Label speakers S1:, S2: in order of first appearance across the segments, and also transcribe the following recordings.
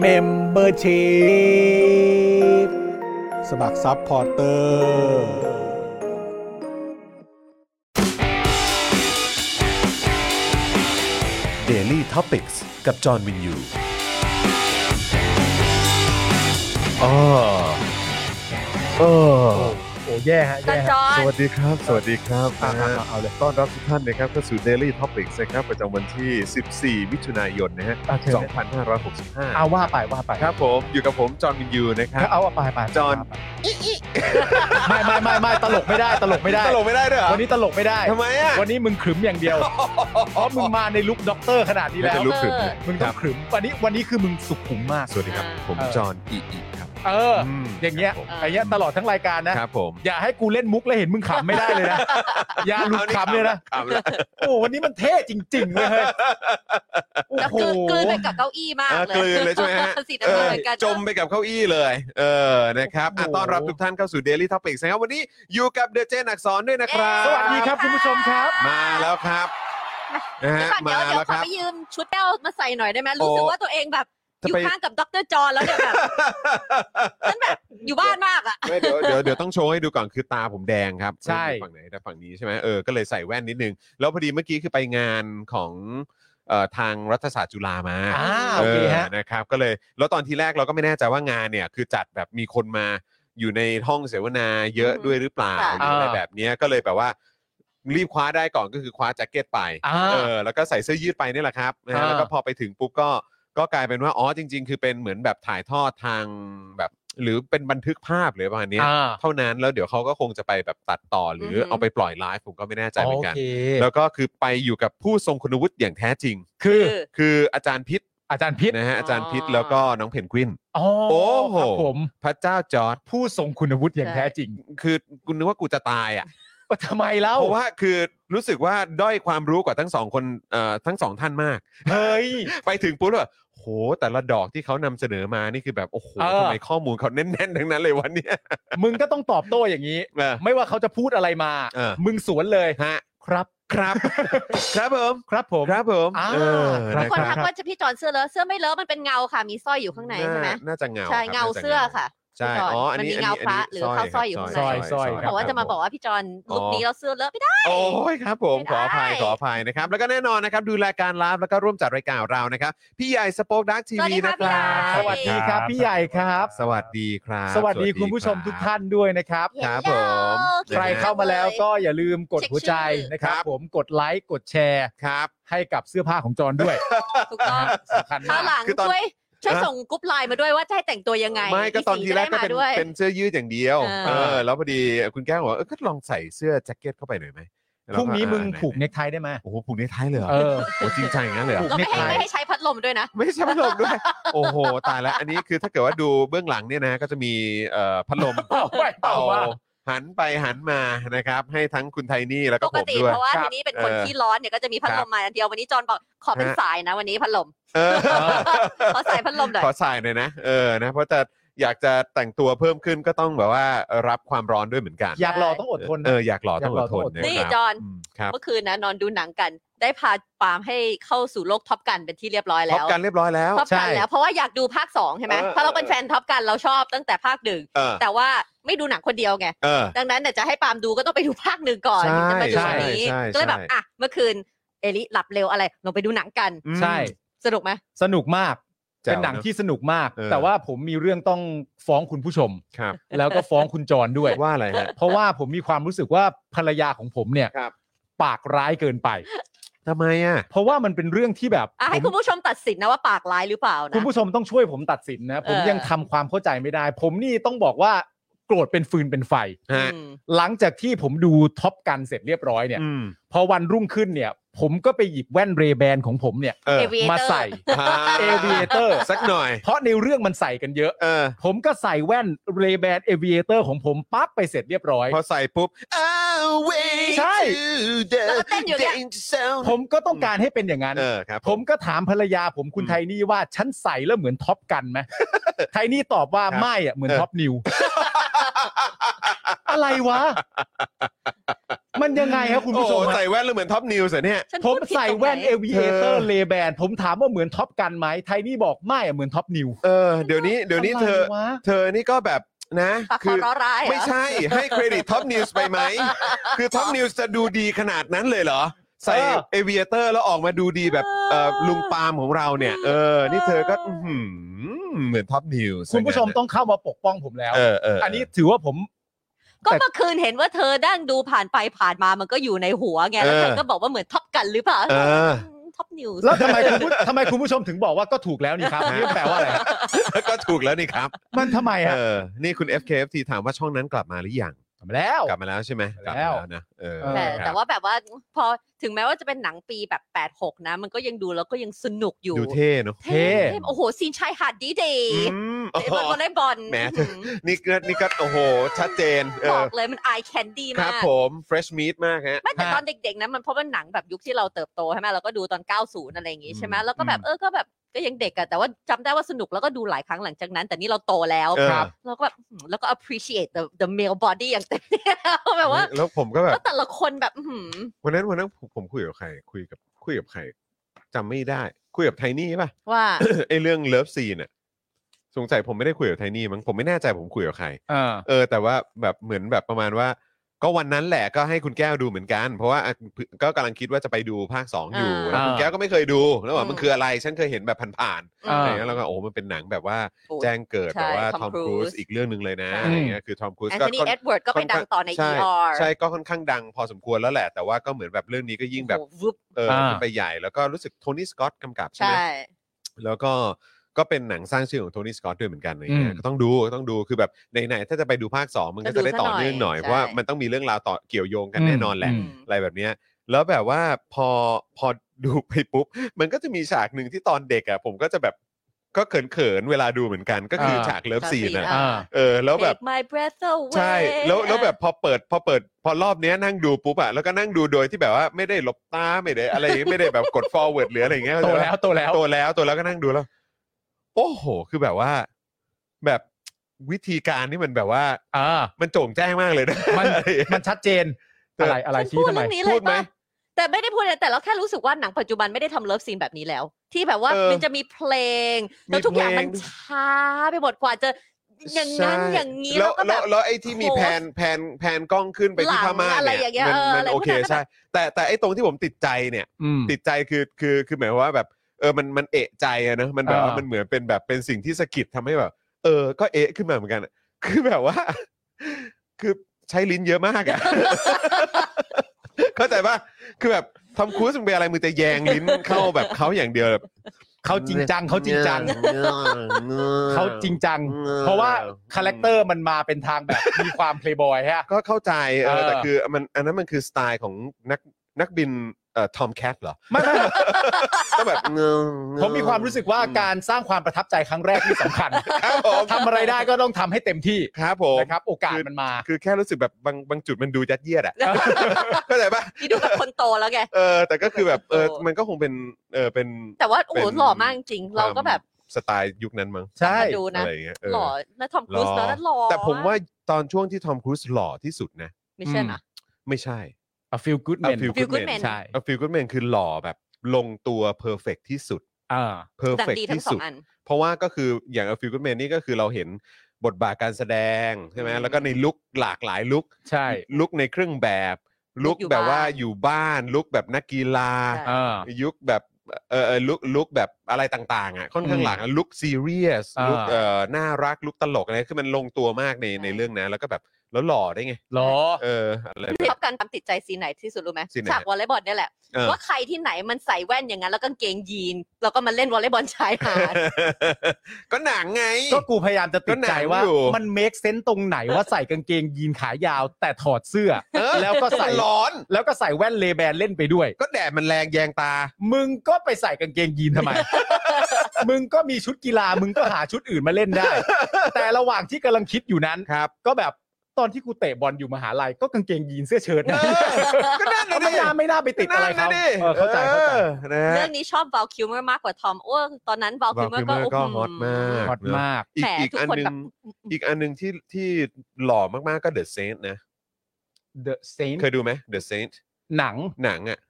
S1: เมมเบอร์ชีพสมัครซัพพอร์เตอร์
S2: Daily t o p i c กกับจอห์นวินยูอ๋อเออ
S3: โอ้แย่ฮะ
S4: จ
S3: แย่
S4: อนจ
S3: ฮะ
S4: อน
S2: สวัสดีครับ สวัสดีครับ
S3: อ่ะ
S2: นะฮะ
S3: อ่ะเอาเลย
S2: ต้อนรับทุกท่านนะครับเข้าสู่ Daily Topics นะครับ ประจำวันที่ 14 มิถุนายนนะฮะ
S3: อ่ะเชิญเลย
S2: 2565
S3: เอาว่าไปว่าไป
S2: ครับผมอยู่กับผมจอห์นวินยูนะครั
S3: เอา
S2: บ
S3: เอาไปไป
S2: จอน
S3: ไม่ไม่ไม่ไม่ตลกไม่ได้ตลกไม่ได้
S2: ตลกไม่ได้ด้วยเหรอ
S3: วันนี้ตลกไม่ได้
S2: ทำไมอ่ะ
S3: วันนี้มึงขรึมอย่างเดียวเพราะมึงมาในลุคด็อกเตอร์ขนาดนี้
S2: ไม่
S3: แล้
S2: จะ
S3: ว
S2: ลุกขึ้นเลย
S3: มึงต้องขรึมวันนี้วันนี้คือมึงสุขุมมาก
S2: สวัสดีครับ ผม
S3: เออ
S2: จอห์นอีอีครับ
S3: เอออ
S2: ม
S3: อย่างเงี้
S2: ค
S3: ย
S2: รับผม
S3: ไอ้เงี้ยตลอดทั้งรายการนะ
S2: ครับผม
S3: อย่าให้กูเล่นมุกแล้วเห็นมึงขำไม่ได้เลยนะ อย่าหลุดขำเลยนะ
S2: ขำแล้ว
S3: โอ้วันนี้มันเท่จริงๆเลยเฮ้ยโอ้
S4: แล้ว
S3: โห
S4: กลืนกลืนไปกับเก้าอี้มาก
S2: เออกลืน
S4: เลย
S2: เลยใช่ไหมฮะ
S4: สี
S2: เอ
S4: น้ำเงิ
S2: อน
S4: กัน
S2: จมไปกับเก้าอี้เลย เออ นะครับอ่ะ
S3: โอ้โห
S2: ต้อนรับทุกท่านเข้าสู่ Daily Topics นะครับ วันนี้อยู่กับเดอะเจนอักษรด้วยนะครับ
S4: เย้
S3: สวัสดีครับคุณผู้ชมครับ
S2: มาแล้วครับนะฮะ
S4: เดี๋
S2: มา
S4: ยวก่อนเดี๋ยว
S2: แล้ว
S4: ข
S2: ค
S4: อ
S2: รับ
S4: ไปยืมชุดแป้วมาใส่หน่อยได้ไหมรู้สึก
S2: โอ้
S4: ว่าตัวเองแบบ
S2: จะ
S4: อยู่
S2: ไป
S4: ข้างกับดรจอนแล้วเนี่ยแบบฉันแบบอยู่บ้านมากอ่ะ
S2: ไม่เดี๋ยวเดี๋ยวเดี๋ยวต้องโชว์ให้ดูก่อนคือตาผมแดงครับ
S3: ใช่
S2: ไม่รู้ฝั่งไหนแต่ฝั่งนี้ใช่ไหมเออก็เลยใส่แว่นนิดนึง แล้วพอดีเมื่อกี้คือไปงานของเอ่อทางรัฐศาสตร์จุฬามา
S3: อ่าโอเคฮะ
S2: เออนะครับก็เลยแล้วตอนที่แรกเราก็ไม่แน่ใจว่างานเนี่ยคือจัดแบบมีคนมาอยู่ในห้องเสวนาเยอะ
S4: อืม
S2: ด้วยหรือเปล่า
S4: ค่ะ
S2: หรืออะไร
S3: อ่า
S2: แบบเนี้ยก็เลยแบบว่ารีบคว้าได้ก่อนก็คือคว้าแจ็คเก็ตไป
S3: อ่า
S2: เออแล้วก็ใส่เสื้อยืดไปนี่แหละครับนะฮะ
S3: อ่า
S2: แล้วก็พอไปถึงปุ๊บก็ก็กลายเป็นว่าอ๋อจริง ๆ คือเป็นเหมือนแบบถ่ายทอดทางแบบ หรือเป็นบันทึกภาพหรือประมาณเนี้ย
S3: อ่า
S2: เท่านั้นแล้วเดี๋ยวเขาก็คงจะไปแบบตัดต่อหรืออ
S4: ม
S2: เอาไปปล่อยไลฟ์ผมก็ไม่แน่ใจเหมื
S3: โอ
S2: อนกัน
S3: เค
S2: แล้วก็คือไปอยู่กับผู้ทรงคุณวุฒิอย่างแท้จริง
S3: คือ
S2: คืออาจารย์พิษ
S3: อาจารย์พิษ
S2: นะฮะอาจารย์
S4: อ๋อ
S2: พิษแล้วก็น้องเพนกวิน
S3: โอ้
S2: โอ้โห
S3: ครับผม
S2: พระเจ้าจอร์ด
S3: ผู้ทรงคุณวุฒิอย่าง
S4: ใช่
S3: แท้จริง
S2: คือกูนึกว่ากูจะตายอ่ะ
S3: ว่าทำไมเล่า
S2: เพราะว่าคือรู้สึกว่าด้อยความรู้กว่าทั้งสองคนเอ่อทั้งสองท่านมาก
S3: เฮ้ย
S2: ไปถึงปุ๊บแล้วแบบโหแต่ละดอกที่เขานำเสนอมานี่คือแบบโอ้โห
S3: เออ
S2: ทำไมข้อมูลเขาแน่นๆทั้งนั้นเลยวันเนี้ย
S3: มึงก็ต้องตอบโต้อย่างนี้
S2: เออ
S3: ไม่ว่าเขาจะพูดอะไรมา
S2: เออ
S3: มึงสวนเลย
S2: ฮะ
S3: ครับ
S2: ครับ ครับผม
S3: ครับผม
S2: ครับผม
S3: อ่า
S2: เออ
S3: ครับ
S2: นะ
S4: คน
S2: ค
S4: ทั
S2: รับ
S4: กว่าจะพี่จอนเสื้อเลอะเสื้อไม่เลอะมันเป็นเงาค่ะ มีสร้อยอยู่ข้างในใช่ไหม
S2: น่าจะเงา
S4: ใช่
S2: ครับ
S4: เงา
S2: น่จะ
S4: เสื้อค่ะ
S2: ใช่
S4: พี่จอน
S2: อ๋ออัน
S4: มัน
S2: นี้อัน
S4: มีเงา
S2: นี้
S4: พระ
S2: นนี้
S4: หรือเข้าสร้อยอยู่ข้างใน
S2: สร้อย
S3: ครั
S4: เขาบอกว่าจะมาบอกว่าพี่จอนลุคนี้แล้วเสื้อเลอะไม่ได้
S2: โอ้ยครับผมขออภัย
S4: ไม่ได้
S2: ขออภัยนะครับ แล้วก็แน่นอนนะครับ ดูรายการไลฟ์แล้วก็ร่วมจัดรายการเรานะครับ พี่ใหญ่สป็อคดักที
S4: สวัส
S2: วี
S4: ดี
S2: นะ
S4: ค่ะ
S2: ค
S4: พี่
S2: รับ
S3: สวัสดีค
S4: ใหญ่
S3: รับพี่ใหญ่ครับ
S2: สวัสดีครับ
S3: สวัสดีคุณผู้ชมทุกท่านด้วยนะครับ
S2: ครับ
S4: เย้
S2: ผม
S4: เย้
S3: ใครเข้ามาแล้วก็อย่าลืมกดหัวใจนะค
S2: ค
S3: รั
S2: รับ บ
S3: ผมกดไลค์กดแชร์
S2: ครับ
S3: ให้กับเสื้อผ้าของจอนด้วย
S4: ถูกต้อง
S3: สำคัญ
S4: ครา
S3: า
S4: ม
S3: ว ก
S4: หลัง
S2: คือตอน
S4: ช่วยช่วย
S2: ฮะ
S4: ส่งกรุ๊ปไลน์มาด้วยว่าจะให้แต่งตัวยังไง
S2: ไม่ก็ตอน
S4: สี
S2: ทีแรกก็
S4: จะ
S2: เป็น
S4: ได้มาด้วย
S2: เป็นเสื้อยืดอย่างเดียว
S4: เออ
S2: เออ แล้วพอดีคุณแก้วบอกว่าเออก็ลองใส่เสื้อแจ็คเก็ตเข้าไปหน่อยไหมแล้วก็
S3: พรุ่งนี้มึง
S2: อ่า
S3: ผูกเนคไทได้ไหม
S2: โอ้โหผูกในท้ายเลยเหรอ
S3: เออ
S2: โอ้จริงใจอย่างนั้นเลยเหรอ
S4: แล้วไม่ให้
S3: ไม่
S4: ไม่ให้ใช้พัดลมด้วยนะ
S2: ไม่ใช่พัดลมด้วย โอ้โหตายแล้วอันนี้คือถ้าเกิดว่าดูเบื้องหลังเนี่ยนะก็จะมีเอ่อพัดลม
S3: เอาไว้
S2: เป่า
S3: เอาว่า
S2: หันไปหันมานะครับ ให้ทั้งคุณไทนี่แล้วก็ผ
S4: ปก
S2: ม
S4: ติ
S2: ด้วย
S4: เพราะว่า
S3: ครั
S4: ที
S3: บ
S4: นี้เป็นคน
S2: เออ
S4: ที่ร้อนเนี่ยก็จะมีพัด
S2: ครั
S4: ล
S2: บ
S4: มมาอย่างเดียววันนี้จอนบอกขอเป็น
S2: ฮะ
S4: สายนะวันนี้พัดลม
S2: เออ
S3: เออ
S4: ขอสายพัดลมหน่อย
S2: ขอสายหน่อยนะเออนะเพราะจะอยากจะแต่งตัวเพิ่มขึ้นก็ต้องแบบว่ารับความร้อนด้วยเหมือนกัน
S3: อยากหล่อต้องอดทน
S2: เอ
S3: นะ
S2: ออยากหล่อต้องอดทน
S3: อยากหล่อต้องอดทน
S2: ะ
S4: นี่
S2: ครับ
S4: จอน
S2: มครับ
S4: เมื่อคืนนะนอนดูหนังกัน ได้พาปาล์มให้เข้าสู่โลกท็อปกันเป็นที่เรียบร้อย
S2: พบ
S4: แล้ว
S2: กันเรียบร้อยแล้ว
S4: ท็อป
S3: ใช่
S4: กันแล้วเพราะว่าอยากดูภาคสองใช่ไหม
S2: เออ
S4: เพราะเราเป็นแฟนท็อปกันเราชอบตั้งแต่ภาคหนึ่ง
S2: เออ
S4: แต่ว่าไม่ดูหนังคนเดียวไง
S2: เออ
S4: ดังนั้นเนี่ยจะให้ปาล์มดูก็ต้องไปดูภาคหนึ่งก่อน
S2: ใช่
S4: ถึงจะมาดู
S3: ใช่
S4: วันนี้
S2: ใช่
S4: ก็เลยแบบ
S2: ใช่
S4: อ่ะเมื่อคืนเอลิหลับเร็วอะไรลงไปดูหนังกัน
S2: อืม
S3: ใช่
S4: สนุกไหม
S3: สนุกมาก
S2: จ๋ว
S3: เป็นหนัง
S2: อะ
S3: ที่สนุกมาก
S2: เออ
S3: แต่ว่าผมมีเรื่องต้องฟ้องคุณผู้ชม
S2: ครับ
S3: แล้วก็ฟ้องคุณจร ด้วย
S2: ว่าอะไรฮะ
S3: เพราะว่าผมมีความรู้สึกว่าภรรยาของผมเนี่ย
S2: ครับ
S3: ปากร้ายเกินไป
S2: ทำไมอ่ะ
S3: เพราะว่ามันเป็นเรื่องที่แบบ
S4: อ่ะให้
S3: ผ
S4: คุณ
S3: ม
S4: ผู้ชมตัดสินนะว่าปากร้ายหรือเปล่านะ
S3: คุณผู้ชมต้องช่วยผมตัดสินนะผม
S4: เออ
S3: ยังทำความเข้าใจไม่ได้ ผมนี่ต้องบอกว่าโกรธเป็นฟืนเป็นไฟ
S2: ฮะ
S4: อืม
S3: หลังจากที่ผมดูท็อปกันเสร็จเรียบร้อยเนี่ย
S2: อืม
S3: พอวันรุ่งขึ้นเนี่ย ผมก็ไปหยิบแว่นเรแบนของผมเนี่ย
S2: เออ
S4: Aviator
S3: มาใส่เอเวเตอร์
S2: สักหน่อย
S3: เพราะในเรื่องมันใส่กันเยอะ
S2: เออ
S3: ผมก็ใส่แว่นเรแบนเอเวเตอร์ของผมปั๊บไปเสร็จเรียบร้อย
S2: พอใส่ปุ๊บ Away
S3: ใช่
S2: to the
S4: แล้วก็เต้นอยู่เนี่ย
S2: danger zone
S3: ผมก็ต้องการให้เป็นอย่างนั้น
S2: เออครับ
S3: ผมก็ถามภรรยาผมคุณ
S2: อืม
S3: ไทนี่ว่าฉันใส่แล้วเหมือนท็อปกันไหม ไทนี่ตอบว่า
S2: ครับ
S3: ไม่อะเหมือน
S2: เออ
S3: ท็อปนิว อะไรวะ มันยังไงครับคุณผู้ชม
S2: โอ้
S3: ฮะ
S2: ใส่แว่นแล้วเหมือนท็อปนิวส์เหรอเนี่ย
S4: ฉัน
S3: ผ
S4: พู
S3: ม
S4: ดผิด
S3: ใส่
S4: ตรงไห
S3: แว่นเอ
S4: ม
S3: วีเตอร์เลแบนผมถามว่าเหมือนท็อปกันไหมไทนี่บอกไม่อะเหมือนท็อปนิว
S2: เออ เดี๋ยวนี้ เดี๋ยวนี้เธอ
S3: ะไรวะ
S2: เธอนี่ก็แบบนะ
S4: ปากค
S2: คื
S4: อ
S2: อ
S4: ร้อร้ายเหรอ
S2: ไม่ใช่ ให้เครดิตท็อปนิวส์ไปไหม คือท็อปนิวส์จะดูดีขนาดนั้นเลยเหรอ ใส่
S3: เออ
S2: เอเวเตอร์แล้วออกมาดูดีแบบเอ่อลุงปาล์มของเราเนี่ย เออ นี่เธอก็อื้อหือเหมือนท็อปนิวส์
S3: คุณผู้ชมต้องเข้ามาปกป้องผมแล้ว
S2: เออเออ
S3: อั
S2: อั
S3: นนี้ถือว่าผม
S4: ก็
S3: แต่
S4: เมื่อคืนเห็นว่าเธอดั้งดูผ่านไปผ่านมามันก็อยู่ในหัวไงแล้ว
S2: เออ
S4: เธอก็บอกว่าเหมือนท็อปกันหรือเปล่า
S2: เออ
S4: ท็อปนิวส์
S3: แล้วทำไมคุณผู้ทำไมคุณผู้ชมถึงบอกว่าก็ถูกแล้ว นี่ครับนี่มันแปลว่าอะไร
S2: ก็ถูกแล้วนี่ครับ
S3: มันทำไม
S2: เอ
S3: ฮะ
S2: อ นี่คุณ FKFT ถามว่าช่องนั้นกลับมาหรือยัง
S3: ทำแล้ว
S2: กลับมาแล้วใช่ไหมก
S3: กลั
S2: ลับบ มา
S3: มาแล้ว
S2: แล้วนะ เออ
S3: เออ
S4: แต่
S2: ครับ
S4: แต่ว่าแบบว่าพอถึงแม้ว่าจะเป็นหนังปีแบบ8ปดหกนะ มันก็ยังดูแล้วก็ยังสนุกอยู่
S2: ดูเท่เนอะ
S3: เท่
S4: โอ้โหซีนชายหาดดีเดย์
S2: อืมโอ้โห
S4: บอลวอลเลย์บอล
S2: แหม นี่ก็นี่ก็โอ้โห ชัดเจน เอ
S4: บอก
S2: อ
S4: เลยมัน eye candy
S2: ค
S4: มา
S2: รับ
S4: ก
S2: ผม fresh meat มากฮะ
S4: ไม่แต่
S3: ฮะ
S4: ตอนเด็กๆนะมันเพราะว่าหนังแบบยุคที่เราเติบโตใช่ไหมเราก็ดูตอน 90 อะไรอย่างงี้ใช่ไหมแล้วก็แบบเออก็แบบก็ยังเด็กอะแต่ว่าจำได้ว่าสนุกแล้วก็ดูหลายครั้งหลังจากนั้น แต่นี่เราโตแล้ว
S2: เออ
S4: ครับเราก็แบบอืมแล้วก็ appreciate the the male body อย่างเต็ม ที่แล้วแบบว่า
S2: แล้วผมก็แบบ
S4: ก็แต่ละคนแบบอื้อหือ
S2: วันนั้นวันนั้นผมผมคุยกับใคร คุยกับคุยกับใครจำไม่ได้ คุยกับไทนี่ป่ะ
S4: ว่า
S2: ไอเรื่องเลิฟซีนอะสงสัยผมไม่ได้คุยกับไทนี่มั้งผมไม่แน่ใจผมคุยกับใคร
S3: เออ
S2: เออแต่ว่าแบบเหมือนแบบประมาณว่า ก็วันนั้นแหละก็ให้คุณแก้วดูเหมือนกัน เพราะว่าอ่ะก็กำลังคิดว่าจะไปดูภาค 2 อยู่แล้
S4: อ่า
S2: วคุณแก้วก็ไม่เคยดูแล้วบอก
S4: อืม
S2: มันคืออะไรฉันเคยเห็นแบบผ่าน
S3: เอ
S2: ๆอะ
S3: อ
S2: ไรเงี้ยแล้วก็โอ้มันเป็นหนังแบบว่า
S4: โอ้ย
S2: แจ้งเกิด
S4: ใช่
S2: แบบว่า
S4: Tom
S2: ทอมครูซ
S4: Cruise
S2: อีกเรื่องหนึ่งเลยนะ
S4: ใช่
S2: อะไรเงี้ยคือทอมครูซ
S4: แอน
S2: ก็
S4: โทนี
S2: ค่อน
S4: เอ็ดเวิร์ดก็ไปดังต่อใน
S2: ช่
S4: ER
S2: ใช่ก็ค่อนข้างดังพอสมควรแล้วแหละ แต่ว่าก็เหมือนแบบเรื่องนี้ก็ยิ่งแบบ
S4: โอ้โหวึบ
S2: เอออา ขึ้นไปใหญ่แล้วก็รู้สึกโทนี่สกอตกำกับใช่ไห
S4: ใช่
S2: ม แล้วก็ก็เป็นหนังสร้างชื่อของโทนี่สกอตด้วยเหมือนกันอะไรเงี้ย
S3: อืม
S2: ก็ต้องดูก็ต้องดูคือแบบไหนๆถ้าจะไปดูภาค 2 มันก็
S4: ก็ดู
S2: จะได้ต่อเนื่องหน่อย
S4: ซะหน่อย
S2: เพราะว่า
S4: ใช่
S2: มันต้องมีเรื่องราวต่อเกี่ยวโยงกันแน่นอนแหละ
S3: อืม
S2: อะไรแบบเนี้ยแล้วแบบว่าพอพอดูไปปุ๊บ มันก็จะมีฉากหนึ่งที่ตอนเด็กอ่ะผมก็จะแบบก็เขินๆเวลาดูเหมือนกัน ก็คือ
S3: อ่า
S2: ฉากเลิฟซีนอะ
S3: อ่า
S2: เออแล้วแบบ
S4: Take my breath away
S2: ใช่แล้วแล้วแบบพอเปิดพอเปิด พอรอบเนี้ยนั่งดูปุ๊บอะแล้วก็นั่งดูโดยที่แบบว่าไม่ได้หลบตาไม่ได้อะไรไม่ได้แบบกด forward หรืออะไรเงี้ยเข้า
S3: โต
S2: ใจปะ
S3: แล้วโตแล้ว
S2: โตแล้วโตแล้วก็นั่งดูแล้ว โอ้โห คือแบบว่า แบบวิธีการนี่มันแบบว่า
S3: อ่า
S2: มันโจ่งแจ้งมากเลยนะ
S3: มัน มันชัดเจน
S2: เอออ
S3: อะไรอะไร
S4: ฉัน
S3: ชี้
S4: พูด
S3: ทำไม
S4: เรื่องนี้
S2: พู
S4: เลย
S2: ดไหม
S4: ปะแต่ไม่ได้พูดเลยแต่เราแค่รู้สึกว่าหนังปัจจุบันไม่ได้ทำเลิฟซีนแบบนี้แล้ว ที่แบบว่า
S2: เออ
S4: มันจะมีเพลง
S2: มี
S4: แล้วทุกอย่าง
S2: เพลง
S4: มันช้าไปหมดกว่าจะอย่างนั้น
S2: ใช่
S4: อย่างนี้
S2: แล้
S4: แล้ว วก็
S2: แล้
S4: แบ
S2: ว
S4: บ
S2: แล้วไอ้ที่มี
S4: โพสต์
S2: แผนแผนแผนกล้องขึ้นไปที่
S4: หลัง
S2: พม่า
S4: อะไร
S2: เนี่
S4: อย่างเงี้
S2: ย
S4: ย
S2: มั
S4: เออ
S2: มั
S4: อะไร
S2: โอเค
S4: พวกนั้น
S2: ใช่ แต่แต่ไอ้ตรงที่ผมติดใจเนี่ย
S3: อืม
S2: ติดใจคือคือคือหมายความว่าแบบเออมันมันเอะใจอะนะมันแบบ
S3: อ่า
S2: ว่ามันเหมือนเป็นแบบเป็นสิ่งที่สะกิดทำให้แบบ เออ ก็เอะขึ้นมาเหมือนกันอะ คือแบบว่า คือใช้ลิ้นเยอะมากอะ เข้าใจปะคือแบบทำครูสมันเป็นอะไรมือแต่แยงลิ้นเข้าแบบเขาอย่างเดียวแบบ
S3: เขาจริงจังเขาจริง จัง เขาจริงจัง เพราะว่าคาแรคเตอร์มันมาเป็นทางแบบ มีความเพลย์บอยฮะ
S2: ก็เข้าใจเออ
S3: เออ
S2: แต่คือมันอันนั้นมันคือสไตล์ของนักนักบินเอ่อทอมแคทเหรอ
S3: ไม่ไม่
S2: ก็แบบ
S3: ผมมีความรู้สึกว่าการสร้างความประทับใจครั้งแรกที่สำคัญ
S2: ครับผม
S3: ทำอะไรได้ก็ต้องทำให้เต็มที่
S2: ครับผม
S3: นะครับ โอกาสมันมา
S2: คือแค่รู้สึกแบบบางบางจุดมันดูยัดเยียดอ่ะ เข้าใจปะ
S4: นี่ดูแบบคนโตแล้วไง
S2: เออ แต่ก็คือแบบเออ
S4: โอ้
S2: มันก็คงเป็นเออเป็น
S4: แต่ว่าโอ้โหหล่อมากจริงเราก็แบบ
S2: สไตล์ยุคนั้นมั้ง
S3: ใช่
S4: ดูนะ
S2: อะไรย่างเงี้ยเออ
S4: หล่อแล้วทอมครูซเนอะแล้วหล่อ
S2: แต่ผมว่าตอนช่วงที่ทอมครูซหล่อที่สุดนะ
S4: ไม่ใช่นะ
S2: ไม่ใช่
S3: A feel good
S2: A
S3: man
S2: Few
S4: Feel
S2: Good
S4: Good
S2: Men
S4: Man
S3: ใช่
S2: เอาฟิลกูดแมนคือหล่อแบบลงตัวเพอร์เฟกที่สุด
S3: อ่า
S2: เพอร์
S4: ดัง
S2: เฟก
S4: ดีทั้
S2: ที่
S4: งสอ
S2: สุ
S4: ง
S2: ด
S4: อัน
S2: เพราะว่าก็คืออย่างเอาฟิลกูดแมนนี่ก็คือเราเห็นบทบาทการแสดงใช่ไหม
S4: อืม
S2: แล้วก็ในลุคหลากหลายลุค
S3: ใช่
S2: ลุกในเครื่องแบบ ลุก
S4: ลุคอยู่
S2: แบบว่า
S4: บ้าน
S2: อยู่บ้าน ลุกแบบนักกีฬา
S4: ใช่
S3: อ่า
S2: ยุคแบบเออเออลุกลุกแบบ อะไรต่างๆอ่ะค่อนข้าง
S3: อืม
S2: หลังลุคซีเรียส
S3: อ่า
S2: ลุคเอ่อน่ารักลุคตลกอะไรคือมันลงตัวมากใน
S4: ใช่
S2: ในเรื่องนั้นแล้วก็แบบแล้วหล่อได้ไง
S3: เหรอ
S2: เอออะไร
S4: ชอบการทำติดใจซีนไหนที่สุดรู้ไหม
S2: ซีนไหน
S4: ฉากวอลเลย์บอลเนี่ยแหละ
S2: เออ
S4: ว่าใครที่ไหนมันใส่แว่นอย่างนั้นแล้วกางเกงยีนแล้วก็มาเล่นวอลเลย์บอลชายหาด
S2: ก็หนังไง
S3: ก็กูพยายามจะติดใจว่า
S2: ก็หนังอยู่
S3: มันเมคเซนต์ตรงไหนว่าใส่กางเกงยีนขายาว แต่ถอดเสื้อ
S2: เออ
S3: แล้วก็ใส่
S2: ร้อน
S3: แล้วก็ใส่แว่นเลแบนเล่นไปด้วย
S2: ก็แดดมันแรงแยงตา
S3: มึงก็ไปใส่กางเกงยีน ทำไม มึงก็มีชุดกีฬา มึงก็หาชุดอื่นมาเล่นได้ แต่ระหว่างที่กำลังคิดอยู่นั้น
S2: ครับ
S3: ก็แบบตอนที่กูเตะบอลอยู่มหาลัย ก็กางเกงยีนเสื้อเชิ้ตนะ
S2: ก็นั่นนะดิ
S3: ไม่น่าไม่น่าไปติดอะไรเขา
S2: นั่นน
S3: เออเข้าใจเข้าใจ
S2: ออนะ
S4: เรื่องนี้ชอบ v า l คิวเมอร์มากกว่าทอมโอ้ตอนนั้น v า l
S2: บา
S4: คิว
S2: ร์
S4: เมอ
S2: คิวเม
S4: ร์
S2: อ
S4: ก็
S2: ร์ก็ฮอตมาก
S3: ฮอตมาก
S2: อีก
S4: แต่
S2: อีก
S4: ทุก
S2: อัน
S4: คน
S2: หนึง
S4: แบบ
S2: อีกอันหนึงที่ที่หล่อมากๆก็เดอะเซนต์นะ
S3: The Saint
S2: เคยดูไหมเดอะเซนต์
S3: หนัง
S2: หนังอ่ะ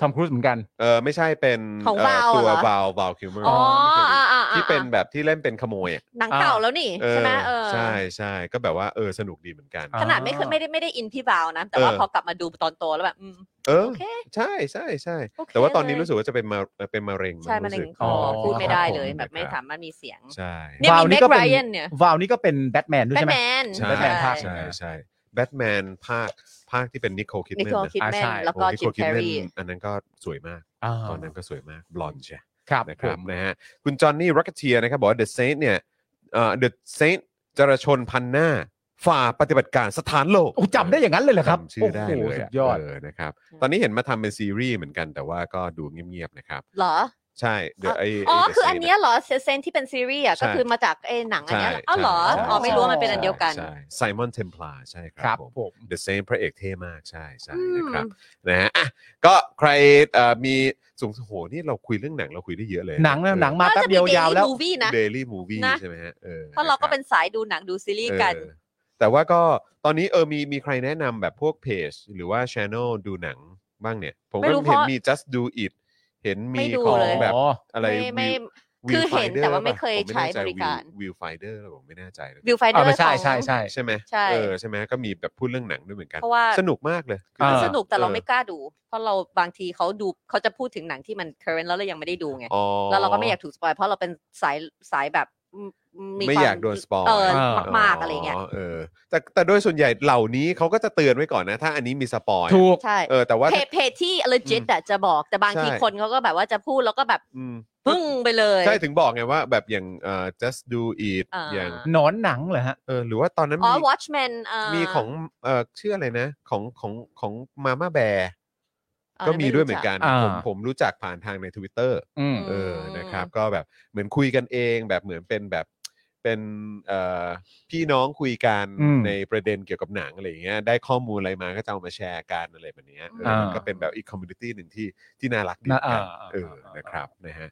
S3: ทอมครูซเหมือนกัน
S2: เออไม่ใช่เป็น
S4: ของ
S2: เอ่อ
S4: Val
S2: ตัว
S4: เหรอ
S2: บาวบาวคิวเมอร์
S4: อ๋ออ่าอ่าอ่า
S2: ที่เป็นแบบที่เล่นเป็นขโมยอ่ะ
S4: หนังเก่าแล้วนี่
S2: เอ
S4: ใช่
S2: อ
S4: ไหมเออ
S2: ใช่ใช่ก็แบบว่าเออสนุกดีเหมือนกัน
S3: อ่า
S4: ขนาดไม่เคยไม่ได้ไม่ได้อินพี่วาวนะ แต่ว่า
S2: เออ
S4: พอกลับมาดูตอนโตแล้วแบบอืม
S2: เออ
S4: โอเค
S2: ใช่ใช่ใช่
S4: โเค
S2: แต่ว่าตอนนี้
S4: เลย
S2: รู้สึกว่าจะเป็นมาเป็นมะเร็งง
S4: ใช่มันเอง
S2: สึก
S4: คอพูดไม่ได้เลย
S2: ครั
S4: แบบไม่
S2: ครับ
S4: สามารถมีเสียง
S2: ใช่
S4: เนี่ยมี
S3: Val นี่
S4: Meg
S3: ก็เป็น
S4: Ryan เนี่ย
S3: วาวนี่ก็เป็นแบทแมนด้วย
S4: แบท
S3: ใช่ไหม
S4: แมน
S2: ใช่
S3: Batman ภาค
S2: ใช่ใช่แบทแมนภาคภาคที่เป็นนิโคลคิด
S4: นิ
S2: แมน
S4: โคลคิด
S3: อ่า
S4: แม
S3: ใช่
S4: นแล้วก็จิมแคร์รี
S2: อันนั้นก็สวยมาก
S3: อ่า
S2: ตอนนั้นก็สวยมากบลอนใช่
S3: ครับ
S2: นะค
S3: ผ
S2: รับ
S3: ม
S2: นะฮะคุณจอห์นนี่รักเทียนะครับ บอกว่า The Saint เนี่ยเอ่อ The Saint จรชนพันหน้า ฝ่าปฏิบัติการสถานโลก
S3: โอ้จำได้อย่างนั้นเลยเหรอครับ
S2: จำชื่อได้เล
S3: โโห
S2: ย
S3: สุดยอด
S2: เนะครับตอนนี้เห็นมาทำเป็นซีรีส์เหมือนกันแต่ว่าก็ดูเงียบๆนะครับ
S4: เหรอ
S2: ใช่เดี๋ยวไอ้
S4: อ๋อ
S2: ไ The
S4: คืออัน
S2: Saint ะ
S4: เนี้ยเหรอเซเซนที่เป็นซีรีส์อ่ะ
S2: ใช่
S4: ก็คือมาจากไอ้หนังอันเนี้ยเหรอ
S2: ใช่
S4: อ้าวเหรอ
S2: ใช่
S4: อ๋อไม่รู้ว่ามันเป็นอันเดียวกัน
S2: ใช่ไซมอนเทมพลาใช่ค
S3: ค
S2: รั
S3: รั
S2: บบ ผม
S3: ผม
S2: The Saint พระเอกเท่มากใช่ใช่
S4: อืม
S2: นะครับนะฮะอ่ะก็ใครเอ่อมีสงสัยโหนี่เราคุยเรื่องหนังเราคุยได้เยอะเลย
S3: หนังนะหนังมาแป๊บเดียว
S4: น่จะมี
S3: ยาว
S4: Daily
S3: แล้ว
S4: Movie นะ
S2: เดลี่มูวี่
S4: นะ
S2: ใช่ไหมฮะออ
S4: เพราะเราก็
S2: คบ
S4: เป็นสายดูหนังดูซีรีส์กัน
S2: เออแต่ว่าก็ตอนนี้เออมีมีใครแนะนำแบบพวกเพจหรือว่าช anel ดูหนังบ้างเนี่ย ผม
S4: ไม่
S2: ก็
S4: รู้
S2: เห็น
S4: เพราะ
S2: มี just do it เห็น
S4: ไม่
S2: มี
S4: ดู
S2: ของ
S4: เลย
S2: แบบ
S3: อ๋อ
S2: อะไร
S4: ไม่ไม่
S2: View-
S4: คือเห็น
S2: Viewfinder
S4: แต่ว่าไม่
S2: ป่ะ
S4: เคย
S2: ผมไม่
S4: ใช้
S2: แน่จ
S4: บริการ
S2: View- viewfinder หรือเปล่าผมไม่แน่ใจเลย
S4: วิวไฟเดอ
S3: อ่า
S4: ร์
S3: ไม่ใช่
S4: ของ
S3: ใช่ใช่
S2: ใช่ไหม
S4: ใช่
S2: เออใช่ไหมก็มีแบบพูดเรื่องหนังด้วยเหมือนกัน
S4: เพราะว่า
S2: สนุกมากเลย
S3: อ่า
S4: มันสนุกแต่เราไม่กล้าดู เพราะเราบางทีเขาดูเขาจะพูดถึงหนังที่มัน current แล้วเรายังไม่ได้ดูไง
S2: อ๋อ
S4: แล้วเราก็ไม่อยากถูกสปอยเพราะเราเป็นสายสายแบบ
S2: ไม่อยากโดนสปอย
S4: เออ
S3: เออ
S4: มากๆอะไรเงี้ย
S2: เออแต่แต่โดยส่วนใหญ่เหล่านี้เขาก็จะเตือนไว้ก่อนนะ ถ้าอันนี้มีสปอย
S3: ถูก
S4: ใช่
S2: เออแต่ว่า
S4: เพจเพจที่ legit อะจะบอกแต่บางที
S2: ใช่
S4: คนเขาก็แบบว่าจะพูดแล้วก็แบบ
S2: อืม
S4: พึ่งไปเลย
S2: ใช่ถึงบอกไงว่าแบบอย่างเอ่อ just do it
S4: อ่า
S2: อย่าง
S3: หนอนหนังเหรอฮะ
S2: เออหรือว่าตอนนั้น
S4: อ๋อ
S2: มี
S4: Watchmen เอ่
S2: มีของเอ่อชื่ออะไรนะ ของของของมาม่าแบร์
S4: เอ่อ
S2: ก็มีด้วยเหมื
S4: ไรู้
S2: อน
S4: จั
S2: กัน
S3: อ่า
S2: ผมผมรู้จักผ่านทางใน Twitter
S3: อืม
S4: อืม
S2: เออ นะครับ ก็แบบเหมือนคุยกันเองแบบเหมือนเป็นแบบเป็นเอ่อพี่น้องคุยกัน
S3: อืม
S2: ในประเด็นเกี่ยวกับหนังอะไรอย่างเงี้ย ได้ข้อมูลอะไรมาก็จะเอามาแชร์กันอะไรแบบเนี้ยเอออา มันก็เป็นแบบอีกคอมมูนิตี้หนึ่งที่ที่น่ารักดี
S3: น่า
S2: กัน
S3: อ่าอ่า
S2: เออ
S3: อ่าอ่าน
S2: นะครับ นะฮะ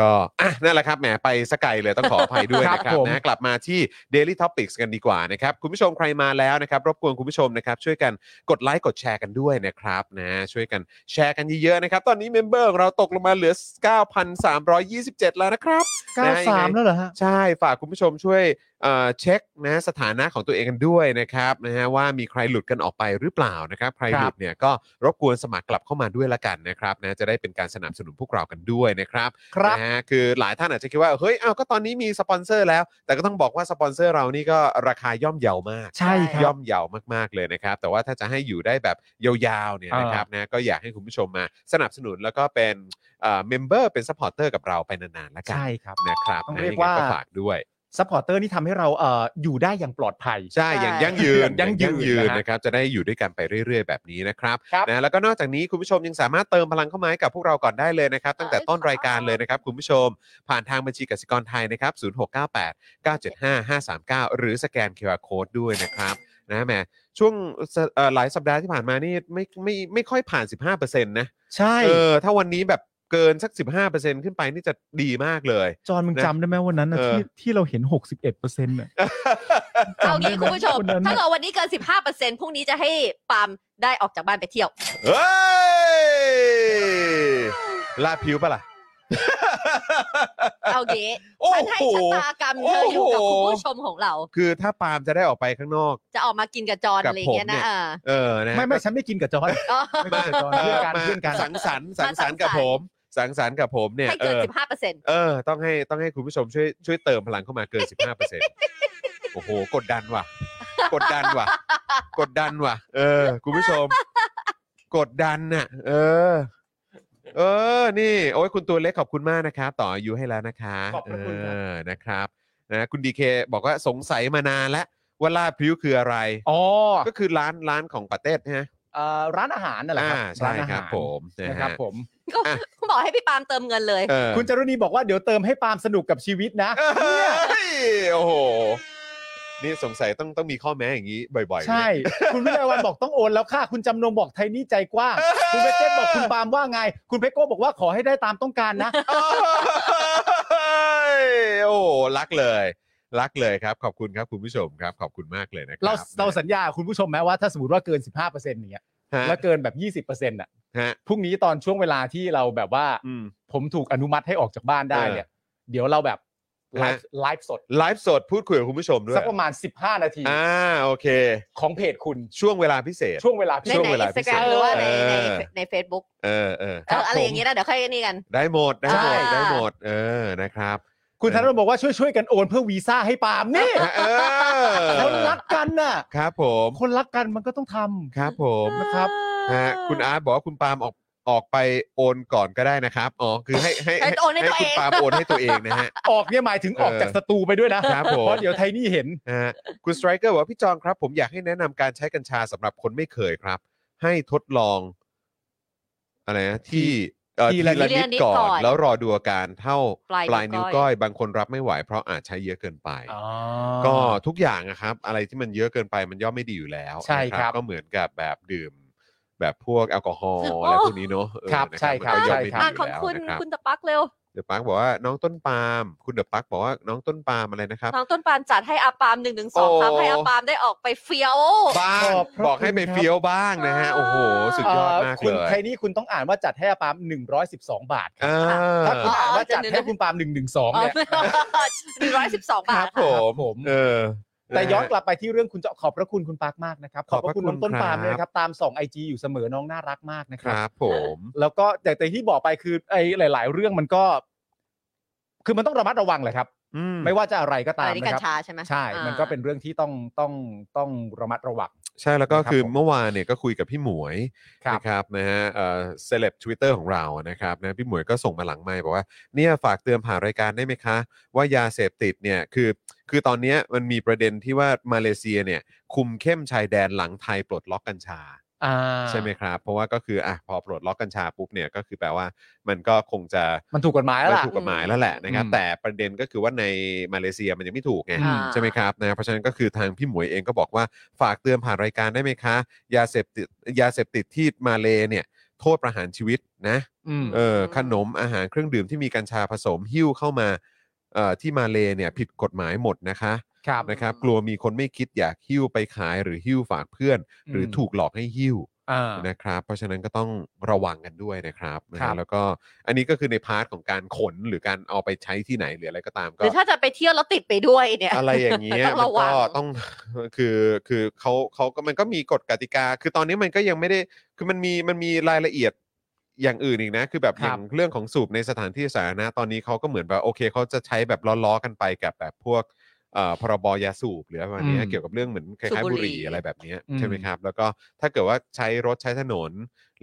S2: ก็อ่ะนั่นแหละครับ แหม ไปสกายเลยต้องขออภัยด้วย
S3: ครับ
S2: นะครับ
S3: ผม
S2: นะ กลับมาที่ Daily Topics กันดีกว่านะครับ คุณผู้ชมใครมาแล้วนะครับ รบกวนคุณผู้ชมนะครับ ช่วยกันกดไลค์กดแชร์กันด้วยนะครับนะช่วยกันแชร์กันเยอะๆนะครับ ตอนนี้เมมเบอร์ของเราตกลงมาเหลือ 9,327 แล้วนะครับ
S3: เก้าสามแล้วเหรอฮะ
S2: ใช่ฝากคุณผู้ชมช่วยเอ่อเช็คนะสถานะของตัวเองกันด้วยนะครับนะฮะว่ามีใครหลุดกันออกไปหรือเปล่านะครับ ใครหลุดเนี่ยก็รบกวนสมัครกลับเข้ามาด้วยละกันนะครับนะจะได้เป็นการสนับสนุนพวกเรากันด้วยนะครับ
S3: ครับ
S2: นะฮะคือหลายท่านอาจจะคิดว่าเฮ้ยอ้าวก็ตอนนี้มีสปอนเซอร์แล้ว แต่ก็ต้องบอกว่าสปอนเซอร์เรานี่ก็ราคาย่อมเยาวมาก
S3: ใช่ค
S2: ย่
S3: รั
S2: อบ มเยาวมาก ๆ เลยนะครับ แต่ว่าถ้าจะให้อยู่ได้แบบยาวๆเนี่ย
S3: อ่าน
S2: นะครับนะก็อยากให้คุณผู้ชมมาสนับสนุนแล้วก็เป็นเมมเบอร์เป็นซัพพอร์เตอร์กับเราไปนานๆแล้วกัน
S3: ใช่ครับ
S2: นะครับ
S3: ต้อง
S2: นะ
S3: เรียก
S2: งไง
S3: ว่า
S2: ฝากด้วย
S3: ซัพพอร์เตอร์นี่ทำให้เราเอ่ออยู่ได้อย่างปลอดภัย
S2: ใช่อย่างยั่งยืน
S3: ยั่งยืน
S2: อา
S3: นะฮะ
S2: นะครับ จะได้อยู่ด้วยกันไปเรื่อย ๆ แบบนี้นะครับ
S3: ครับ
S2: นะแล้วก็นอกจากนี้คุณผู้ชมยังสามารถเติมพลังเข้ามาให้กับพวกเราก่อนได้เลยนะครับ ตั้งแต่ต้นรายการเลยนะครับ คุณผู้ชม ผ่านทางบัญชีกสิกรไทยนะครับ 0698 975 539 หรือสแกน QR Code ด้วยนะครับนะแหมช่วงสเอ่อหลายสัปดาห์ที่ผ่านมานี่ไม่ไม่ไม่ค่อยผ่าน 15%นะ
S3: ใช่
S2: เออถ้าวันนี้แบบเกินสัก 15%ขึ้นไปนี่จะดีมากเลย
S3: จอนมึง
S2: นะ
S3: จำได้ไหมวันนั้นนะ
S2: เออ
S3: ที่ที่เราเห็น 61เปอร์เซ็นต์น่ะ
S4: เอางี้คุณผู้ชม
S3: คนนั้น
S4: ถ้าเกิดวันนี้เกิน 15เปอร์เซ็นต์พรุ่งนี้จะให้ปาล์มได้ออกจากบ้านไปเที่ยว
S2: เฮ้ยลาดผิวปะ ล่ะ
S4: เอางี้
S2: โอ้
S4: ฉันให้
S2: โห
S4: ชะตากรรมเธออยู่กับ
S2: โอ้
S4: คุณ
S2: โห
S4: ผู้ชมของเรา
S2: คือถ้าปาล์มจะได้ออกไปข้างนอก
S4: จะออกมากินกับจอน
S2: กับ
S4: อะไรอย่างเงี้ย
S2: ผมเนี่
S4: นะ
S2: ย
S4: เอ่า
S2: เออนะ
S3: ไม่ไม่ฉันไม่กินกับจอน
S4: อ๋อ
S3: ไม่กินกับจอน
S2: เอ
S3: เพื่อ
S2: อน
S3: กัน
S2: มา
S3: เพื่อนกัน
S2: สังสรรค์สังสรรค์
S4: มาสังสรรค์
S2: กับผม สังสรรค์กับผมเนี่ย
S4: ให้เกิน
S2: ออ
S4: สิบห้าเปอร์เซ็นต์
S2: เออ ต้องให้ต้องให้คุณผู้ชมช่วยช่วยเติมพลังเข้ามาเกิน 15%โอ้โห กดดันว่ะ กดดันว่ะ กดดันว่ะ เออ คุณผู้ชม กดดันน่ะ เออ เออ นี่ โอ้ยคุณตัวเล็กขอบคุณมากนะครับ ต่ออายุให้แล้วนะคะ
S3: ขอบพระคุณครับ
S2: เออนะครับ นะ คุณดีเคบอกว่าสงสัยมานานแล้วว่าลาบพริ้วคืออะไร
S3: อ๋อ
S2: ก็คือร้านร้านของปาเต้ใช่ไหม
S3: เอ่อร้านอาหารนั่นแหละครั
S2: อ่า
S3: บ
S2: ใช่
S3: ร้านอา
S2: ค
S3: หา
S2: รับ
S3: ร
S2: ผมนะ
S3: นะค
S2: ครั
S3: รั
S2: บบ
S3: ผม
S4: ก็บอกให้พี่ปาล์มเติมเงินเลย
S2: เออ
S3: คุณจารุณีบอกว่าเดี๋ยวเติมให้ปาล์มสนุกกับชีวิตนะ
S2: เอ้ยโอ้โห นี่สงสัยต้องต้องมีข้อแม้อย่างนี้บ่อยๆ
S3: ใช่ คุณวิไลวันบอกต้องโอนแล้วค่ะ คุณจำนงบอกไทยนี่ใจกว้าง คุณเพชรเจ้บอกคุณปาล์มว่าไง คุณเพชรโก้บอกว่าขอให้ได้ตามต้องการนะ
S2: เอ้ยโอ้โหรักเลย รักเลยครับ ขอบคุณครับคุณผู้ชมครับ ขอบคุณมากเลยนะครั
S3: เราเราสัญญาคุณผู้ชมไหมว่าถ้าสมมติว่าเกิน 15%อย่างเงี้ย
S2: ฮะ
S3: แล้วเกินแบบ 20%อ่ะ
S2: ฮะ
S3: พรุ่งนี้ตอนช่วงเวลาที่เราแบบว่า
S2: อืม
S3: ผมถูกอนุมัติให้ออกจากบ้านได้เนี่ย เดี๋ยวเราแบบไล
S2: ฮะ
S3: ฟ์ไลฟ์สด
S2: ไลฟ์สดพูดคุยกับคุณผู้ชมด้วย
S3: สักประมาณ 15 นาที
S2: อ่าโอเค
S3: ของเพจคุณ
S2: ช่วงเวลาพิเศษ
S3: ช่วงเวลาพิเศ
S4: ใน
S2: ช่วง
S4: ใน
S3: ษ
S2: เวลา
S4: อินสตาแกร
S2: พิ
S4: ม
S2: เศษ
S4: หรือว่าใน
S2: เอ
S4: ใน
S2: อ
S4: ในเฟซบุ๊ก
S2: เออเออ
S3: ครับ
S4: อะ
S3: ผ
S4: ไร
S3: ม
S4: อย่างนี้นะเดี๋ยวค่อยนี่กัน
S2: ได้หมด ได้หมด
S4: ใช่
S2: ได้หมด เออนะครับ
S3: คุณธนรบอกว่าช่วยช่วยๆกันโอนเพื่อวีซ่าให้ปาล์มนี่
S2: เออ
S3: คนรักกันน่ะ
S2: ครับผม
S3: คนรักกันมันก็ต้องทำ
S2: ครับผม
S3: นะครับ
S2: ฮะคุณอาร์ตบอกว่าคุณปาล์มออกออกไปโอนก่อนก็ได้นะครับอ๋อคือให้ให้
S4: ให้โอนให้ตัว
S2: คุณ
S4: เอง
S2: ปาล์มโอนให้ตัวเองนะฮ ะ
S3: ออกเนี่ยหมายถึงออก
S2: เออ
S3: จากสตูไปด้วยนะครับ
S2: ผม
S3: เพราะเดี๋ยวไทนี่เห็น
S2: นะฮะคุณสไตรเกอร์บอกว่าพี่จองครับ ผมอยากให้แนะนำการใช้กัญชาสำหรับคนไม่เคยครับ ให้ทดลองอะไรนะที่เอ่อ
S3: ที
S2: ที
S3: ละ
S2: ละนิด
S4: นิด
S2: ก่อ
S4: ก่
S2: น
S4: อน
S2: แล้วรอดูอาการเท่า
S4: ปลายนิ้ว
S2: นิ้ว
S4: ก้
S2: ก้อ
S4: อย ย
S2: บางคนรับไม่ไหวเพราะอาจใช้เยอะเกินไป ก็ทุกอย่างนะครับ อะไรที่มันเยอะเกินไปมันย่อมไม่ดีอยู่แล้ว
S3: ใช่
S2: นะครับ ก็เหมือนกับแบบดื่ม แบบพวกแอลกอฮอล์
S4: โอ้
S2: อะไรพวกนี้เนอะเออ
S3: ครับ
S2: นะ
S3: ใช่ครับ
S2: มันก็ย่อม
S3: ใช่
S2: ไม่
S3: ค
S2: ดี
S3: รับ
S2: ยู่
S4: อ่านของ
S2: แล้ว
S4: คุณ
S2: นะครับ
S4: คุณตะปักเร็ว
S2: เดอะปาร์กบอกว่าน้องต้นปาล์มคุณเดอะปาร์กบอกว่าน้องต้นปาล์มอะไรนะครับ
S4: น้องต้นปาล์มจัดให้อาปาล์มหนึ่งถึงสอง
S2: โอ้
S4: ครับให้อาปาล์มได้ออกไปเฟี้ยว
S2: บ้าง
S3: ขอบพระ
S2: บอกให้
S3: คุณ
S2: ไป
S3: ครับ
S2: เฟี้ยวบ้างนะฮะ โอ้โห สุดยอดมาก
S3: คุ
S2: เล
S3: ณ
S2: ย
S3: ไทนี่คุณต้องอ่านว่าจัดให้อาปาล์ม112 บาทครับ
S2: อ่า
S3: ถ้าคุณอ่านว่า
S4: อ๋อ
S3: จัดให้คุณปาล์ม112เนี่ย
S4: หนึ่งร้อย สิบสอง
S2: ค
S4: บา
S2: รั
S4: ท
S2: บผม
S3: ผม
S2: เออ
S3: แต่ย้อนะ
S2: ฮะ
S3: กลับไปที่เรื่องคุณเจาะขอบพระคุณคุณปาร์คมากนะครับ
S2: ข
S3: ข
S2: อ
S3: อ
S2: บบ พ
S3: พ
S2: ระ
S3: ระ
S2: คุ
S3: คุณ ณน้องต้นปาล์ม
S2: ครับ
S3: เลยนะครับตามส่องไอจอยู่เสมอน้องน่ารักมากนะค
S2: ครับ รับผม
S3: แล้วก็แต่แต่ที่บอกไปคือไอหลาย ๆ เรื่องมันก็ คือมันต้องระมัดระวังแหละครับ
S2: อืม
S3: ไม่ว่าจะอะไรก็
S4: อะ
S3: ตา
S4: ไร
S3: ม
S4: นี่กั
S3: นะค
S4: ญ
S3: รับ
S4: ชาใช่ไหม
S3: ใช่ มันก็เป็นเรื่องที่ต้องต้องต้องระมัดระวัง
S2: ใช่แล้วก็
S3: นะครับ
S2: คือ
S3: ผม
S2: เมื่อวานเนี่ยก็คุยกับพี่หมวย
S3: ครับ
S2: นะครับนะฮะเอ่อเซเลบทวิตเตอร์ของเรานะครับนะพี่หมวยก็ส่งมาหลังไมค์บอกว่าเนี่ยฝากเตือนผ่านรายการได้ไหมคะ ว่ายาเสพติดเนี่ยคือ คือตอนเนี้ยมันมีประเด็นที่ว่ามาเลเซียเนี่ย คุมเข้มชายแดนหลังไทยปลดล็อกกัญชา
S3: อ่า
S2: ใช่ไหมครับ เพราะว่าก็คืออ่ะพอปลดล็อกกัญชาปุ๊บเนี่ยก็คือแปลว่ามันก็คงจะ
S3: มันถูกกฎหมายแล้ว
S2: มัน
S3: ล่ะ
S2: ถูกกฎหมายแล้วแหละนะครับ
S3: อืม
S2: แต่ประเด็นก็คือว่าในมาเลเซียมันยังไม่ถูกไง
S3: อืม
S2: ใช่ไหมครับนะเพราะฉะนั้นก็คือทางพี่หมวยเองก็บอกว่าฝากเตือนผ่านรายการได้ไหมคะ ยาเสพติดยาเสพติดที่มาเลเนี่ยโทษประหารชีวิตนะ
S3: อืม
S2: เออขนมอาหารเครื่องดื่มที่มีกัญชาผสมหิ้วเข้ามาเอ่อที่มาเลเนี่ยผิดกฎหมายหมดนะคะ
S3: ครับ
S2: นะครับกลัวมีคนไม่คิดอยากหิ้วไปขายหรือหิ้วฝากเพื่อน หรืออ
S3: ม
S2: ถูกหลอกให้หิ้ว
S3: อ่า
S2: นะครับเพราะฉะนั้นก็ต้องระวังกันด้วยนะครับนะ
S3: ครั
S2: ฮะ
S3: บ
S2: แล้วก็อันนี้ก็คือในพาร์ทของการขนหรือการเอาไปใช้ที่ไหนหรืออะไรก็ตาม
S4: ห
S2: ก็
S4: รือถ้าจะไปเที่ยวแล้วติดไปด้วยเนี่ย
S2: อะไรอย่างเงี้ย
S4: ต้อง
S2: มัน
S4: ระวั
S2: ก็
S4: ง
S2: ต้อง คือคือเขาเขาก็มันก็มีกฎกติกา คือตอนนี้มันก็ยังไม่ได้คือมันมีมันมีรายละเอียดอย่างอื่นอีกนะ คือแบบ
S3: ค
S2: อ
S3: รับ
S2: ย่างเรื่องของสูบในสถานที่สาธารณะตอนนี้เขาก็เหมือนแบบโอเคเขาจะใช้แบบล้อๆกันไปกับแบบพวกเอ่อพรบยาสูบหรืออะไรประมาณเนี้ย
S3: อืม
S2: เกี่ยวกับเรื่องเหมือนคล้ายๆ
S4: สูบ
S2: บุ
S4: บุ
S2: ห
S4: หรี่
S2: รี่อะไรแบบเนี้ย
S3: อืม
S2: ใช่ไหมครับ แล้วก็ถ้าเกิดว่าใช้รถใช้ถนน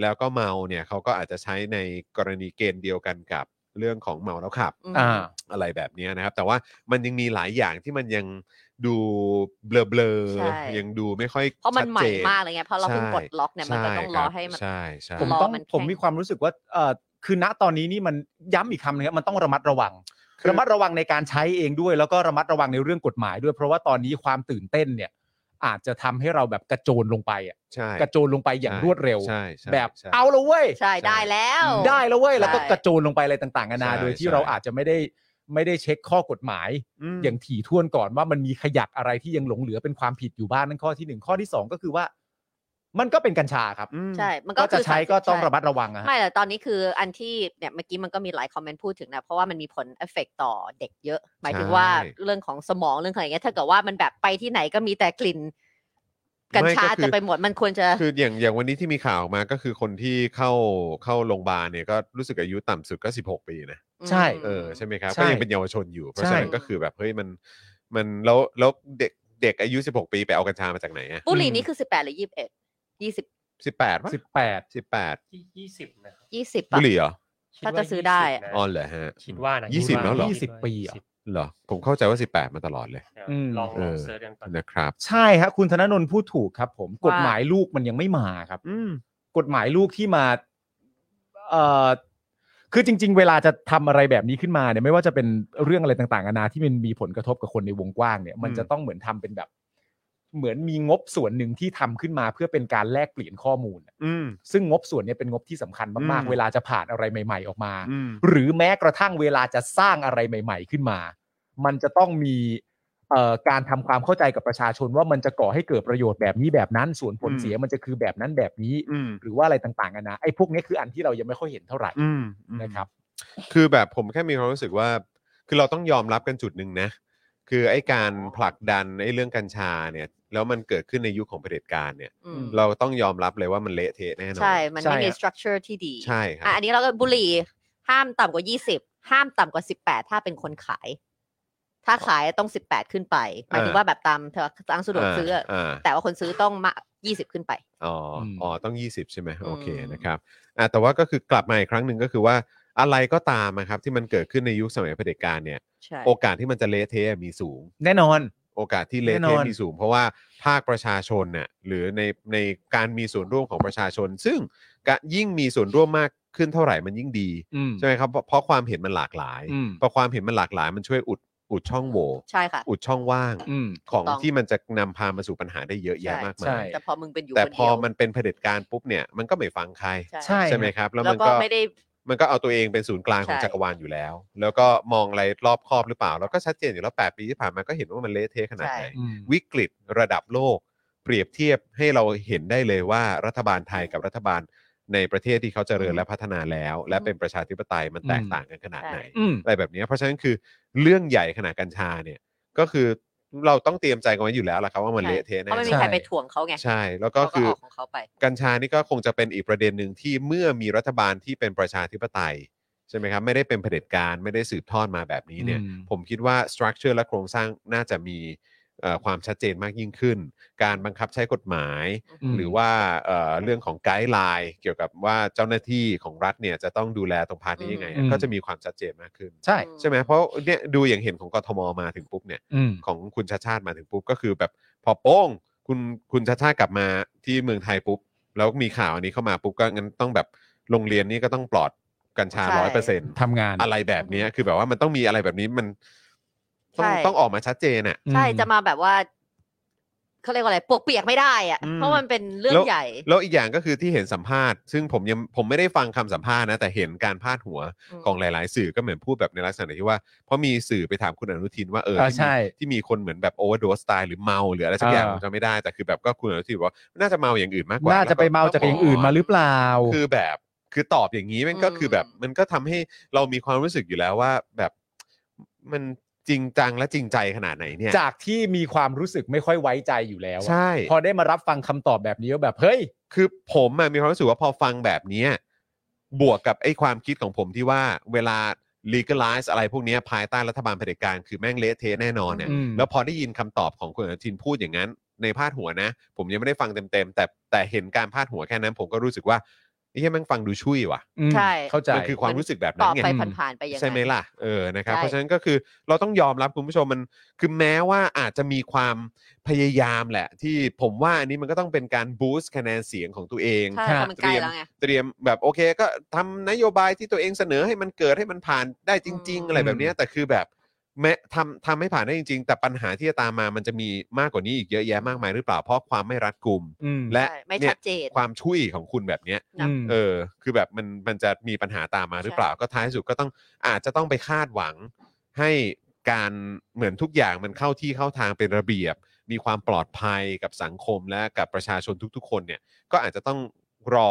S2: แล้วก็เมาเนี่ยเขาก็อาจจะใช้ในกรณีเกณฑ์เดียวกันกับเรื่องของเมาแล้วขับ
S4: อืม
S3: อ่า
S2: อะไรแบบเนี้ยนะครับ แต่ว่ามันยังมีหลายอย่างที่มันยังดูเบลอ
S4: ใช่
S2: ๆยังดูไม่ค่อย
S4: เพราะมันใหม่
S2: ชัดจ
S4: มากเลยไงเพราะเราเพิ่งปลดล็อกเนี่ยมันก็ต้องรอ
S2: ช่คบ
S4: ให้มัน
S2: ใช่ใช่
S3: ผม
S4: รอ
S3: ต้อง
S4: มันแข็ง
S3: ผมมีความรู้สึกว่าเอ่อคือณตอนนี้นี่มันย้ำอีกคำหนึงครับมันต้องระมัดระวัง ระมัดระวังในการใช้เองด้วย แล้วก็ระมัดระวังในเรื่องกฎหมายด้วย เพราะว่าตอนนี้ความตื่นเต้นเนี่ย อาจจะทำให้เราแบบกระโจนลงไปอะ
S2: ใช่
S3: กระโจนลงไปอย่างรวดเร็ว
S2: ใช่ใช่
S3: แบบ
S2: ใช่
S3: เอาละเว้ย
S4: ใช่ได้แล้ว
S3: ได้แล้วเว้ยแล้วก็
S4: ใช่
S3: กระโจนลงไปอะไรต่างๆนานา
S2: ใช่
S3: โดยที่
S2: ใช่
S3: เราอาจจะไม่ได้ไม่ได้เช็คข้อกฎหมาย
S2: ม
S3: อย่างถี่ถ้วนก่อนว่ามันมีขยักอะไรที่ยังหลงเหลือเป็นความผิดอยู่บ้างนั่นข้อที่หนึ่งข้อที่สองก็คือว่า มันก็เป็นกัญชาครับ
S2: อืม
S4: ใช่ มันก็
S3: ก็จะ
S4: คือ
S3: ใช้ก็ต้อง
S4: ใช่
S3: ระมัดระวังอะฮะ
S4: ไม่แต่ตอนนี้คืออันที่เนี่ยเมื่อกี้มันก็มีหลายคอมเมนต์พูดถึงนะเพราะว่ามันมีผลเอฟเฟกต่อเด็กเยอะ หมายถึงว่า
S2: ใช่
S4: เรื่องของสมองเรื่องอะไรอย่างเงี้ยถ้าเกิดว่ามันแบบไปที่ไหนก็มีแต่กลิ่น กัญชา
S2: ไม่ก็คือ
S4: จะไปหมดมันควรจะ
S2: คืออย่างอย่างวันนี้ที่มีข่าวออกมาก็คือคนที่เข้าเข้าโรงพยาบาลเนี่ยก็รู้สึกอายุต่ำสุดก็ 16 ปีนะ
S3: ใช่
S2: เออใช่ไหมครับ
S3: ใช่
S2: ก็ยังเป็นเยาวชนอยู่ เพราะฉะนั้น
S4: ใช่
S2: ก็คือแบบเฮ้ยมันมันแล้วแล้วเด็กเด็กอายุ 16 ปีไปเอากัญชามาจากไหนอ่ะ
S4: บุหรี่
S3: อืม
S4: นี่คือสิบแปดหรือยี่สิบเอ็ดยี่สิบ
S2: 18ป่ะ
S3: สิบแปด
S2: 18
S5: ที่ยี่สิบนะครับ
S4: ยี่สิบ
S2: บุหรี่เหรอ
S5: คิว่
S4: ถ้าจะซื้อได้อะ
S5: 20นะ
S2: อ๋อเหรอฮะ
S5: คิดว่านะ
S2: ยี่สิบแล้วเหรอ
S5: คิด
S3: ยี่สิบ
S5: ว่า
S3: ปีเหรอ
S5: ยี่สิบ
S2: เหรอผมเข้าใจว่า 18 มาตลอดเลย
S5: นะ
S3: อืม
S5: ลองลอง
S2: เออ
S5: เซิร์ชกันก่อนนะ
S2: นะครับ
S3: ใช่ครับคุณธนนนท์พูดถูกครับ ผม
S4: ว่า
S3: กฎหมายลูกมันยังไม่มาครับ
S2: อืม
S3: กฎหมายลูกที่มาเอ่อคือจริง ๆ เวลาจะทำอะไรแบบนี้ขึ้นมาเนี่ยไม่ว่าจะเป็นเรื่องอะไรต่างๆนานาที่มันมีผลกระทบกับคนในวงกว้างเนี่ย มัน
S2: อืม
S3: จะต้องเหมือนทำเป็นแบบ เหมือนมีงบส่วนหนึ่งที่ทำขึ้นมาเพื่อเป็นการแลกเปลี่ยนข้อมูล
S2: อืม
S3: ซึ่งงบส่วนเนี้เป็นงบที่สำคัญมาก
S2: อืม
S3: ๆ เวลาจะผ่านอะไรใหม่ ๆ ออกมา
S2: อืม
S3: หรือแม้กระทั่งเวลาจะสร้างอะไรใหม่ ๆ ขึ้นมา มันจะต้องมีเอ่อการทำความเข้าใจกับประชาชนว่ามันจะก่อให้เกิดประโยชน์แบบนี้แบบนั้น ส่วนผล
S2: อืม
S3: เสียมันจะคือแบบนั้นแบบนี้
S2: อืม
S3: หรือว่าอะไรต่างๆกันานะไอ้พวกเนี้ยคืออันที่เรายังไม่ค่อยเห็นเท่าไหร่
S2: อืมอืม
S3: นะครับ
S2: คือแบบผมแค่มีความรู้สึกว่า คือเราต้องยอมรับกันจุดหนึ่งนะ คือไอ้การผลักดันไอ้เรื่องกัญชาเนี่ย แล้วมันเกิดขึ้นในยุคของเผด็จการเนี่ย
S4: อืม
S2: เราต้องยอมรับเลยว่ามันเละเทะแน่นอน
S4: ใช่ มันไม่มี
S3: ใช่อะ
S4: structure ที่ดี
S2: ใช่ครับ
S4: อ่ะอันนี้เราก็บุหรี่ห้ามต่ำกว่ายี่สิบห้ามต่ำกว่าสิบแปดถ้าเป็นคนขาย ถ้าขายต้องสิบแปดขึ้นไปหมายถึง
S2: อ่า
S4: ว่าแบบตามทางสะดวกซื้ออะ
S2: อ่า
S4: แต่ว่าคนซื้อต้องมายี่สิบขึ้นไป
S2: อ๋ออ
S3: ม
S2: อ๋อ ต้อง 20 ใช่ไหมโอเค
S4: อืม
S2: นะครับอ่ะแต่ว่าก็คือกลับมาอีกครั้งหนึ่งก็คือว่าอะไรก็ตามนะครับที่มันเกิดขึ้นในยุคสมัยเผด็จการเนี่ย
S4: ใช่
S2: โอกาสที่มันจะเละเทะมีสูง
S3: แน่นอน
S2: โอกาสที่เละ
S3: แน่น
S2: เทะ
S3: อน
S2: มีสูง เพราะว่าภาคประชาชนเนี่ยหรือในในการมีส่วนร่วมของประชาชน ซึ่งกะยิ่งมีส่วนร่วมมากขึ้นเท่าไหร่มันยิ่งดี
S3: อืม
S2: ใช่ไหมครับเพราะเพราะความเห็นมันหลากหลาย
S3: อืม
S2: พอความเห็นมันหลากหลายมันช่วยอุดอุดช่องโหว่
S4: ใช่ค่ะ
S2: อุดช่องว่าง
S3: อืม
S2: ของ
S4: ถูกต้อง
S2: ที่มันจะนำพามาสู่ปัญหาได้เยอะแยะมาก
S3: ใช่
S2: มาย
S4: แต่พอมึงเป็นอยู่
S2: แต่
S4: คน
S2: พอ
S4: เดียว
S2: มันเป็นเผด็จการปุ๊บเนี่ยมันก็ไม่ฟังใคร
S3: ใช่
S2: ใช่ไหมครับ แล้ว
S4: แล้
S2: มั
S4: วน ก็
S2: ก็
S4: ไม่ได้
S2: มันก็เอาตัวเองเป็นศูนย์กลางของ
S4: ใช่
S2: จักรวาลอยู่แล้ว แล้วก็มองอะไรรอบครอบหรือเปล่า แล้วก็ชัดเจนอยู่แล้วแปดปีที่ผ่านมาก็เห็นว่ามันเละเทะขนาดไหน
S3: อืม
S2: วิกฤตระดับโลก เปรียบเทียบให้เราเห็นได้เลยว่ารัฐบาลไทยกับรัฐบาลในประเทศที่เขาเจริญและพัฒนาแล้ว และเป็นประชาธิปไตยมันแตกต่างกันขนาดไหน
S3: อืม
S2: อะไรแบบเนี้ยเพราะฉะนั้นคือเรื่องใหญ่ขนาดกัญชาเนี่ยก็คือเราต้องเตรียมใจกันไว้อยู่แล้วล่ะครับว่ามัน
S4: ใช่
S2: เละเทะ
S4: เพ
S2: แน่
S4: ราะไม่มีใครไปถ่วงเขาไง
S2: ใช่ แล้วก็คือ
S4: เขาก็เอาของเขาไป
S2: กัญชานี่ก็คงจะเป็นอีกประเด็นหนึ่งที่เมื่อมีรัฐบาลที่เป็นประชาธิปไตย ใช่ไหมครับ ไม่ได้เป็นเผด็จการไม่ได้สืบทอดมาแบบนี้เนี่ย
S3: อืม
S2: ผมคิดว่าสตรัคเจอร์และโครงสร้างน่าจะมีเอ่อความชัดเจนมากยิ่งขึ้น การบังคับใช้กฎหมาย
S3: อืม
S2: หรือว่าเอ่อเรื่องของไกด์ไลน์เกี่ยวกับว่าเจ้าหน้าที่ของรัฐเนี่ยจะต้องดูแลตรงพาร์ทนี้ยังไง
S3: อืม
S2: ก็จะมีความชัดเจนมากขึ้น
S3: ใช่
S4: อืม
S2: ใช่ไหมเพราะเนี่ยดูอย่างเห็นของกทมมาถึงปุ๊บเนี่ย
S3: อืม
S2: ของคุณชาติชาติมาถึงปุ๊บก็คือแบบพอโป้งคุณคุณชาติชาติกลับมาที่เมืองไทยปุ๊บ แล้วมีข่าวอันนี้เข้ามาปุ๊บก็งั้นต้องแบบโรงเรียนนี่ก็ต้องปลอดกัญชา
S4: ใช่
S2: ร้อยเปอร์เซ็นต์
S3: ทำงาน
S2: อะไรแบบเนี้ยคือแบบว่ามันต้องมีอะไรแบบนี้มันต้อง
S4: ใช่
S2: ต้องออกมาชัดเจนอ่ะ
S3: อืม
S4: ใช่จะมาแบบว่าเขาเรียกว่าอะไรปวกเปียกไม่ได้อะ
S2: อืม
S4: เพราะมันเป็นเรื่อง
S2: แล้ว
S4: ใหญ่
S2: แล้วอีกอย่างก็คือที่เห็นสัมภาษณ์ ซึ่งผมยังผมไม่ได้ฟังคำสัมภาษณ์นะ แต่เห็นการพาดหัว
S4: อืม
S2: ของหลาย ๆ สื่อก็เหมือนพูดแบบในลักษณะที่ว่าเพราะมีสื่อไปถามคุณอนุทินว่าเออ
S3: อ่า
S2: ที่มี
S3: ใช่
S2: ที่มีคนเหมือนแบบโอเวอร์ e สตายหรือเมาหรืออะไรสักอย่าง
S3: อ่า
S2: ผมจำไม่ได้แต่คือแบบก็คุณอนุทินบอกว่าน่าจะเมาอย่างอื่นมากกว่า
S3: น่าจะไปเมาจากอย่างอื่นมาหรือเปล่า
S2: คือแบบคือตอบอย่างนี้มันก็คือแบบมันก็ทำให้เรามีความรู้สึกอยู่แล้วว่าแบบมันจริงจังและจริงใจขนาดไหนเนี่ย
S3: จากที่มีความรู้สึกไม่ค่อยไว้ใจอยู่แล้วอะ
S2: ใช่
S3: พอได้มารับฟังคำตอบแบบนี้ก็แบบเฮ้ย
S2: คือผมอะมีความรู้สึกว่าพอฟังแบบเนี้ยบวกกับไอ้ความคิดของผมที่ว่าเวลา legalize อะไรพวกเนี้ยภายใต้รัฐบาลเผด็จการคือแม่งเละเทะแน่นอนเนี่ย
S3: อืม
S2: แล้วพอได้ยินคำตอบของคุณอนุทินพูดอย่างนั้น ในพาดหัวนะ ผมยังไม่ได้ฟังเต็มๆแต่แต่เห็นการพาดหัวแค่นั้น ผมก็รู้สึกว่าไอ้แม่งฟังดูช่วยว่ะ
S3: อืม
S4: ใช่
S3: เข้าใจ
S2: มันคือความรู้สึกแบบ
S4: ต
S2: นั้น
S4: อบ
S2: ไง
S4: ไปผ่านๆไปอยัง
S2: ใช่ไหม
S4: นั้น
S2: ล่ะ เออ นะครับ
S4: ใช่
S2: เพราะฉะนั้นก็คือเราต้องยอมรับคุณผู้ชมมันคือแม้ว่าอาจจะมีความพยายามแหละ ที่ผมว่าอันนี้มันก็ต้องเป็นการบูสต์คะแนนเสียงของตัวเอง
S4: ใช่
S3: ครับ
S4: เพราะมันใกล้แล้วไง
S2: เตรียมแบบโอเคก็ทำนโยบายที่ตัวเองเสนอให้มันเกิดให้มันผ่านได้จริง
S4: อื
S2: ๆ
S4: ม
S2: อะไรแบบเนี้ยแต่คือแบบแม้ทำทำให้ผ่านได้จริง ๆ แต่ปัญหาที่จะตามมามันจะมีมากกว่านี้อีกเยอะแยะมากมายหรือเปล่าเพราะความไม่รัดกุม
S3: อืม
S2: และ
S4: ใช่ไม่
S2: เนี่
S4: ชั
S2: ย
S4: ดเจน
S2: ความช่วยของคุณแบบเนี้ย
S4: นะ
S2: เออ คือแบบมันมันจะมีปัญหาตามมาหรือเปล่า ก็ท้ายสุดก็ต้องอาจจะต้องไปคาดหวัง ให้การเหมือนทุกอย่างมันเข้าที่เข้าทางเป็นระเบียบ มีความปลอดภัยกับสังคมและกับประชาชนทุกๆ คนเนี่ย ก็อาจจะต้องรอ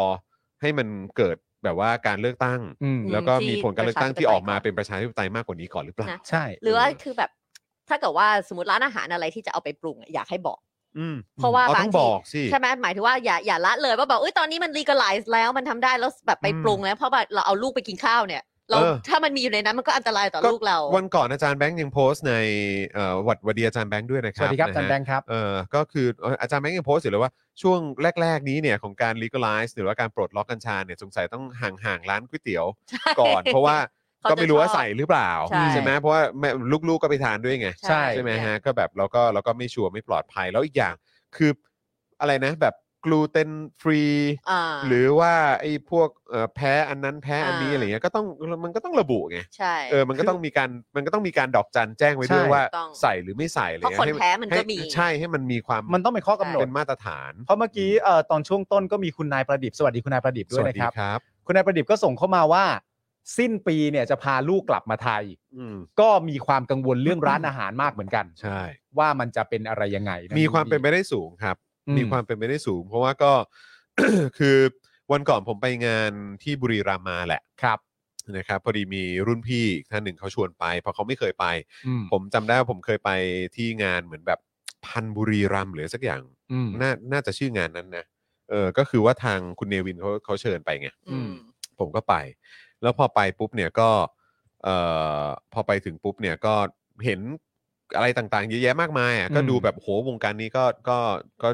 S2: ให้มันเกิดแบบว่าการเลือกตั้ง
S3: อืม
S2: แล้วก็
S4: ที่
S2: มีผลการเลือกตั้งที่ออกมา
S4: ประชาธิปไตยก่อ
S2: เป็นประชาธิปไตย
S4: น
S2: มากกว่านี้ก่อนหรือเปล่า
S4: นะ
S3: ใช่
S4: หรือว่าคือแบบ ถ้าเกิดว่าสมมติร้านอาหารอะไรที่จะเอาไปปรุงอะอยากให้บอก
S3: อืม
S4: เพราะ
S2: อ๋อบ
S4: ว่าา
S2: ต้
S4: ง
S2: องบ
S4: ที
S2: อกสิ
S4: ใช่ไหมหมายถึงว่าอย่าอย่าละเลยว่าแบบเอ้ยตอนนี้มันรีก a l ไลซ์แล้วมันทำได้แล้วแบบไป
S3: อืม
S4: ปรุงแล้วเพราะว่าเราเอาลูกไปกินข้าวเนี่ย เรา
S2: เออ
S4: ถ้ามันมีอยู่ในนั้นมันก็อันตรายต่อลูกเรา
S2: วันก่อนอาจารย์แบงค์ยังโพสต์ในเอ่อหวัดหวัดดีอาจารย์แบงค์ด้วยนะค
S3: ส
S2: รับ
S3: วัสดีครับ
S2: นะ
S3: อา
S2: ฮะ
S3: จารย์แบงค์ครับ
S2: เออก็คือเอ่ออาจารย์แม็กซ์ยังโพสต์อยู่เลยว่าช่วงแรก ๆ นี้เนี่ยของการ legalize หรือว่าการปลดล็อกกัญชาเนี่ยสงสัยต้องห่างๆร้านก๋วยเตี๋ยวก่อน เพราะว่า
S4: เขา
S2: ก็
S4: จะ
S2: ไม่รู้ว่า
S4: ชอบ
S2: ใส่หรือเปล่า
S4: ใช่
S2: ไหมเพราะว่าแม่ลูกๆก็ไปทานด้วยไง
S3: ใช่
S2: ใช่ไหมฮะก็แบบเราก็เราก็ไม่ชัวร์ไม่ปลอดภัยแล้วอีกอย่างคืออะไรนะแบบกลูเตนฟรี
S4: อ่า
S2: หรือว่าไอ้พวกเอ่อแพ้อันนั้นแพ้อันนี้
S4: อ่า
S2: อะไรเงี้ยก็ต้องมันก็ต้องระบุไง
S4: ใช่
S2: เออมันก็ต้องมีการมันก็ต้องมีการดอกจันแจ้งไว้ด้วย
S3: ใช่
S2: ว่า
S4: ถูกต้อง
S2: ใส่หรือไม่ใส่อะไร
S4: เพราะ
S2: งี้ย
S4: คน
S2: ให้
S4: แพ้มันก็
S2: ให้
S4: มี
S2: ใช่ให้มันมีความ
S3: มันต้องเป็นข้อกำหนด
S2: เป็นมาตรฐาน
S3: เพราะเมื่อกี้เอ่อตอนช่วงต้นก็มีคุณนายประดิษฐ์สวัสดีคุณนายประดิษฐ์ด้วยนะครับ
S2: สสครับ
S3: คุณนายประดิษฐ์ก็ส่งเข้ามาว่า สิ้นปีเนี่ยจะพาลูกกลับมาไทย
S2: อืม
S3: ก็มีความกังวลเรื่องร้านอาหารมากเหมือนกัน
S2: ใช่
S3: ว่ามันจะเป็นอะไรยังไงะ
S2: มีความเป็นไปได้สูงครับ
S3: อื
S2: มีความเป็นไปได้สูง เพราะว่าก็ คือวันก่อนผมไปงานที่บุรีรัมย์มาแหละ
S3: ครับ
S2: นะครับพอดีมีรุ่นพี่อีกท่านหนึ่งเขาชวนไป เพราะเขาไม่เคยไป
S3: อืม
S2: ผมจำได้ว่าผมเคยไปที่งานเหมือนแบบพันบุรีรัมย์หรือสักอย่าง
S3: อืม
S2: น่าน่าจะชื่องานนั้นนะเออก็คือว่าทางคุณเนวินเขาเขาเชิญไปไง
S3: อืม
S2: ผมก็ไป แล้วพอไปปุ๊บเนี่ยก็เอ่อพอไปถึงปุ๊บเนี่ยก็เห็นอะไรต่างๆเยอะแยะมากมายอ่ะก็
S3: อืม
S2: ดูแบบโหวงการนี้ก็ก็ก็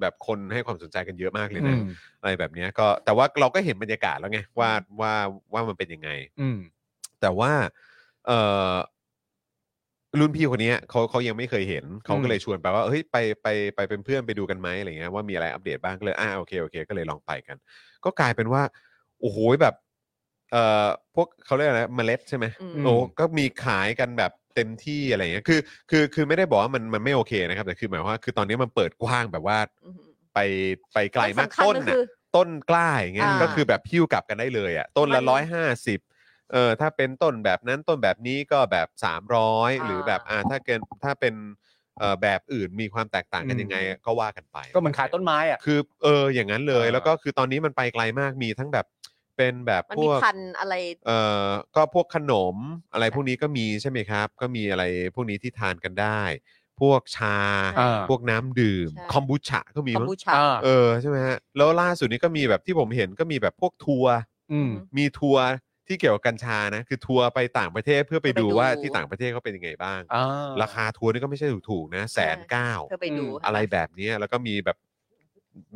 S2: แบบคนให้ความสนใจกันเยอะมากเลย
S3: อื
S2: นะ
S3: ม
S2: อะไรแบบเนี้ยก็แต่ว่าเราก็เห็นบรรยากาศแล้วไงว่าว่าว่ามันเป็นยังไง
S3: อืม
S2: แต่ว่าเอ่อรุ่นพี่คนเนี้ยเขาเขายังไม่เคยเห็นเขาก็เลยชวนไปว่าเฮ้ยไปไปไปเป็นเพื่อนไปดูกันไหมอะไรเงี้ยว่ามีอะไรอัปเดตบ้างก็เลยอ่าโอเคโอเค ก็เลยลองไปกัน ก็กลายเป็นว่าโอ้โหแบบเอ่อพวกเขาเรียกอะไรนะเมล็ดใช่ไหม
S4: อืม
S2: โอ้ก็มีขายกันแบบเต็มที่อะไรเงี้ยคือคือคือไม่ได้บอกว่ามันมันไม่โอเคนะครับ แต่คือหมายความว่าคือตอนนี้มันเปิดกว้างแบบว่า
S4: อืม
S2: ไปไปไกลมาก
S4: สำคัญ
S2: ต้น
S4: ก็
S2: น่ะ
S4: คือ
S2: ต้นกล้าอย่างเงี้ย
S4: อ่า
S2: ก็คือแบบพิ้วกลับกันได้เลยอ่ะต้น
S4: มั
S2: ละ
S4: น
S2: ร้อยห้าสิบเออถ้าเป็นต้นแบบนั้นต้นแบบนี้ก็แบบสามร้อย
S4: า
S2: หรือแบบอ่าถ้าเกินถ้าเป็นเอ่อแบบอื่นมีความแตกต่างกัน
S3: อืม
S2: ยังไงก็ว่ากันไป
S3: ก็เหมือนขายต้นไม้อ่ะ
S2: คือเอออย่างนั้นเลย
S3: เออ
S2: แล้วก็คือตอนนี้มันไปไกลมากมีทั้งแบบเป็นแบบ
S4: มัน
S2: พ
S4: มี
S2: วก
S4: พันธุ์อะไร
S2: เอ่อก็พวกขนมอะไรพวกนี้ก็มีใช่ไหมครับ ก็มีอะไรพวกนี้ที่ทานกันได้ พวกชา
S4: อ่า
S2: พวกน้ำดื่ม
S4: ใช่
S2: คอมบูชาก็มี
S4: กัม
S2: มั้ง
S4: พูชา
S3: อ่า
S2: เออใช่ไหมฮะแล้วล่าสุดนี้ก็มีแบบที่ผมเห็นก็มีแบบพวกทัวร์
S3: อืม
S2: มีทัวร์ที่เกี่ยวกับกัญชานะ คือทัวร์ไปต่างประเทศเพื่อไปดู
S4: ไปดู
S2: ว่าที่ต่างประเทศเขาเป็นยังไงบ้าง
S3: อ่า
S2: ราคาทัวร์นี่ก็ไม่ใช่ถูกๆนะแสนเก้า
S4: เพื่อไปดู
S3: อืม
S4: ค่ะ
S2: อะไรแบบเนี้ยแล้วก็มีแบบ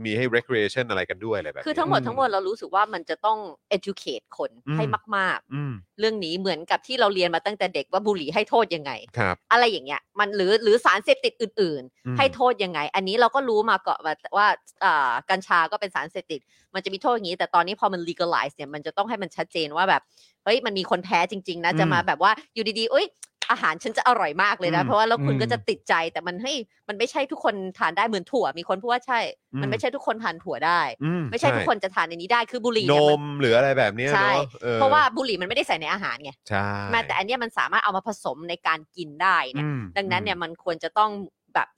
S2: มีให้ recreation อะไรกันด้วยอะไรแบบเนี้ย
S4: คือทั้งหมด
S3: อืม
S4: ทั้งมวลเรารู้สึกว่ามันจะต้อง educate คน
S2: อืม
S4: ให้มาก
S2: อืม
S4: ๆ เรื่องนี้เหมือนกับที่เราเรียนมาตั้งแต่เด็กว่าบุหรี่ให้โทษยังไง
S2: ครับ
S4: อะไรอย่างเงี้ยมันหรือหรือสารเสพติดอื่น
S2: อืม
S4: ๆ ให้โทษยังไง อันนี้เราก็รู้มาเกาะว่าว่าอ่ากัญชาก็เป็นสารเสพติด มันจะมีโทษอย่างนี้ แต่ตอนนี้พอมัน legalize เนี่ยมันจะต้องให้มันชัดเจนว่าแบบเฮ้ยมันมีคนแพ้จริง ๆ นะจะมาแบบว่าอยู่ดีๆเอ้ยอาหารฉันจะอร่อยมากเลยนะ เพราะว่าแล้วคุณก็จะติดใจแต่มันเฮ้ยมันไม่ใช่ทุกคนทานได้เหมือนถั่ว มีคนพูดว่าใช่ มันไม่ใช่ทุกคนทานถั่วได้
S2: อื
S4: ไม่ใช่ทุกคนจะทานในนี้ได้คือบุห
S2: น
S4: รี่เนี่ย
S2: ม
S4: น
S2: หรืออะไรแบบเนี้ย
S4: ใช่
S2: เนาะออ
S4: เพราะว่าบุหรี่มันไม่ได้ใส่ในอาหารไง
S2: ใช่
S4: แม้แต่อันเนี้ยมันสามารถเอามาผสมในการกินได้เนี่ย
S2: อืม
S4: ดังนั้นเนี่ยมันควรจะต้องแบบ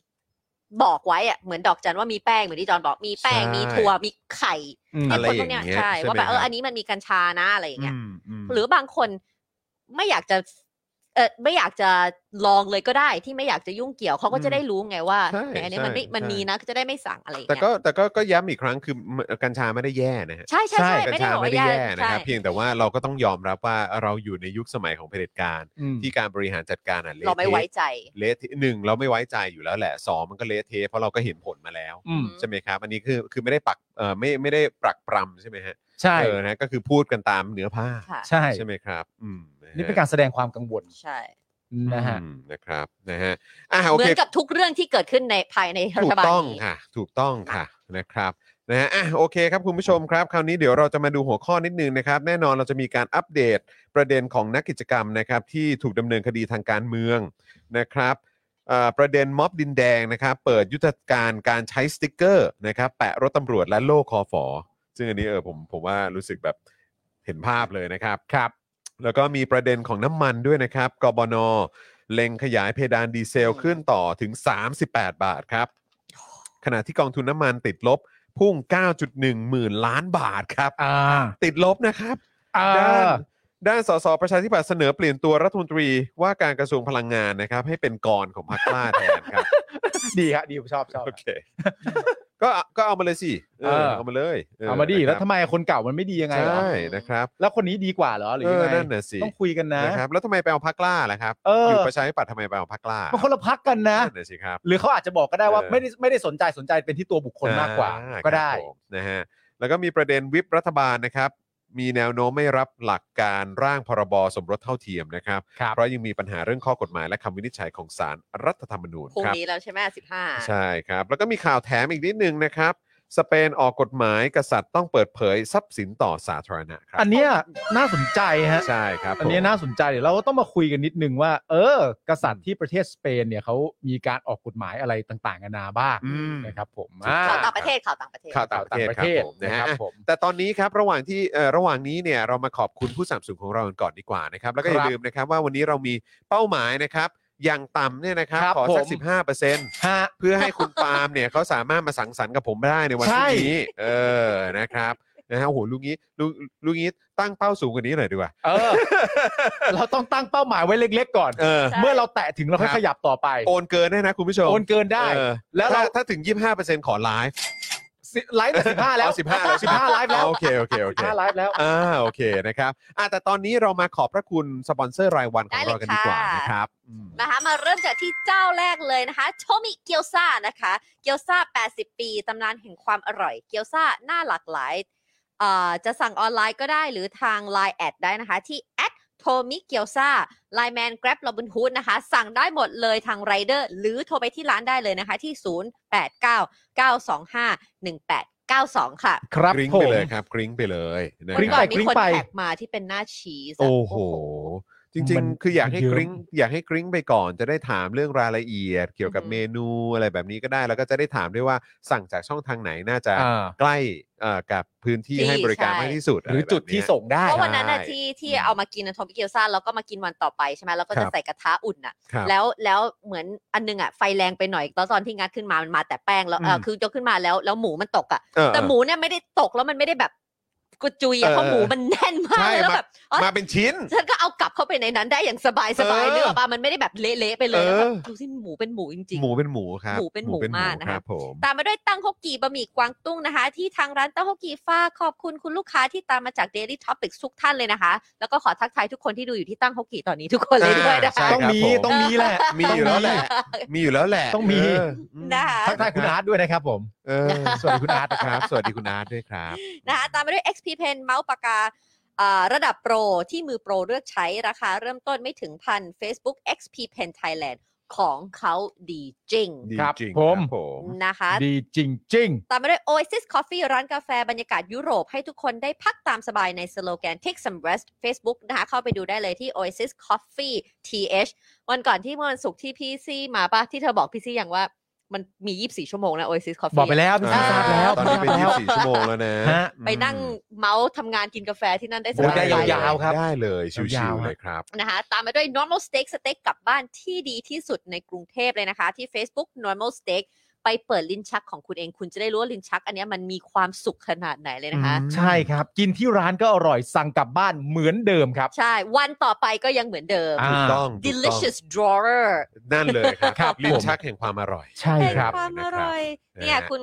S4: บอกไว้อะเหมือนดอกจันว่ามีแป้งเหมือนที่จอนบอกมีแป้งมีถั่วมีไข่
S3: อืม
S2: ะไร
S4: คนพวกเนี้
S2: อ
S4: ย
S2: ย่างเงี้ย
S4: ใช่
S2: ใช่
S4: ว่าแบบ
S2: ไหมค
S4: เอ
S2: รั
S4: อบ อันนี้มันมีกัญชานะอะไรอย่างเงี้ย
S2: อืมม
S4: หรือบางคนไม่อยากจะเออไม่อยากจะลองเลยก็ได้ ที่ไม่อยากจะยุ่งเกี่ยวเขาก็จะได้รู้ไงว่า
S2: ใช่
S4: ในอันนี้มันไม่
S2: ใช่
S4: มัน
S2: ใช่
S4: มีนะก็จะได้ไม่สั่งอะไรอย่าง
S2: แต่
S4: เงี้
S2: ก็
S4: ย
S2: แต่ก็ก็ย้ำอีกครั้งคือกัญชาไม่ได้แย่นะฮะ
S4: ใช่ใช่ใช่
S2: กัญ
S4: ไม่ได้
S2: ชา
S4: บอก
S2: ไม่
S4: ว่า
S2: ได้
S4: แย่
S2: แย่นะครับ
S4: ใช่
S2: เพียงแต่ว่าเราก็ต้องยอมรับว่าเราอยู่ในยุคสมัยของเผด็จการ
S3: อืม
S2: ที่การบริหารจัดการอ่ะเละ
S4: เราไม่ไว้
S2: เทะ
S4: ใจ
S2: เละเทะหนึ่งเราไม่ไว้ใจอยู่แล้วแหละสองมันก็เละเทะเพราะเราก็เห็นผลมาแล้ว
S3: อืม
S2: ใช่ไหมครับ อันนี้คือคือไม่ได้ปักเอ่อไม่ไม่ได้ปรักปรำใช่ไหมฮะ
S3: ใช่
S2: เออนะก็คือพูดกันตามเนื้อผ้า
S4: ค่ะ
S3: ใช่
S2: ใช่ไหมครับ อืมะฮะ
S3: นี่เป็นการแสดงความกังวล
S4: ใช่
S3: นะฮะ
S2: อืมนะครับนะฮะอ่ะโอ
S4: เหมื
S2: เค
S4: อนกับทุกเรื่องที่เกิดขึ้นในภายในรั
S2: ถู
S4: ฐ
S2: ก
S4: บาล
S2: ต้อง
S4: นี้
S2: ค่ะ ถูกต้องค่ะนะครับนะฮะอ่ะโอเคครับคุณผู้ชมครับ คราวนี้เดี๋ยวเราจะมาดูหัวข้อนิดนึงนะครับ แน่นอนเราจะมีการอัปเดตประเด็นของนักกิจกรรมนะครับ ที่ถูกดำเนินคดีทางการเมืองนะครับอ่าประเด็นม็อบดินแดงนะครับ เปิดยุทธการการใช้สติกเกอร์นะครับ แปะรถตำรวจและโล่คอฟอซึ่งอันนี้เออผมผมว่ารู้สึกแบบเห็นภาพเลยนะครับครับ แล้วก็มีประเด็นของน้ำมันด้วยนะครับกบนเล็งขยายเพดานดีเซลขึ้นต่อถึง 38 บาทครับ ขณะที่กองทุนน้ำมันติดลบพุ่ง 9.1 หมื่นล้านบาทครับ
S3: อ่า
S2: ติดลบนะครับ
S3: อ่า
S2: ด้าน ด้านสสประชาธิปัตย์เสนอเปลี่ยนตัวรัฐมนตรีว่าการกระทรวงพลังงานนะครับ ให้เป็นกรของพรรคกล้าแทนครับ
S3: ดีครับดีผมชอบชอบ
S2: โอเค ก็ก็เอามาเลยสิเออ
S3: เออ
S2: เอามาเลย
S3: เอามาดีแล้ว
S2: นะค
S3: ทำ
S2: รับ
S3: ไมคนเก่ามันไม่ดียังไงเหรอ
S2: ใช่นะครับ
S3: แล้วคนนี้ดีกว่าเหรอหรือ
S2: เอ
S3: ยัง
S2: อ
S3: ไง
S2: นั่นน่ะสิ
S3: ต้องคุยกันนะ
S2: นะครับแล้วทำไมไปเอาพรรคกล้าล่ะครับ
S3: เอออ
S2: ยู่ประชาธิปัตย์ทำไมไปเอาพรรคกล้า
S3: มันคนละพักกันนะ
S2: นั่นน่ะสิครับ
S3: หรือเขาอาจจะบอกก็ได้ว่า
S2: เออ
S3: ไม่ได้ไม่ได้สนใจสนใจเป็นที่ตัวบุคคลมากกว่า
S2: อ่
S3: ก็ได้
S2: ครับผมนะฮะแล้วก็มีประเด็นวิปรัฐบาลนะครับ มีแนวโน้มไม่รับหลักการร่างพรบสมรสเท่าเทียมนะครับ
S3: ครับ
S2: เพราะยังมีปัญหาเรื่องข้อกฎหมายและคำวินิจฉัยของศาลรัฐธรรมนูญ
S4: พรุ่ง
S2: ครับ
S4: นี้แล้วใช่ไหมสิบห้า
S2: ใช่ครับ แล้วก็มีข่าวแถมอีกนิดนึงนะครับ สเปนออกกฎหมายกษัตริย์ต้องเปิดเผยทรัพย์สินต่อสาธารณะครั
S3: อันเนี้ยน่าสนใจฮะ
S2: ใช่ครับ
S3: อันเนี้ย
S2: ผม
S3: น่าสนใจเดี๋ยวเราก็ต้องมาคุยกันนิดนึงว่า เออ กษัตริย์ที่ประเทศสเปนเนี่ยเขามีการออกกฎหมายอะไรต่างๆนานาบ้าง
S2: อืม
S3: นะครับผม
S2: อ่า
S4: ข่าวต่างประเทศข่าวต่างประเทศ
S2: ข่าวต่างประเทศครับผมนะ
S3: นะค
S2: ฮะ
S3: รับ
S2: อ่ะ
S3: ผม
S2: แต่ตอนนี้ครับระหว่างที่เอ่อระหว่างนี้เนี่ยเรามาขอบคุณผู้สนับสนุนของเรากันก่อนดีกว่านะครับ แล้วก็อย่า
S3: ครับ
S2: ลืมนะครับว่าวันนี้เรามีเป้าหมายนะครับอย่างต่ำเนี่ยนะครับ
S3: ครับ
S2: ขอสัก
S3: ผม
S2: สิบห้าเปอร์เซ็นต์
S3: ฮะ
S2: เพื่อให้คุณปาล์มเนี่ย เขาสามารถมาสังสรรค์กับผมได้ในวันพรุ่งนี้ เออนะครับนะฮะโอ้โหลูกนี้ลูกลูกนี้ตั้งเป้าสูงกว่านี้หน่อยดี กว่า
S3: เออ เราต้องตั้งเป้าหมายไว้เล็ก ๆ ก่อน
S2: เออ
S4: ใช่
S3: เมื่อเราแตะถึงเราค่อ
S2: ครับ
S3: ยขยับต่อไป
S2: โอนเกินได้นะคุณผู้ชม
S3: โอนเกินได้
S2: เออ
S3: แล้ว
S2: ถ้า
S3: เรา
S2: ถ้าถึง 25%ขอไลฟ์
S3: สิไลฟ์สิบห้าแล้ว
S2: เอา15แล้ว
S3: สิบห้าไลฟ์แล้ว
S2: โอเคโอเคโอเค
S3: ห้าไลฟ์แล้ว
S2: อ่าโอเคนะครับอ่ะแต่ตอนนี้เรามาขอบพระคุณสปอนเซอร์รายวันของเรากันดีกว่านะครับอืม
S4: นะคะมาเริ่มจากที่เจ้าแรกเลยนะคะ โชมิเกียวซานะคะ เกียวซา80 ปีตำนานแห่งความอร่อย เกียวซาหน้าหลากหลายเอ่อจะสั่งออนไลน์ก็ได้หรือทาง Line แอดได้นะคะ ที่แอดโทมิเกียวซาไลแมนแกร็บลอบุนฮูดนะคะ สั่งได้หมดเลยทางไรเดอร์ หรือโทรไปที่ร้านได้เลยนะคะ ที่ 0899251892 ค่ะ
S3: ครับ
S2: กริ้ง
S3: ผ
S2: ไป
S3: ม
S2: เลยครับ กริ้งไปเลยนะ
S3: กริ้
S2: ค
S3: งไป
S2: รับ
S4: มีคนแท็กมาที่เป็นหน้าชีสะ
S2: โอ้โห จริง
S3: มัน
S2: ๆ คืออยากให้
S3: เยอะ
S2: กริ้งอยากให้กริ้งไปก่อนจะได้ถามเรื่องรายละเอียด เกี่ยวกับ
S4: อือฮึ
S2: เมนูอะไรแบบนี้ก็ได้ แล้วก็จะได้ถามด้วยว่าสั่งจากช่องทางไหนน่าจะ
S3: อ่า
S2: ใกล้เอ่อกับพื้นที่ให้บริการมากที่สุด
S3: หรืออจุดที่
S2: ส่ง
S3: ส่งได้
S4: เพราะวันนั้นน่ะ
S2: ใช่
S4: ที่ที่
S2: อืม
S4: เอามากินนะทอมปิเกียวซ่าแล้วก็มากินวันต่อไปใช่ไหมแล้วก็
S2: ครั
S4: จะ
S2: บ
S4: ใส่กระทะอุ่นน่ะ
S2: ครับ
S4: แล้วแล้วเหมือนอันนึงอ่ะไฟแรงไปหน่อยแล้วตอนที่งัดขึ้นมามันมาแต่แป้งแล้วเออ
S3: ม
S4: คือยกขึ้นมาแล้วแล้วหมูมันตกอ่ะ
S2: เออ
S4: แต่หมูเนี่ยไม่ได้ตกแล้วมันไม่ได้แบบกุจุย
S2: เอ
S4: อ่ะ
S2: อ
S4: เพราะหมูมันแน่นมาก
S2: ใช่
S4: เลยแล้ว
S2: มา
S4: แบบอ๋อ
S2: มาเป็นชิ้น
S4: ฉันก็เอากลับเข้าไปในนั้นได้อย่างสบายสบาย
S2: เออ
S4: เนื้อปลามันไม่ได้แบบเละๆไปเลยแล้วแบบ
S2: เออ
S4: ดูสิหมูเป็นหมูจริง
S2: หมูเป็นหมูครับ
S4: หมูเป็นหมูมากนะ
S2: ค
S4: คะ
S2: รับผม
S4: ๆ ตามมาด้วยตั้งฮกกีบะหมี่กวางตุ้งนะคะ ที่ทางร้านตั้งฮกกีฟ้ากขอบคุณคุณลูกค้าที่ตามมาจาก Daily Topics ทุกท่านเลยนะคะ แล้วก็ขอทักทายทุกคนที่ดูอยู่ที่ตั้งฮกกีตอนนี้ทุกคนเลยด้วยนะ
S2: าใช่
S4: คะ
S2: ครับ
S3: ต้องมี
S2: ผม
S3: ต้องมีแหละ
S2: มีอยู่แล้วแหละ มีอยู่แล้วแหละ
S3: ต้องมี
S2: เอืม
S4: นะคะ
S3: ทักทายคุณอาร์ตด้วยนะครับผม
S2: เออสวัสดีคุณอาร์ตนะครับ สวัสดีคุณอาร์ตด้วยครับ
S4: นะคะตามมาด้วย XP Pen เมาส์ปากกาอ่าระดับโปร ที่มือโปรเลือกใช้ราคาเริ่มต้นไม่ถึงพัน Facebook XP Pen Thailand ของเขาดีจริง
S2: ดี
S3: ครับ
S2: จริง
S3: ผม
S2: ครับผม
S4: นะคะ
S3: ดีจริง
S4: ตามมาด้วย Oasis Coffee ร้านกาแฟบรรยากาศยุโรปให้ทุกคนได้พักตามสบายในสโลแกน Take some rest Facebook นะคะ เข้าไปดูได้เลยที่ Oasis Coffee TH วันก่อนที่เมื่อวันศุกร์ที่พี่ซี่มาปะที่เธอบอกพี่ซี่อย่างว่ามันมี 24 ชั่วโมงนะ Oasis
S3: ๆ
S4: Coffee
S3: บอกไปแล้วพี่ซี
S4: อ่า
S3: ทราบแล้ว
S2: ตอนนี้เป็น
S3: แล้ว
S2: 24 ชั่วโมงแล้วนะ
S3: ฮะ
S2: อืม
S4: ไปนั่งเมาส์ทำงานกินกาแฟที่นั่นได้ส
S2: โอ้
S4: บาย
S3: ได้ยาวๆครับ
S2: ได้เลยชิ
S3: ยาว ว
S2: ๆ
S3: ๆ
S2: เลยครับ
S4: นะคะตามมาด้วย normal steak สเต็กกลับบ้านที่ดีที่สุดในกรุงเทพเลยนะคะ ที่ Facebook normal steak ไปเปิดลิ้นชักของคุณเอง คุณจะได้รู้ว่าลิ้นชัก อันเนี้ยมันมีความสุขขนาดไหนเลยนะคะ
S2: อืม
S3: ใช่ครับ กินที่ร้านก็อร่อยสั่งกลับบ้านเหมือนเดิมครับ
S4: ใช่ วันต่อไปก็ยังเหมือนเดิม
S3: อ่า
S2: ถูกต้องถูกต้อง
S4: delicious drawer
S2: นั่นเลยค
S3: ครั
S2: รับบ
S3: ผม
S2: ลิ้นชักแห่งความอร่อย
S3: ใช่
S4: เป็น
S3: ครับ
S4: ความอร่อย
S2: นะครับ
S4: เนี่ย
S2: นะฮะ
S4: คุณ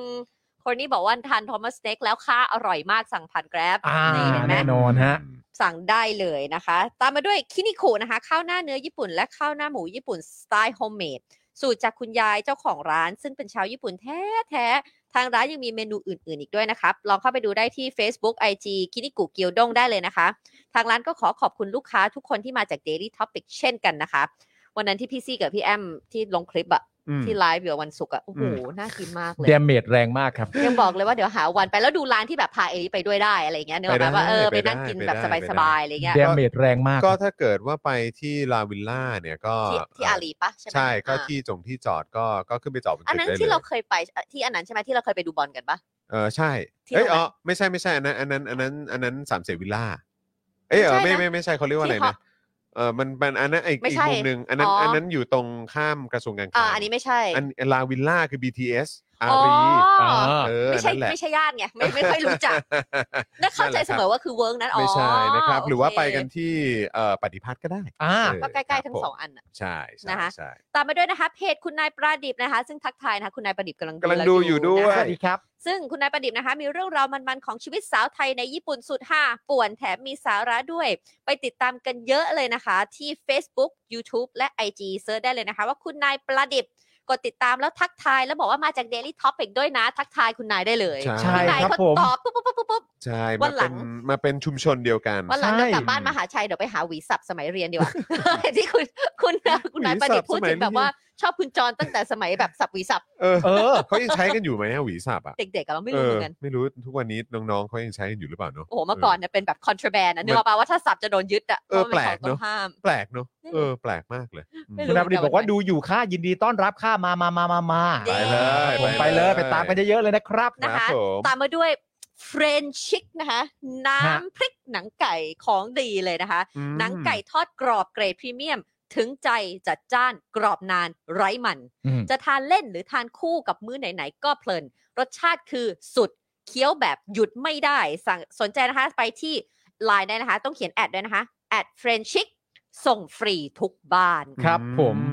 S4: คนนี้บอกว่าทานทอมัสเต็กแล้วค่าอร่อยมากสั่งผ่านแกร็บ
S3: อ่า
S4: นี่เห็นไหม
S3: แน่นอนฮะ
S4: สั่งได้เลยนะคะ ตามมาด้วยคินิคุนะคะข้าวหน้าเนื้อญี่ปุ่นและข้าวหน้าหมูญี่ปุ่นสไตล์โฮมเมดสูตรจากคุณยายเจ้าของร้าน ซึ่งเป็นชาวญี่ปุ่นแท้ๆ ทางร้านยังมีเมนูอื่นๆ อีกด้วยนะครับ ลองเข้าไปดูได้ที่ Facebook IG คินิกุเกียวด้งได้เลยนะคะ ทางร้านก็ขอขอบคุณลูกค้าทุกคนที่มาจาก Daily Topic เช่นกันนะคะ วันนั้นที่พี่ซี่กับพี่แอมที่ลงคลิปอะ
S2: อืม
S4: ที่ไลฟ์อยู่วันศุกร์อะโอ้โห
S2: อืม
S4: น่ากินมากเลย
S3: เดเมจแรงมากครับ
S4: ยังบอกเลยว่าเดี๋ยวหาวันไปแล้วดูร้านที่แบบพาเอลิไปด้วยได้อะไรอย่างเงี้ยเนก
S2: ไป
S4: อะ
S2: ได้
S4: แบบว่าเออ
S2: ไป
S4: ไป
S2: ได้
S4: นั่งกิน
S2: ไป
S4: แบบ
S2: ได้
S4: สบายๆอะไรเงี้ย
S3: เดเมจแรงมาก
S2: ก็ถ้าเกิดว่าไปที่ลาวิลล่าเนี่ยก็
S4: ที่ที่อาลีปะใช่ไหม
S2: ใช่ก็
S4: อ่า
S2: ที่จงที่จอดก็ก็ขึ้นไปจอดบน
S4: อั
S2: ตึ
S4: น
S2: ก
S4: นั้น
S2: ได้
S4: ที่
S2: เล
S4: เรา
S2: ย
S4: เคยไปเอ่อที่อันนั้นใช่ไหมที่เราเคยไปดูบอลกันปะ
S2: เออใช่
S4: ที่
S2: เอ้ย
S4: โรงแรม
S2: อ๋อไม่ใช่ไม่ใช่อันนั้นอันนั้นอันนั้นอันนั้นสามเสนวิลล่าเอ้ยเออ
S4: ไม่
S2: ไม่
S4: ใช่นะ
S2: ไม่ไม่ใช่เขาเรียกว่าอะไร
S4: ที่เขา
S2: นะเออมันมันอันนั้นอีก
S4: ไม่
S2: อีก
S4: ใช่
S2: มุมหนึ่งอันนั้น
S4: อ๋ออั
S2: อันนั้นอยู่ตรงข้ามกระทรวงการคลั
S4: อ่าง อันนี้ไม่ใช่
S2: อันลาวิลล่าคือ BTS อา
S4: อ๋อ
S2: รี
S3: อ่า
S2: เออ
S4: ไม่ใช่
S2: นั่นแหละ
S4: ไม่ใช่ญาติไงไม่ไม่ค่อยรู้จั กน่าเข้าใจเสมอว่าคือเวิร์กนั้นอ๋อ
S2: ไม่ใช่นะครับ
S4: โอเ
S2: หรือว่าไปกันที่เอ่อปฏิพัฒน์ก็ได้
S3: อ่า
S2: เออ
S4: ก็ใกล้ๆทั้ง
S2: ครับผม
S4: สองอันน่ะ
S2: ใช่ใช่
S4: นะคะ
S2: ใช่
S4: ตามมาด้วยนะคะเพจคุณนายประดิบนะคะ ซึ่งทักทายนะคะคุณนายประดิบกำลัง
S2: กำลัง
S4: เรา
S2: ดูอยู่ด้ว
S4: นะ
S2: ย
S4: คะ
S3: ครับ
S4: ซึ่งคุณนายประดิษฐ์นะคะ มีเรื่องราวมันๆ ของชีวิตสาวไทยในญี่ปุ่นสุดห้าป่วนแถมมีสาระด้วย ไปติดตามกันเยอะเลยนะคะ ที่ Facebook YouTube และ IG เซิร์ชได้เลยนะคะ ว่าคุณนายประดิษฐ์กดติดตามแล้วทักทาย แล้วบอกว่ามาจาก Daily Topic ด้วยนะ ทักทายคุณนายได้เลย
S2: ใช่
S3: ใช่
S4: ณนาย
S3: ครับ
S4: เขา
S3: ผม
S4: ตอบปุ๊บปุ๊บปุ๊บปุ๊บ
S2: ใช่
S4: วั
S2: มาน
S4: หลั
S2: เป็น
S4: ง
S2: มาเป็นชุมชนเดียวกัน
S4: วันหลังเดี๋ยว
S3: ใช่
S4: กลับบ้านมหาชัยเดี๋ยวไปหาหวีสับสมัยเรียนดีกว่า ที่คุณคุณคุณนายประดิษฐ์พูดถึงแบบว่าชอบคุณจรตั้งแต่สมัยแบบสับหวีสับ
S2: เออ
S3: เออ
S2: เขายังใช้กันอยู่ไหมฮะหวีสับอ่ะ
S4: เด็กๆอะเราไม่รู้เหมือนกัน
S2: เออไม่รู้ทุกวันนี้น้องๆเขายังใช้กันอยู่หรือเปล่าเนอะ
S4: โอ้โหเมื่อก่อนเนี่ยเป็นแบบ contraband นะนึกออกปะว่าถ้าสับจะโดนยึดอ่ะ
S2: เออ
S4: พราะมัน
S2: แป
S4: ของ
S2: ลกเนอะ
S4: ต้องห้าม
S2: แปลกเนอะเออแปลกมากเลยอืม
S4: ไม่
S3: คุณนายประดิษฐ์บอกว่าดูอยู่ค่ะยินดีต้อนรับค่ะมามามามามา
S2: ไป
S4: เย้
S2: เลย
S3: ผมไปเลยไปตามกันเยอะๆเลยนะครับ
S2: นะ
S4: นะคะ
S2: ครับผม
S4: ตามมาด้วย French chic นะคะ น้
S3: ฮะ
S4: ำพริกหนังไก่ของดีเลยนะคะ
S2: อืม
S4: หนังไก่ทอดกรอบเกรดพรีเมียม ถึงใจจัดจ้านกรอบนานไร้มัน
S3: อืม
S4: จะทานเล่นหรือทานคู่กับมื้อไหน ๆ ก็เพลิน รสชาติคือสุดเคี้ยวแบบหยุดไม่ได้สั่งสนใจนะคะ ไปที่ Line ได้นะคะ ต้องเขียนแอดด้วยนะคะแอด French chic ส่งฟรีทุกบ้าน
S3: ครับผม
S2: อื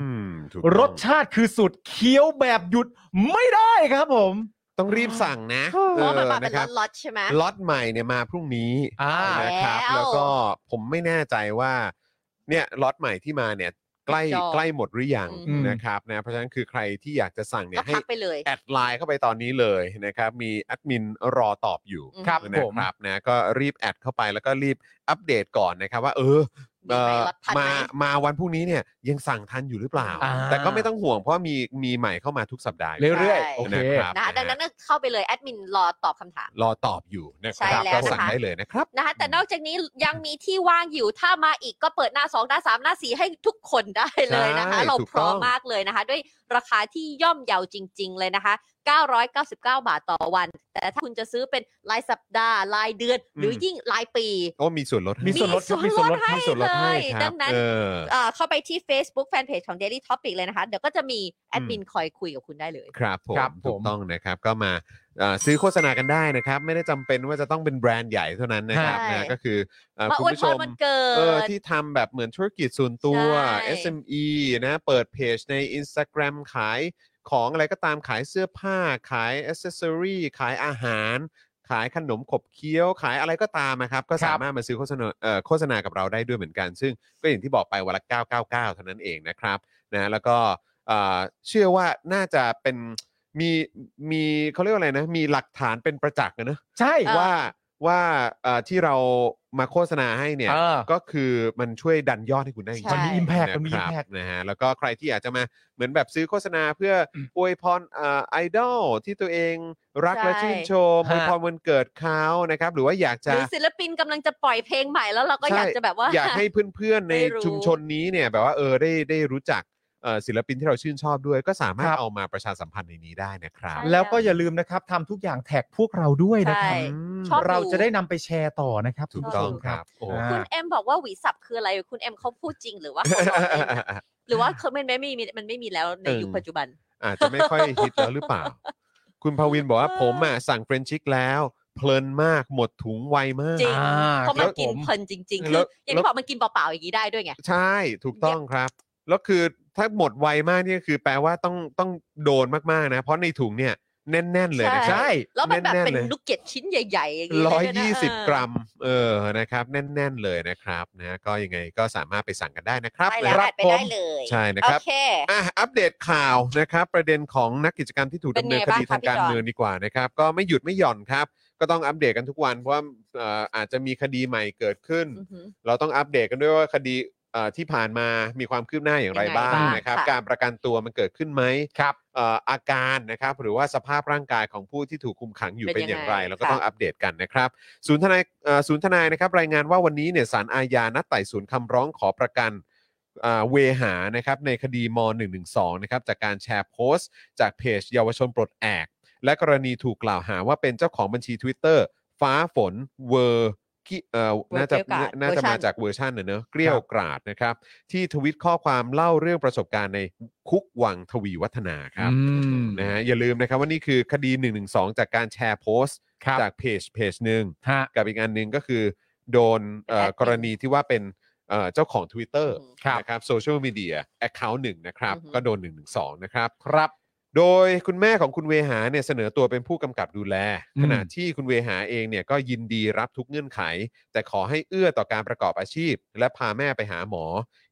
S2: ถูกต้อง
S3: รสชาติคือสุดเคี้ยวแบบหยุดไม่ได้ครับผม
S2: ต้องรีบสั่งนะ
S4: เพ
S2: เอ
S4: ราะว่ามัน
S2: อ
S4: มาเป็
S2: นะ
S4: น
S2: ครับ
S4: ล็อตๆใช่ไหม
S2: ล็อตใหม่เนี่ยมาพรุ่งนี้
S3: อ่า
S2: นะครับ
S4: แล้ว
S2: แล้วก็ผมไม่แน่ใจว่าเนี่ยล็อตใหม่ที่มาเนี่ยใกล้
S4: จอง
S2: ใกล้หมดหรือยัง
S4: อืม
S2: นะครับนะเพราะฉะนั้นคือใครที่อยากจะสั่งเนี่
S4: ก็
S2: ยให้
S4: ทักไปเลย
S2: แอดไลน์เข้าไปตอนนี้เลยนะครับ มีแอดมินรอตอบอยู่
S4: อืมครับ
S2: นะ
S3: ผม
S2: ครับนะก็รีบแอดเข้าไปแล้วก็รีบอัปเดตก่อนนะครับว่าเออเอ่อ
S4: มีไหมรับทันไหม
S2: มามาวันพรุ่งนี้เนี่ยยังสั่งทันอยู่หรือเปล่า
S3: อ่า
S2: แต่ก็ไม่ต้องห่วงเพราะมีมีใหม่เข้ามาทุกสัปดาห์อยู่
S3: เรื่อย
S4: ใช่
S3: ๆโอเค
S2: นะครับ
S4: นะคะดังนั้นเข้าไปเลยแอดมินรอตอบคำถาม
S2: รอตอบอยู่นะค
S4: ใช่
S2: รับ
S4: แล้ว
S2: ก็
S4: นะคะ
S2: สั่งได้เลยนะครับ
S4: นะคะแต่นอกจากนี้ยังมีที่ว่างอยู่ถ้ามาอีกก็เปิดหน้า 2 หน้า 3 หน้า 4 ให้ทุกคนได้เลยนะคะ
S2: ใช่
S4: เรา
S2: ถูก
S4: พร้อม
S2: ต้อง
S4: มากเลยนะคะ ด้วยราคาที่ย่อมเยาจริง ๆ เลยนะคะ 999 บาทต่อวัน แต่ถ้าคุณจะซื้อเป็นรายสัปดาห์รายเดือน หรือยิ่งรายปี
S2: โอ้มีส่วนลดให้
S3: มีส่วนลด
S4: มีส่วนลดให้
S2: มีส่วนลดให้
S4: เลย
S2: ครับ
S4: ดังนั้น
S2: เออ
S4: เอ่อเข้าไปที่ Facebook Fanpage ของ Daily Topic เลยนะคะ เดี๋ยวก็จะมีแอดมินคอยคุยกับคุณได้เลย
S2: ครับผม
S3: ครับผม
S2: ถูกต้องนะครับก็มาเอ่อซื้อโฆษณากันได้นะครับ ไม่ได้จำเป็นว่าจะต้องเป็นแบรนด์ใหญ่เท่านั้นนะครับ
S4: ใช่
S2: นะก็คือเอ่อ
S4: มา
S2: คุ
S4: อ
S2: ณ
S4: วย
S2: ผู้
S4: พ
S2: ช
S4: ร
S2: ม
S4: วันเกิ
S2: เออ
S4: ด
S2: ที่ทำแบบเหมือนธุรกิจส่วนตัว
S4: ใช่
S2: SME นะ เปิดเพจใน Instagram ขายของอะไรก็ตามขายเสื้อผ้า ขายอ c เซอรี่ขายอาหาร ขายขนมขบเคี้ยว ขายอะไรก็ตามนะครับ ก็
S3: ครับ
S2: สามารถมาซื้อโฆษณาเอ่อโฆษณากับเราได้ด้วยเหมือนกัน ซึ่งก็อย่างที่บอกไปวันละ 999 เท่านั้นเองนะครับนะแล้วก็เอ่อเชื่อว่าน่าจะเป็นมีมีเขาเรียกว่าอะไรนะ มีหลักฐานเป็นประจักษ์อะนะ
S3: ใช่
S4: เออ
S2: ว่าว่าเอ่อที่เรามาโฆษณาให้เนี่ย
S3: เออ
S2: ก็คือมันช่วยดันยอดให้คุณได้จริงๆ
S4: มันมี
S3: impact
S2: ะ
S3: มันมี
S2: ครับ
S3: impact
S2: นะฮะแล้วก็ใครที่อยากจะมาเหมือนแบบซื้อโฆษณาเพื่อออวยพรไอดอลที่ตัวเองรัก
S4: ใช่
S2: และชื่นชม
S3: ฮะ
S2: อวยพรวันเกิดเขานะครับ หรือว่าอยาก
S4: ห
S2: จะ
S4: รือศิลปินกำลังจะปล่อยเพลงใหม่แล้วเราก็อยากจะแบบว่า
S2: ใช่อยากให้เพื่อนๆใน
S4: ได้รู้
S2: ชุมชนนี้เนี่ยแบบว่าเออได้ได้รู้จักเอ่อศิลปินที่เราชื่นชอบด้วย ก็สามารถ
S3: ครับ
S2: เอามาประชาสัมพันธ์ในนี้ได้นะครับ
S4: ใช่
S3: แล้วก็อย่าลืมนะครับทำทุกอย่างแท็กพวกเราด้วยนะค
S4: ใช่
S3: รับ
S2: ม
S4: ชอบ
S3: เราจะได้นำไปแชร์ต่อนะครับ
S2: ถูก
S3: คุณผู้
S2: ต้อง
S3: ชม
S2: ครับโอ้
S3: อ่า
S4: คุณเอ็มบอกว่าหวีสับคืออะไร คุณเอ็มเขาพูดจริงหรือว่า เขาล้อเล่นอะหรือว่าเคอร์เมนไม่มีมันไม่มีแล้วในยุคปัจจุบัน
S2: อาจจะไม่ค่อยฮิตแล้วหรือเปล่า คุณภาวินบอกว่าผมอ่ะสั่งเฟรนชิกแล้วเพลินมากหมดถุงไวมาก
S4: จริง
S3: อ่า
S4: เพราะมันกิ
S3: ค
S4: น
S3: รับผม
S4: เพลินจริง ๆ คื
S2: แล้
S4: อ
S2: ว
S4: อย่างที่บอกมันกินเปล่าๆอย่างนี้ได้ด้วยไง
S2: ใช่ถูกต้องครับ แล้วคือถ้าหมดไวมากเนี่ยคือแปลว่าต้องต้องโดนมาก ๆ นะ เพราะในถุงเนี่ยแน่น ๆ เลยนะค
S4: ใช่
S2: รับ
S3: ใช่
S4: แล้วมันแบบ
S2: แน่นๆ
S4: เป็น
S2: เลย
S4: ลูกเกดชิ้นใหญ่ๆอย่างนี้
S2: ร้อย
S4: ด้วนะ
S2: ยี่สิบ
S4: เออก
S2: รัม เออนะครับ แน่น ๆ เลยนะครับนะก็ยังไงก็สามารถไปสั่งกันได้นะครับ
S4: ได้แล้ว
S2: นะค
S4: แอ
S2: รับ
S4: ดไป
S2: ผม
S4: ได้เลย
S2: ใช่นะครับ
S4: โอเค
S2: อ่ะอัปเดตข่าวนะครับ ประเด็นของนักกิจกรรมที่ถูก
S4: เป็
S2: ดำ
S4: นไง
S2: เนินคดี
S4: บ้างคะ
S2: ทางการ
S4: พี่จอน
S2: เมืองดีกว่านะครับ ก็ไม่หยุดไม่หย่อนครับ ก็ต้องอัปเดตกันทุกวันเพราะว่าเอ่ออาจจะมีคดีใหม่เกิดขึ้น
S4: อือหือ
S2: เราต้องอัปเดตกันด้วยว่าคดีเอ่อที่ผ่านมามีความคืบหน้าอย่างไร
S4: ยังไง
S2: บ้าง
S4: บ้าง
S2: นะครับ
S4: ค่ะ
S2: การประกันตัวมันเกิดขึ้นไหม
S3: ครับ
S2: เอ่ออาการนะครับ หรือว่าสภาพร่างกายของผู้ที่ถูกคุมขังอยู่
S4: เป็
S2: เป็น น
S4: ยัง
S2: อย่างไร
S4: ไง
S2: แล้วก็
S4: ค่ะ
S2: ต้องอัปเดตกันนะครับ ศูนย์ทนายเอ่อศูนย์ทนายนะครับ รายงานว่าวันนี้เนี่ยศาลอาญานัดไต่สวนคำร้องขอประกันอ่าเวหานะครับ ในคดีม .112 นะครับ จากการแชร์โพสต์ จากเพจเยาวชนปลดแอก และกรณีถูกกล่าวหาว่าเป็นเจ้าของบัญชี Twitter ฟ้าฝนเวอร์ กี้เอ่อน่าจะ
S4: World Grade
S2: น่าจะ
S4: Version
S2: มาจากเวอร์ชันน่ะเนอะเกลี้ยวกราดนะครับ ที่ทวิตข้อความเล่าเรื่องประสบการณ์ในคุกวังทวีวัฒนาครับ
S3: อืม
S2: นะฮะอย่าลืมนะครับว่านี่คือคดี 112 จากการแชร์โพสต์
S3: ครับ
S2: จากเพจเพจหนึ่ง
S3: ฮะ
S2: กับอีกอันหนึ่งก็คือโดนเอ่อ
S4: แอดมิน
S2: กรณีที่ว่าเป็นเอ่อเจ้าของ Twitter
S4: อืม
S3: ครับ
S2: นะครับโซเชียลมีเดียแอคเคาท์หนึ่งนะครับ
S4: อือหือ
S2: ก็โดน 112 นะครับครับ โดยคุณแม่ของคุณเวหาเนี่ยเสนอตัวเป็นผู้กำกับดูแล
S3: อืม
S2: ขณะที่คุณเวหาเองเนี่ยก็ยินดีรับทุกเงื่อนไข แต่ขอให้เอื้อต่อการประกอบอาชีพ และพาแม่ไปหาหมอ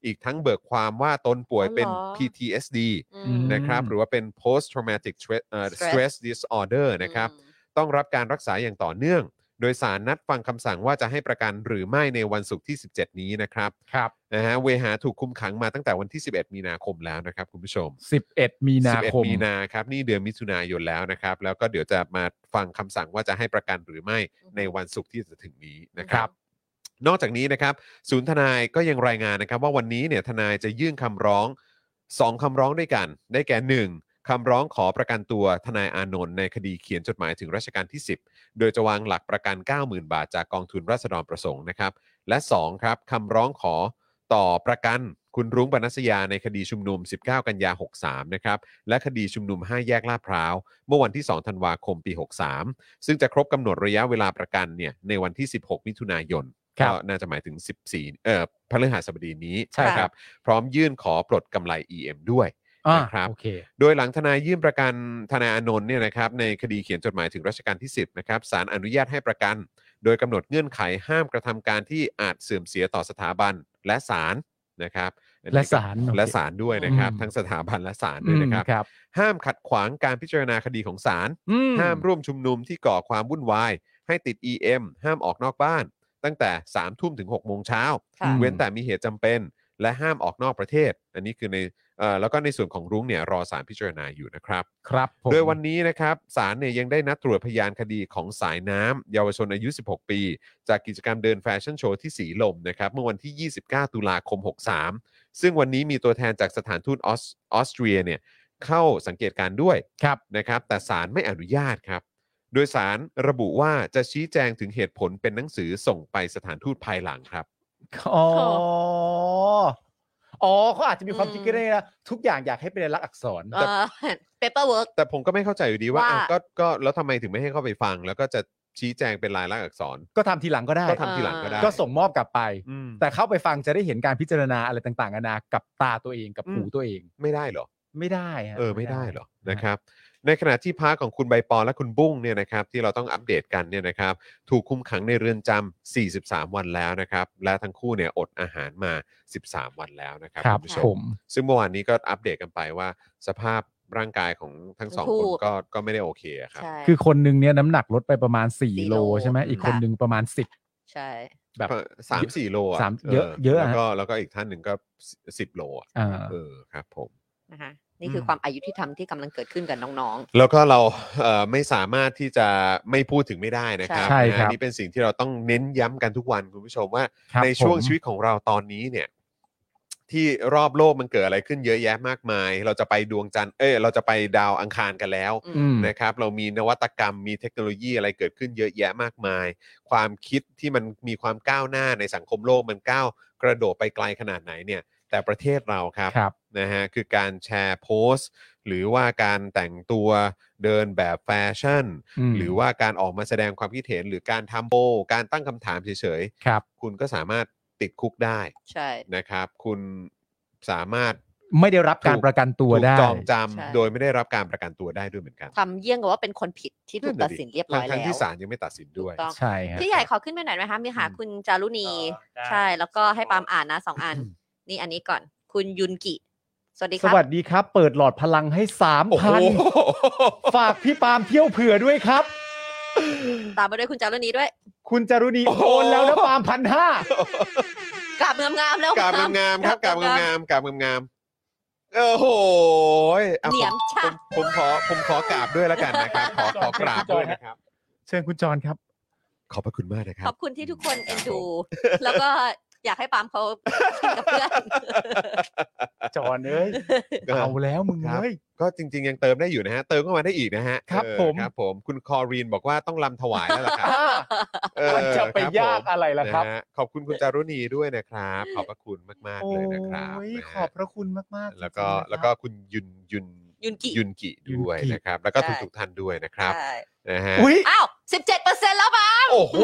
S2: อีกทั้งเบิกความว่าตนป่วยเป็น
S4: อ๋อเหรอ
S2: PTSD
S4: อืม
S3: ม
S2: นะครับหรือว่าเป็น post traumatic stress, เอ่อ
S4: Stress
S2: stress disorder นะครับ
S4: อืม
S2: ต้องรับการรักษาอย่างต่อเนื่อง โดยสารนัดฟังคำสั่งว่าจะให้ประกันหรือไม่ในวันศุกร์ที่ 17 นี้นะครับ
S3: ครับ
S2: นะฮะเวหาถูกคุมขังมาตั้งแต่วันที่ 11 มีนาคมแล้วนะครับคุณผู้ชม
S3: 11 มีนาคม
S2: 11 มีนาครับนี่เดือนมิถุนายนแล้วนะครับ แล้วก็เดี๋ยวจะมาฟังคำสั่งว่าจะให้ประกันหรือไม่
S4: อืม
S2: ในวันศุกร์ที่จะถึงนี้นะครับ
S4: อืม
S2: นอกจากนี้นะครับศูนย์ทนายก็ยังรายงานนะครับ ว่าวันนี้เนี่ยทนายจะยื่นคำร้อง 2คำร้องด้วยกัน ได้แก่ 1คำร้องขอประกันตัวทนายอานนท์ในคดีเขียนจดหมายถึงรัชกาลที่ 10 โดยจะวางหลักประกัน 90,000 บาทจากกองทุนราษฎรประสงค์นะครับ และ 2 ครับคำร้องขอต่อประกันคุณรุ้งปนัสยาในคดีชุมนุม 19 กันยา 63 นะครับ และคดีชุมนุม 5 แยกลาดพร้าว เมื่อวันที่ 2 ธันวาคม ปี 63 ซึ่งจะครบกำหนดระยะเวลาประกันเนี่ยในวันที่ 16 มิถุนายน
S3: ครับ
S2: ก็น่าจะหมายถึง 14 เอ่อพฤหัสบดีนี้
S4: ใช่ครับ
S2: นะครับ พร้อมยื่นขอปลดกำไร EM ด้วย
S3: อ่า
S2: นะครับ
S3: โอเค
S2: โดยหลังทนายยื่นประกันทนายอานนท์เนี่ยนะครับในคดีเขียนจดหมายถึงรัชกาลที่ 10 นะครับศาลอนุญาตให้ประกัน โดยกำหนดเงื่อนไขห้ามกระทำการที่อาจเสื่อมเสียต่อสถาบันและศาลนะครับอันนี้ก็
S3: และศาลโอเค
S2: และศาลด้วยนะครับ
S3: อืม
S2: ทั้งสถาบันและศาลด้วยนะครับ
S3: อืมครับ
S2: ห้ามขัดขวางการพิจารณาคดีของศาล
S3: อื
S2: ห้ามร่วมชุมนุมที่ก่อความวุ่นวาย ให้ติด EM ห้ามออกนอกบ้าน ตั้งแต่3ทุ่มถึง6โมงเช้า
S4: ค่ะ
S2: เว้นแต่มีเหตุจำเป็น และห้ามออกนอกประเทศ อันนี้คือในเอ่อแล้วก็ในส่วนของรุ้งเนี่ยรอสารพิจารณาอยู่นะครับ
S3: ครับผม
S2: โดยวันนี้นะครับศาลเนี่ยยังได้นัดตรวจพยานคดีของสายน้ำเยาวชนอายุ 16 ปี จากกิจกรรมเดินแฟชั่นโชว์ที่สีลมนะครับเมื่อวันที่ 29 ตุลาคม 63 ซึ่งวันนี้มีตัวแทนจากสถานทูตออสออสเตรียเนี่ยเข้าสังเกตการณ์ด้วย
S3: ครับ
S2: นะครับแต่ศาลไม่อนุญาตครับ โดยสารระบุว่าจะชี้แจงถึงเหตุผลเป็นหนังสือส่งไปสถานทูตภายหลังครับ
S3: อ๋อ อ๋อเขาอาจจะมีความคิดก็ได้นะทุกอย่างอยากให้เป็นลายลักษณ์อักษร
S4: เอ่ อ paperwork
S2: แต่ผมก็ไม่เข้าใจอยู่ดีว่า
S4: ว่า
S2: อ้าวก็ก็แล้วทำไมถึงไม่ให้เข้าไปฟัง แล้วก็จะชี้แจงเป็นลายลักษณ์อักษร
S3: ก็ทำทีหลังก็ได้
S2: ก็ทำทีหลังก็ได้
S3: ก็ส่งมอบกลับไป
S2: อืม
S3: แต่เข้าไปฟังจะได้เห็นการพิจารณาอะไรต่างๆนานากับตาตัวเองกับ
S2: อืม
S3: หูตัวเอง
S2: ไม่ได้เหรอ
S3: ไม่ได้ฮะ
S2: เออไม่ได้เหรอนะครับ ในขณะที่พาร์ทของคุณใบปอและคุณบุ้งเนี่ยนะครับที่เราต้องอัปเดตกันเนี่ยนะครับถูกคุมขังในเรือนจำ43 วันแล้วนะครับ และทั้งคู่เนี่ยอดอาหารมา 13 วันแล้วนะครับ
S3: ครับ
S2: คุณผู้ชม
S3: ผม
S2: ซึ่งเมื่อวานนี้ก็อัปเดตกันไปว่าสภาพร่างกายของทั้งสอง
S4: ทั้ง
S2: ค
S4: คู่
S2: นก็ก็ไม่ได้โอเคอะครับ
S4: ใช่
S3: คือคนหนึงเนี่ยน้ำหนักลดไปประมาณ
S4: สี่
S3: 4 โล
S4: โล
S3: ใช่ไหมอีกคน
S4: ค่ะ
S3: หนึงประมาณ 10
S4: ใช่
S3: แบบ
S2: สามสี่โลอะ
S3: สามเยอะเยอะ
S2: แล้ว
S3: อะ
S2: ก็แล้วก็อีกท่านหนึ่งก็สิบโลอะ
S3: อ่า
S2: เออครับผม
S4: นะคะนี่คืออ
S2: ม
S4: ความอายุที่ทำที่กำลังเกิดขึ้นกับน้อง
S2: แล้วก็เรา เอ่อไม่สามารถที่จะไม่พูดถึงไม่ได้นะครับ
S3: ใช่
S2: นะฮะ
S3: ครับ
S2: นี่เป็นสิ่งที่เราต้องเน้นย้ำกันทุกวันคุณผู้ชมว่า
S3: ครับ
S2: ในช่วง
S3: ผม
S2: ชีวิตของเราตอนนี้เนี่ย ที่รอบโลกมันเกิดอะไรขึ้นเยอะแยะมากมาย เราจะไปดวงจันทร์เอ้ยเราจะไปดาวอังคารกันแล้ว
S4: อื
S3: อืม
S2: นะครับเรามีนวัตกรรมมีเทคโนโลยีอะไรเกิดขึ้นเยอะแยะมากมาย ความคิดที่มันมีความก้าวหน้าในสังคมโลกมันก้าวกระโดดไปไกลขนาดไหนเนี่ย แต่ประเทศเราครับ
S3: ครับ
S2: นะฮะคือการแชร์โพสต์ หรือว่าการแต่งตัวเดินแบบแฟชั่น
S3: ม
S2: หรือว่าการออกมาแสดงความคิดเห็น หรือการทำโพลการตั้งคำถามเฉย
S3: ครับ
S2: ๆ คุณก็สามารถติดคุกได้
S4: ๆ ใช่
S2: นะครับ คุณสามารถ
S3: ไม่ได้รับการประกันตัวได้
S2: ถูกจองจำโดยไม่ได้รับการประกันตัวได้ด้วยเหมือนกัน
S4: ทำเยี่ยงกับว่าเป็นคนผิดที่ถูกตัดสินเรียบร้อย
S2: ทั้ง
S4: แล้
S2: ๆที่
S4: ว
S2: ศาลยังไม่ตัดสินด้วย
S4: ถูกต้อง
S3: ใช่ฮะ
S4: พี่ใหญ่ขอขึ้นไปหน่อยไหมคะ มีหา
S2: อืม
S4: คุณจารุณี
S5: อ่าได้
S4: ใช่ แล้วก็ให้ปาล์มอ่านนะสองอัน นี่อันนี้ก่อน คุณยุนกิ สวัสดีค
S3: ส
S4: รับ
S3: วัสดีครับ เปิดหลอดพลังให้สาม
S2: โอ้โห
S3: พันฝากพี่ปาล์มเที่ยวเผื่อด้วยครับ
S4: ตามมาด้วยคุณจารุณีด้วย
S3: คุณจารุณีโอนแล้วนะปาล์มพันห้าก
S4: ราบงามๆแล้ว
S2: กราบงามๆครับกราบงามๆกราบงามๆโอ้โหอ่ะ
S4: เห
S2: ผ
S4: นีย
S2: ม
S4: ม
S2: ผ
S4: ชาม
S2: ผมขอผมขอกราบด้วยแล้วกันนะครับ ขอขอกราบด้วยนะครับ
S3: เชิญคุณจรครับ
S2: ขอบพระคุณมากนะครั
S4: ข
S2: บ
S4: อบคุณที่ทุกคนเอ็นดู แล้วก็ อยากให้ปาล์มเขากินกับเพื่อน
S3: จอนเอ้ย
S2: ก็
S3: เอาแล้วมึง
S2: ครับ
S3: เอ้ย
S2: ก็จริง ๆ ยังเติมได้อยู่นะฮะ เติมเข้ามาได้อีกนะฮะ
S3: ครับ
S2: เออ
S3: ผม
S2: ครับผมคุณคอรีนบอกว่าต้องลำถวายแล้วล่ะครับ
S3: อ่า
S2: เออ
S3: มันจะ
S2: ค
S3: ไป
S2: รับผม
S3: ยากอะไรล่ะครับ
S2: นฮขอบคุณคุณจารุณีด้วยนะครับ ขอบพระคุณมาก ๆ เลยนะครับ
S3: โอ้ย
S2: นะฮะ
S3: ขอบพระคุณมากๆ
S2: แล้วก็
S3: จริงๆ
S2: แล้
S3: นะครับ
S2: วก็คุณยุนยุน
S4: ยุนกิ
S2: ยุนกิด้วย
S3: ยุนกิ
S2: นะครับ แล้วก็
S4: ใช่
S2: ทุกทุกๆท่านด้วยนะครับ
S4: ใช่
S2: นะฮะ
S3: อุ้ย
S4: อ้าวสิบเจ็ดเปอร์เซ็นต์แล้วปาล์ม
S2: โอ้โห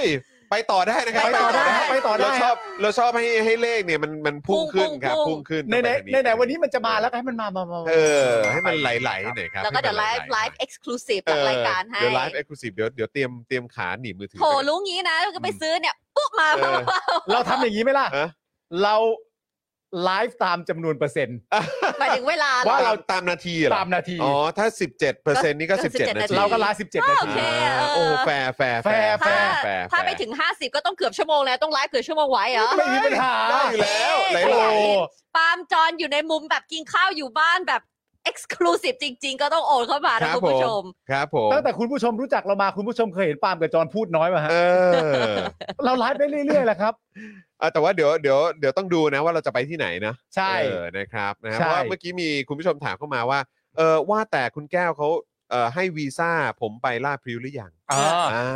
S2: ยไปต่อได้นะครับ
S4: ไปต่อได้
S2: นะฮะ
S3: ไปต่อได้
S2: เราชอบเราชอบให้ให้เลขเนี่ยมันมันพุ่ง
S4: พุ่
S2: ขึ้
S4: ง
S2: นครับ
S4: พุ่
S2: พุ่
S4: ง
S2: งขึ้น
S3: ในไหน
S2: ไปทาง
S3: ในไหนวันนี้มันจะมาแล้วก็ให้มันมามามามา
S2: เออ ให้มันไหลๆหน่อยครับ
S4: แล้วก็เดี๋ยวไล
S2: ให้
S4: ฟ์
S2: มันหๆ
S4: ไลฟ์เอ็กซ์คลูซีฟจากรายการให้
S2: เดี๋ยวไลฟ์เอ็กซ์คลูซีฟเดี๋ยวเดี๋ยวเตรียมเตรียมขาหนีบมือถือ
S4: โถรู้งี้นะก็ไปซื้อเนี่ยปุ๊บมา
S2: เออ
S3: เราทำอย่างนี้ไหมล่ะ
S2: ฮะ
S3: เราไลฟ์ตามจำนวนเปอร์เซ็นต์
S4: หมายถึงเวลาเหรอ
S2: ว่าเราตามนาทีเหรอ
S3: ตามนาที
S2: อ๋อ ถ้า 17%นี่ก็
S4: ก็
S2: 17
S4: 17
S2: นาที
S3: เราก็ไลฟ์สิบเจ็ดนา
S4: โอ
S3: ที
S4: เค
S2: อ่าโอ้แฟร์แฟร์
S3: แฟ
S4: ถ้า
S3: ร์
S2: แฟร์
S4: ถ้าไปถึง 50 ก็ต้องเกือบชั่วโมงแล้วต้องไลฟ์เกือบชั่วโมงไว้เหรอ
S3: ไม่มีปัญหา
S2: ได้อยู่แล้วไหน
S4: เอ๊ะ
S2: ล
S3: โอ้
S2: อง
S4: ปาล์มจอนอยู่ในมุมแบบกินข้าวอยู่บ้านแบบเอ็กซ์คลูซีฟจริง ๆ ก็ต้องโอนเข้ามา
S2: ค
S4: นะ
S2: รับ
S4: คุณ
S2: ผ
S4: ผู้ช
S2: ม
S4: ม
S2: ครับผม
S3: ตั้งแต่คุณผู้ชมรู้จักเรามาคุณผู้ชมเคยเห็นปาล์มกับจอนพูดน้อยมาฮะ
S2: เออ
S3: เราไลฟ์ได้เรื่อยๆแหละครับ
S2: เอาแต่ว่าเดี๋ยวเดี๋ยวเดี๋ยวต้องดูนะว่าเราจะไปที่ไหนนะ
S3: ใช่
S2: เออนะครับนะฮะเพ
S3: ใช่
S2: ราะว่าเมื่อกี้มีคุณผู้ชมถามเข้ามาว่าเออว่าแต่คุณแก้วเขาเออให้วีซ่าผมไปลาดพริ้วหรือยัง
S3: อ่า
S2: อ่า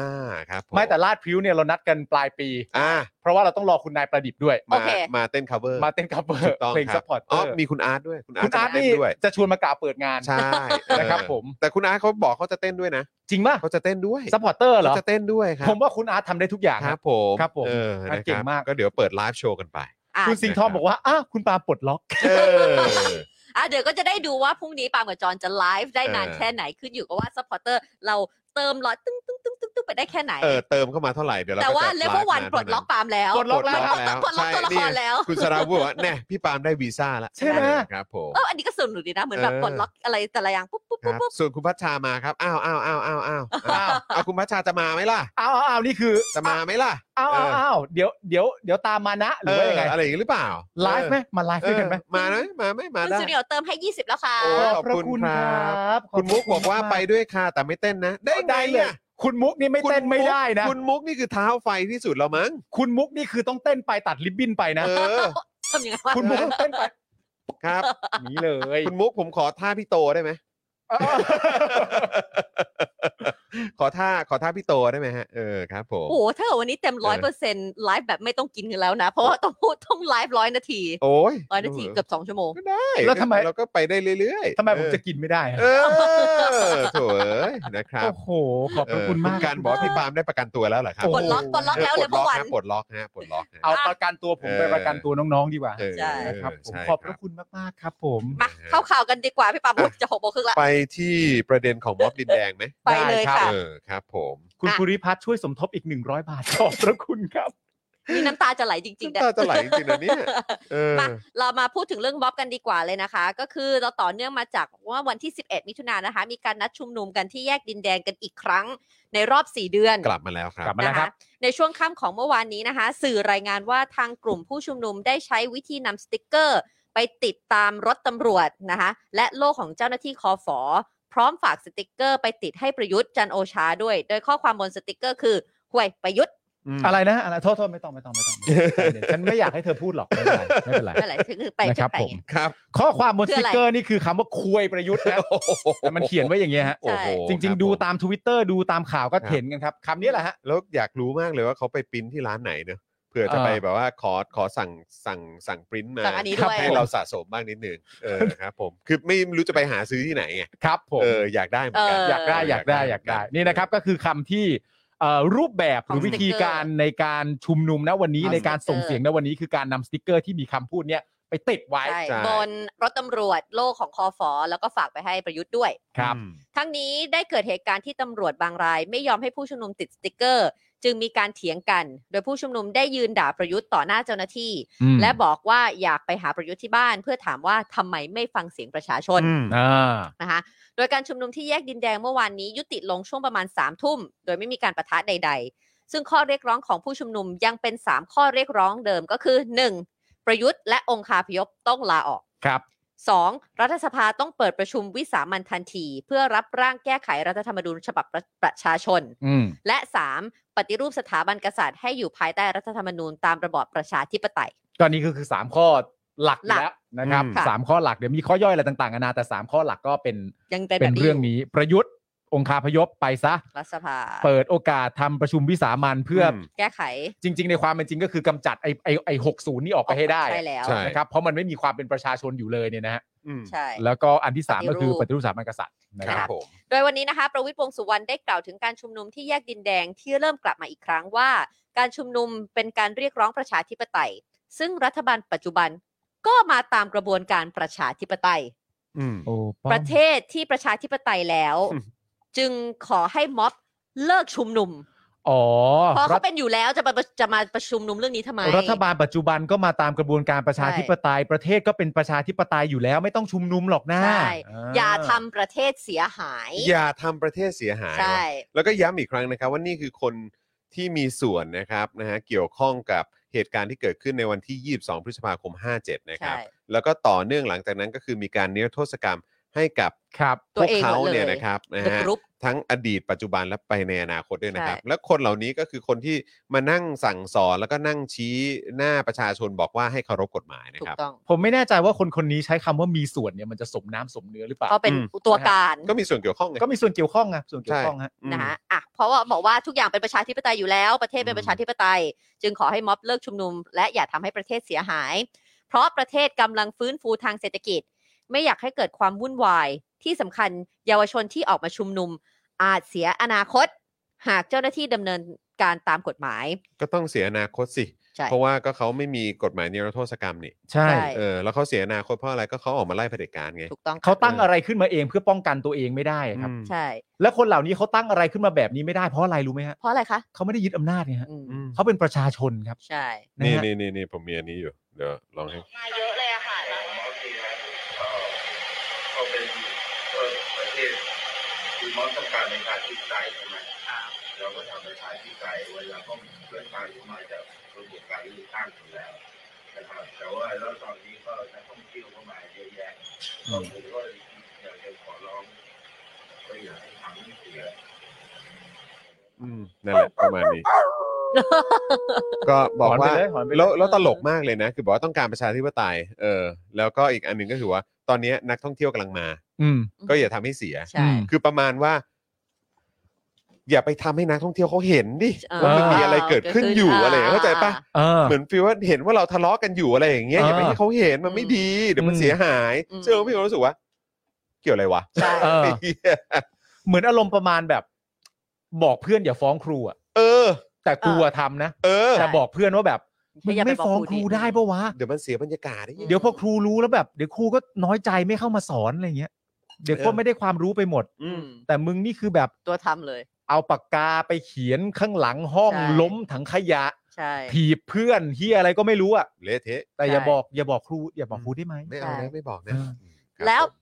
S2: ครับผ
S3: ไม่แต่ลาดพริ้วเนี่ยเรานัดกันปลายปี
S2: อ่า
S3: เพราะว่าเราต้องรอคุณนายประดิษฐ์ด้วย
S2: มา
S4: โอเค
S2: มาเต้น cover
S3: มาเต้นคัฟเวอ
S2: ถู
S3: ร์
S2: กต้อง
S3: เพลง
S2: ค
S3: ซั
S2: รั
S3: พ
S2: บ
S3: พอร์ต
S2: อ๋อมีคุณอาร์ตด้วย
S3: คุณอาร์ต
S2: จะเต้
S3: นี่
S2: ด้วย
S3: จะชวนมากล่าวเปิดงาน
S2: ใช่
S3: นะครับผม
S2: แต่คุณอาร์ตเขาบอกเขาจะเต้นด้วยนะ
S3: จริงป่ะ
S2: เขาจะเต้นด้วย
S3: ซัพพอร์ตเตอร์เหรอ
S2: เขาจะเต้นด้วยครั
S3: ผมว่าคุณอาร์ตทำได้ทุกอย่าง
S2: ครับผม
S3: ครับผม
S2: เออ
S3: อ่ะ
S2: นะครับ
S3: เก่งมาก
S2: ก็เดี๋ยวเปิดไลฟ์โชว์กันไป
S4: อ่ะ
S3: คุณสิงห์ทองบอกว่าอ้าวคุณปาล์มปลดล็อก
S2: เออ
S4: อ่ะเดี๋ยวก็จะได้ดูว่าพรุ่งนี้ปาล์มกับจอนจะไลฟ์ได้นาน
S2: เออ
S4: แค่ไหนขึ้นอยู่กับว่าซัพพอร์เตอร์เราเติมร้อยตึ้งตึ้งตึ้งตึ้งตึ้งไปได้แค่ไหน
S2: เออเติมเข้ามาเท่าไหร่เดี๋ยวเรา
S4: แต่ว่า
S2: ก็จะ
S4: เลเวล
S2: ไฟ์
S4: วัน
S2: มา
S4: ปลดล็อก
S2: เท่านั้น
S4: ปาล์มแล้ว
S3: ปลดล็อกแล้ว
S2: แล้ว
S4: ปลดล็อกตัวละครแล้ว
S2: ใช่นี่คุณสราวุธบอกว่า แน่พี่ปาล์มได้วีซ่าแล้ว
S3: ใช่ไหม
S2: ครับผม
S4: เอออันนี้ก็สนุกดีนะ เหมือนแบบ
S2: เออ
S4: ปลดล็อกอะไรแต่ละอย่างปุ๊บปุ๊บ
S2: ค
S4: ปุ๊บ
S2: รับ
S4: ปุ๊บ
S2: ส่วนคุณพัชชามาครับอ้าวอ้าวอ้าวอ้าว อ้าว
S3: อ้าว
S2: เอาคุณพัชชาจะมาไหมล่ะ
S3: อ้าวอ้าวนี่คือ
S2: จะมาไหมล่ะ
S3: อ้าวอ้าวอ้าวเดี๋ยวเดี๋ยวเดี๋ยวตามมานะหรือว่ายังไง
S2: เอะไรอย่างนี้หรือเปล่า
S3: ไลฟ์ไหมมาไลฟ์
S2: เอ
S3: ด้วย
S2: อ
S3: กันไหม
S2: มานะมาไหมมา
S4: คุณ
S2: ได้
S4: จูเนียร์เติมให้ 20 แล้วค่ะ
S2: โอ้
S3: ข
S2: ย
S3: อบพระคุณครับ
S2: คุณมุกบอกว่าไปด้วยค่ะแต่ไม่เต้นนะ ได้ไง
S3: ได้เลย
S2: อ่ะ
S3: คุณมุกนี่ไม่เต้น
S2: คุณก
S3: ไม่ได้นะ
S2: คุณมุกนี่คือเท้าไฟที่สุดแล้วมั้ง
S3: คุณมุกนี่คือต้องเต้นไปตัดริบบิ้นไปนะ
S2: เออ
S4: ทำยังไงวะ
S3: คุณมุกต้องเต้นไป
S2: ครับ
S3: นี้เลย
S2: คุณมุกผมขอท่าพี่โตได้ ไหม
S3: เออ
S2: ขอท่าขอท่าพี่โตได้ไหมฮะ เออครับผม
S4: โอ้โหถ้าเกิดวันนี้เต็ม
S2: เอ
S4: ร้อ
S2: อ
S4: ยเปอร์เซ็นต์ไลฟ์แบบไม่ต้องกินกันแล้วนะ เพราะ ว่าต้องพูดต้องไลฟ์ร้อยนาที
S2: โอ้ย
S4: ร้อยนาทีเกือบสองชั่วโมง
S2: ก็ได้
S3: แล้วทำไม
S2: เราก็ไปได้เรื่อยๆ
S3: ทำไมผมจะกินไม่ได้อะ
S2: เออโถ่เอ้ยนะครับ
S3: โอ้โห ขอบพระคุณ
S2: เออ
S3: มาก
S2: การบอกว่าพี่ปาล์มได้ประกันตัวแล้วเหรอครับ
S4: ปลดล็อกปลดล็อกแล้วเหลยพวัน
S2: ปลดล็อกฮะปลดล็อกฮะ
S3: เอาประกันตัวผม
S2: เออ
S3: ไปประกันตัวน้องๆดีกว่า
S2: เออ
S4: ใช่
S3: นะครับผม
S2: ใช่
S3: ขอบพระคุณมากๆครับ ผม
S4: มาเข้าข่าวกันดีกว่า พี่ปาล์มอุ๊ยจะหกโมงครึ่งละ
S2: ไปที่ประเด็นของม็อบดินแดงไหม
S4: ไปเลย
S3: ด้รับ
S4: ค่ะ
S2: เออครับ ผม
S3: คุณ
S4: อ่ะ
S3: ภูริพัฒน์ช่วยสมทบอีก 100 บาท ขอบพระคุณครับ
S4: นี่น้ำตาจะไหลจริงๆนะ
S2: น้ำตาจะไหลจริงๆนะเนี่ยเออ
S4: มาเรามาพูดถึงเรื่องม็อบกันดีกว่าเลยนะคะ ก็คือเราต่อเนื่องมาจากว่าวันที่ 11 มิถุนายนนะคะ มีการนัดชุมนุมกันที่แยกดินแดงกันอีกครั้งในรอบ 4 เดือน
S2: กลับมาแล้วครับ
S3: กลับมาแล้วครับ
S4: นะคะในช่วงค่ำของเมื่อวานนี้นะคะ สื่อรายงานว่าทางกลุ่มผู้ชุมนุมได้ใช้วิธีนำสติกเกอร์ ไปติดตามรถตำรวจนะคะและโล่ของเจ้าหน้าที่คอฝอพร้อมฝากสติกเกอร์ไปติดให้ประยุทธ์จันทร์โอชาด้วย โดยข้อความบนสติกเกอร์คือห่วยประยุทธ์
S3: อะไรนะอะไรโทษโทษไม่ต้องไม่ต้อ งไม่ต้องเดี๋ยวฉันไม่อยากให้เธอพูดหรอกไม่เป็นไรไม่เป็นไร
S4: นั่นแหละถึงไป
S3: นะครับ
S4: ไป
S3: ผม
S2: ครับ
S3: ข้อความบนส
S4: คือ
S3: ติก
S4: อะไร
S3: เกอร์นี่คือคำว่าควยประยุทธ์นะแต่มันเขียนไว้อย่างเงี้ยฮะ
S4: ใช่
S2: โอ้โห
S3: จริง
S2: คบ
S3: ๆ ดู
S2: ผม
S3: ตาม Twitter ดูตามข่าวก็เห็นกันครับคำนี้แหละฮะ
S2: แล้วอยากรู้มากเลยว่าเขาไปปริ้นที่ร้านไหนเนอะเผื่อจะ
S3: เออ
S2: ไปแบบว่าขอขอสั่งสั่งสั่งปริ้นมา
S4: สั่งอันนี้ด้วย
S2: ให้เราสะสมบ้างนิดนึงเอ อครับผมคือไม่รู้จะไปหาซื้อที่ไหนไง
S3: ครับผม
S2: เอออยากได้เหมือนกัน
S4: เออ
S3: อ
S4: อ
S3: ยากได้อยากได้อยากได้นี่นะครับก็คือคำที่เอ่อรูปแบบหรือวิธีการในการชุมนุมนะวันนี้
S4: เอา
S3: ในการส่ง
S4: สติ๊กเกอร์
S3: เสียงนะวันนี้คือการนำสติกเกอร์ที่มีคำพูดเนี่ยไปติดไว้
S4: ใช่บนรถตำรวจโล่ของคอฝอแล้วก็ฝากไปให้ประยุทธ์ด้วย
S3: ครับ
S2: อืม
S4: ทั้งนี้ได้เกิดเหตุการณ์ที่ตำรวจบางราย ไม่ยอมให้ผู้ชุมนุมติดสติกเกอร์ จึงมีการเถียงกัน โดยผู้ชุมนุมได้ยืนด่าประยุทธ์ต่อหน้าเจ้าหน้าที่ และบอกว่าอยากไปหาประยุทธ์ที่บ้าน เพื่อถามว่าทำไมไม่ฟังเสียงประชาชน
S2: อืม
S3: อ่า
S4: นะคะโดยการชุมนุมที่แยกดินแดงเมื่อวานนี้ยุติลงช่วงประมาณ3ามทุ่ม โดยไม่มีการประทะใด ๆ ซึ่งข้อเรียกร้องของผู้ชุมนุมยังเป็น 3 ข้อเรียกร้องเดิมก็คือ 1. ประยุทธ์และองคาพยพต้องลาออก
S3: ครับ
S4: สองรัฐสภาต้องเปิดประชุมวิสามันทันที เพื่อรับร่างแก้ไขรัฐธรรมนูญฉบับประประชาชน
S3: อืม
S4: และ 3. ปฏิรูปสถาบันกษัตริย์ให้อยู่ภายใต้รัฐธรรมนูญตามระบอบประชาธิปไตย
S3: ก็นี่ก็คือสามข้อหลักอยู่แล้วนะครับ
S2: อืม
S4: ค่ะ
S3: สามข้อหลักเดี๋ยวมีข้อย่อยอะไรต่างๆนานาแต่สามข้อหลักก็เป็น
S4: ยังเป็นแบ
S3: เป็น
S4: บ
S3: เรื่องนี้ประยุทธ์ องคาพยพไปซะ
S4: รัฐสภา
S3: เปิดโอกาสทำประชุมวิสามันเพื่ออ
S2: ม
S4: แก้ไข
S3: จริง ๆ ในความเป็นจริงก็คือกำจัดไอ้ไอ้ไอ้หกศูนย์นี่ออกไปให้ได้
S4: ใช่แล้ว
S2: ใช่
S3: นะครับเพราะมันไม่มีความเป็นประชาชนอยู่เลยเนี่ยนะฮะ
S2: อืม
S4: ใช่
S3: แล้วก็อันที่สาม
S4: ปฏิรู
S3: ก็
S4: ป
S3: คือปฏิรูปสถาบันกษัตริย์นะ
S2: ค
S3: ค
S2: รั
S3: รั
S2: บบ ผม
S4: โดยวันนี้นะคะ ประวิตรวงษ์สุวรรณได้กล่าวถึงการชุมนุมที่แยกดินแดงที่เริ่มกลับมาอีกครั้งว่า การชุมนุมเป็นการเรียกร้องประชาธิปไตย ซึ่งรัฐบาลปัจจุบันก็มาตามกระบวนการประชาธิปไตย
S2: อืม
S3: โอ้อม
S4: ประเทศที่ประชาธิปไตยแล้ว
S2: อืม
S4: จึงขอให้ม็อบเลิกชุมนุม
S3: อ๋อ
S4: พอ
S3: รั
S4: เขา
S3: ฐ
S4: เป็นอยู่แล้วจะมาจะมาประชุมนุมเรื่องนี้ทำไม
S3: รัฐบาลปัจจุบันก็มาตามกระบวนการประชาธิปไตย ประเทศก็เป็นประชาธิปไตยอยู่แล้วไม่ต้องชุมนุมหรอกนะ
S4: ใช่ อย่าทำ
S3: อ่
S4: ประเทศเสียหาย
S2: อย่าทำประเทศเสียหาย
S4: ใช่
S2: แล้วก็ย้ำอีกครั้งนะครับว่านี่คือคนที่มีส่วนนะครับนะฮะเกี่ยวข้องกับเหตุการณ์ที่เกิดขึ้นในวันที่ 22 พฤษภาคม 57 นะครับ
S4: ใช่
S2: แล้วก็ต่อเนื่องหลังจากนั้นก็คือมีการเนรโทษกรรมให้กับ
S3: ครับ
S2: พ
S4: ตัว
S2: วก
S4: เองหมด
S2: เขาเนี่ย
S4: เลย
S2: นะครับนะ
S4: The
S2: ฮะ
S4: group
S2: ทั้งอดีตปัจจุบันและไปในอนาคตด้วยนะครับ
S4: ใช่
S2: และคนเหล่านี้ก็คือคนที่มานั่งสั่งสอนแล้วก็นั่งชี้หน้าประชาชนบอกว่าให้เคารพกฎหมายนะ
S4: ถู
S2: ค
S4: ก
S2: รับ
S4: ต้อง
S3: ผมไม่แน่ใจว่าคนคนนี้ใช้คำว่ามีส่วนเนี่ยมันจะสมน้ำสมเนื้อหรือเปล่า
S4: ก็เป็น
S2: อืม
S4: ตัวการ
S2: ก็มีส่วนเกี่ยวข้องไง
S3: ก็มีส่วนเกี่ยวข้องอะส่วนเกี่ยวข้องฮะ
S2: อืม
S4: นะคะอ่ะเพราะว่าบอกว่าทุกอย่างเป็นประชาธิปไตยอยู่แล้ว ประเทศเป็
S2: อื
S4: น
S2: ม
S4: ประชาธิปไตย จึงขอให้ม็อบเลิกชุมนุม และอย่าทำให้ประเทศเสียหาย เพราะประเทศกำลังฟื้นฟูทางเศรษฐกิจ ไม่อยากให้เกิดความวุ่นวาย ที่สำคัญเยาวชนที่ออกมาชุมนุม อาจเสียอนาคต หากเจ้าหน้าที่ดำเนินการตามกฎหมาย
S2: ก็ต้องเสียอนาคตสิ
S4: ใช่
S2: เพราะว่าก็เขาไม่มีกฎหมายนิรโทษกรรมนี่
S3: ใช่
S4: ใช่
S2: เออแล้วเขาเสียอนาคตเพราะอะไรก็เขาออกมาไล่เผด็จการไง
S4: ถูกต้อง
S3: เขาตั้งอะไรขึ้นมาเองเพื่อป้องกันตัวเองไม่ได้ครับ
S2: อืม
S4: ใช่
S3: แล้วคนเหล่านี้เขาตั้งอะไรขึ้นมาแบบนี้ไม่ได้เพราะอะไรรู้ไหมฮะ
S4: เพราะอะไรคะ
S3: เขาไม่ได้ยึดอำนาจเนี่ยฮะ
S4: อืม
S2: อืม
S3: เขาเป็นประชาชนครับ
S4: ใช่
S3: ะ
S2: นี่
S3: ฮะ
S2: นี่นี่นี่ผมมีอันนี้อยู่ เดี๋ยวลองให้
S5: มาเยอะเลยอะค่ะ
S6: ก็เป็นก็ประเทศคือมันต้องการเป็นประชาธิปไตยใช่ไหมเราก็ทำประชาธิปไตยไว้แล้วก็เลือกตั้งขึ้นมาจากระบบการเลือกตั้งอยู่แล้วนะครับแต่ว่าแล้วตอนนี้ก็นักท่องเที่ยวเข้ามาเยอะแยะก็ผมก็อยากจะขอร้องก็อยากให้ทำให้เสีย
S2: อืมนั่นแหละประมาณ นี้ ก็บอกว่า
S3: ถอนไปเลยถอนไปเลย
S2: แล้วแล้วตลกมากเลยนะ คือบอกว่าต้องการประชาธิปไตยเออ แล้วก็อีกอันหนึ่งก็คือว่า ตอนนี้นักท่องเที่ยวกำลังมา
S3: อืม
S2: ก็อย่าทำให้เสีย
S4: ใช่
S3: อืม
S2: คือประมาณว่า อย่าไปทำให้นักท่องเที่ยวเขาเห็นดิ
S4: เออ
S2: ว่ามันมีอะไรเกิดขึ้นอยู่อะไรอย่างเงี้ยเข้าใจปะ
S3: เออ
S2: เหมือนฟีลว่าเห็นว่าเราทะเลาะกันอยู่อะไรอย่างเงี้ยอย่าไป
S3: อ่า
S2: ให้เขาเห็นมันไม่ดีเดี๋ยวมัน
S3: อืม
S2: เสียหาย
S4: อืม
S2: เชื่อว่าพี่ก็รู้สึกว่า เกี่ยวอะไรวะ
S4: ใช่
S3: เออ
S2: ไอ้เหี้ย
S3: เหมือนอารมณ์ประมาณแบบ บอกเพื่อนอย่าฟ้องครูอะ
S2: เออ
S3: แต่กูอะทำนะ
S2: เออ
S3: แต่บอกเพื่อนว่าแบบมึง
S4: อย่าไป
S3: ไม่ฟ้อง
S4: บอกค
S3: ค
S4: รู
S3: รู
S4: ดิ
S3: ได้ปะวะ
S2: เดี๋ยวมันเสียบรรยากาศไอ้เหี้ย
S3: เดี๋ยวพอครูรู้แล้วแบบเดี๋ยวครูก็น้อยใจไม่เข้ามาสอนอะไรเงี้ยเดี๋ยวก็
S2: เออ
S3: ไม่ได้ความรู้ไปหมด
S2: อืม
S3: แต่มึงนี่คือแบบ
S4: ตัวทำเลย
S3: เอาปากกาไปเขียนข้างหลังห้อง
S4: ใช่
S3: ล้มถังขยะ
S4: ใช่
S3: ถีบเพื่อนเฮียอะไรก็ไม่รู้อะ
S2: เละเทะ
S3: แต่อย่า
S4: ใช่
S3: บอกอย่าบอกครูอย่าบอกครูได้ไหม
S2: ไม่เอา
S4: ใช่
S2: นะไม่บอกนะ
S3: อ
S2: ค
S3: ่า
S2: รับ
S4: แล้ว
S2: ผม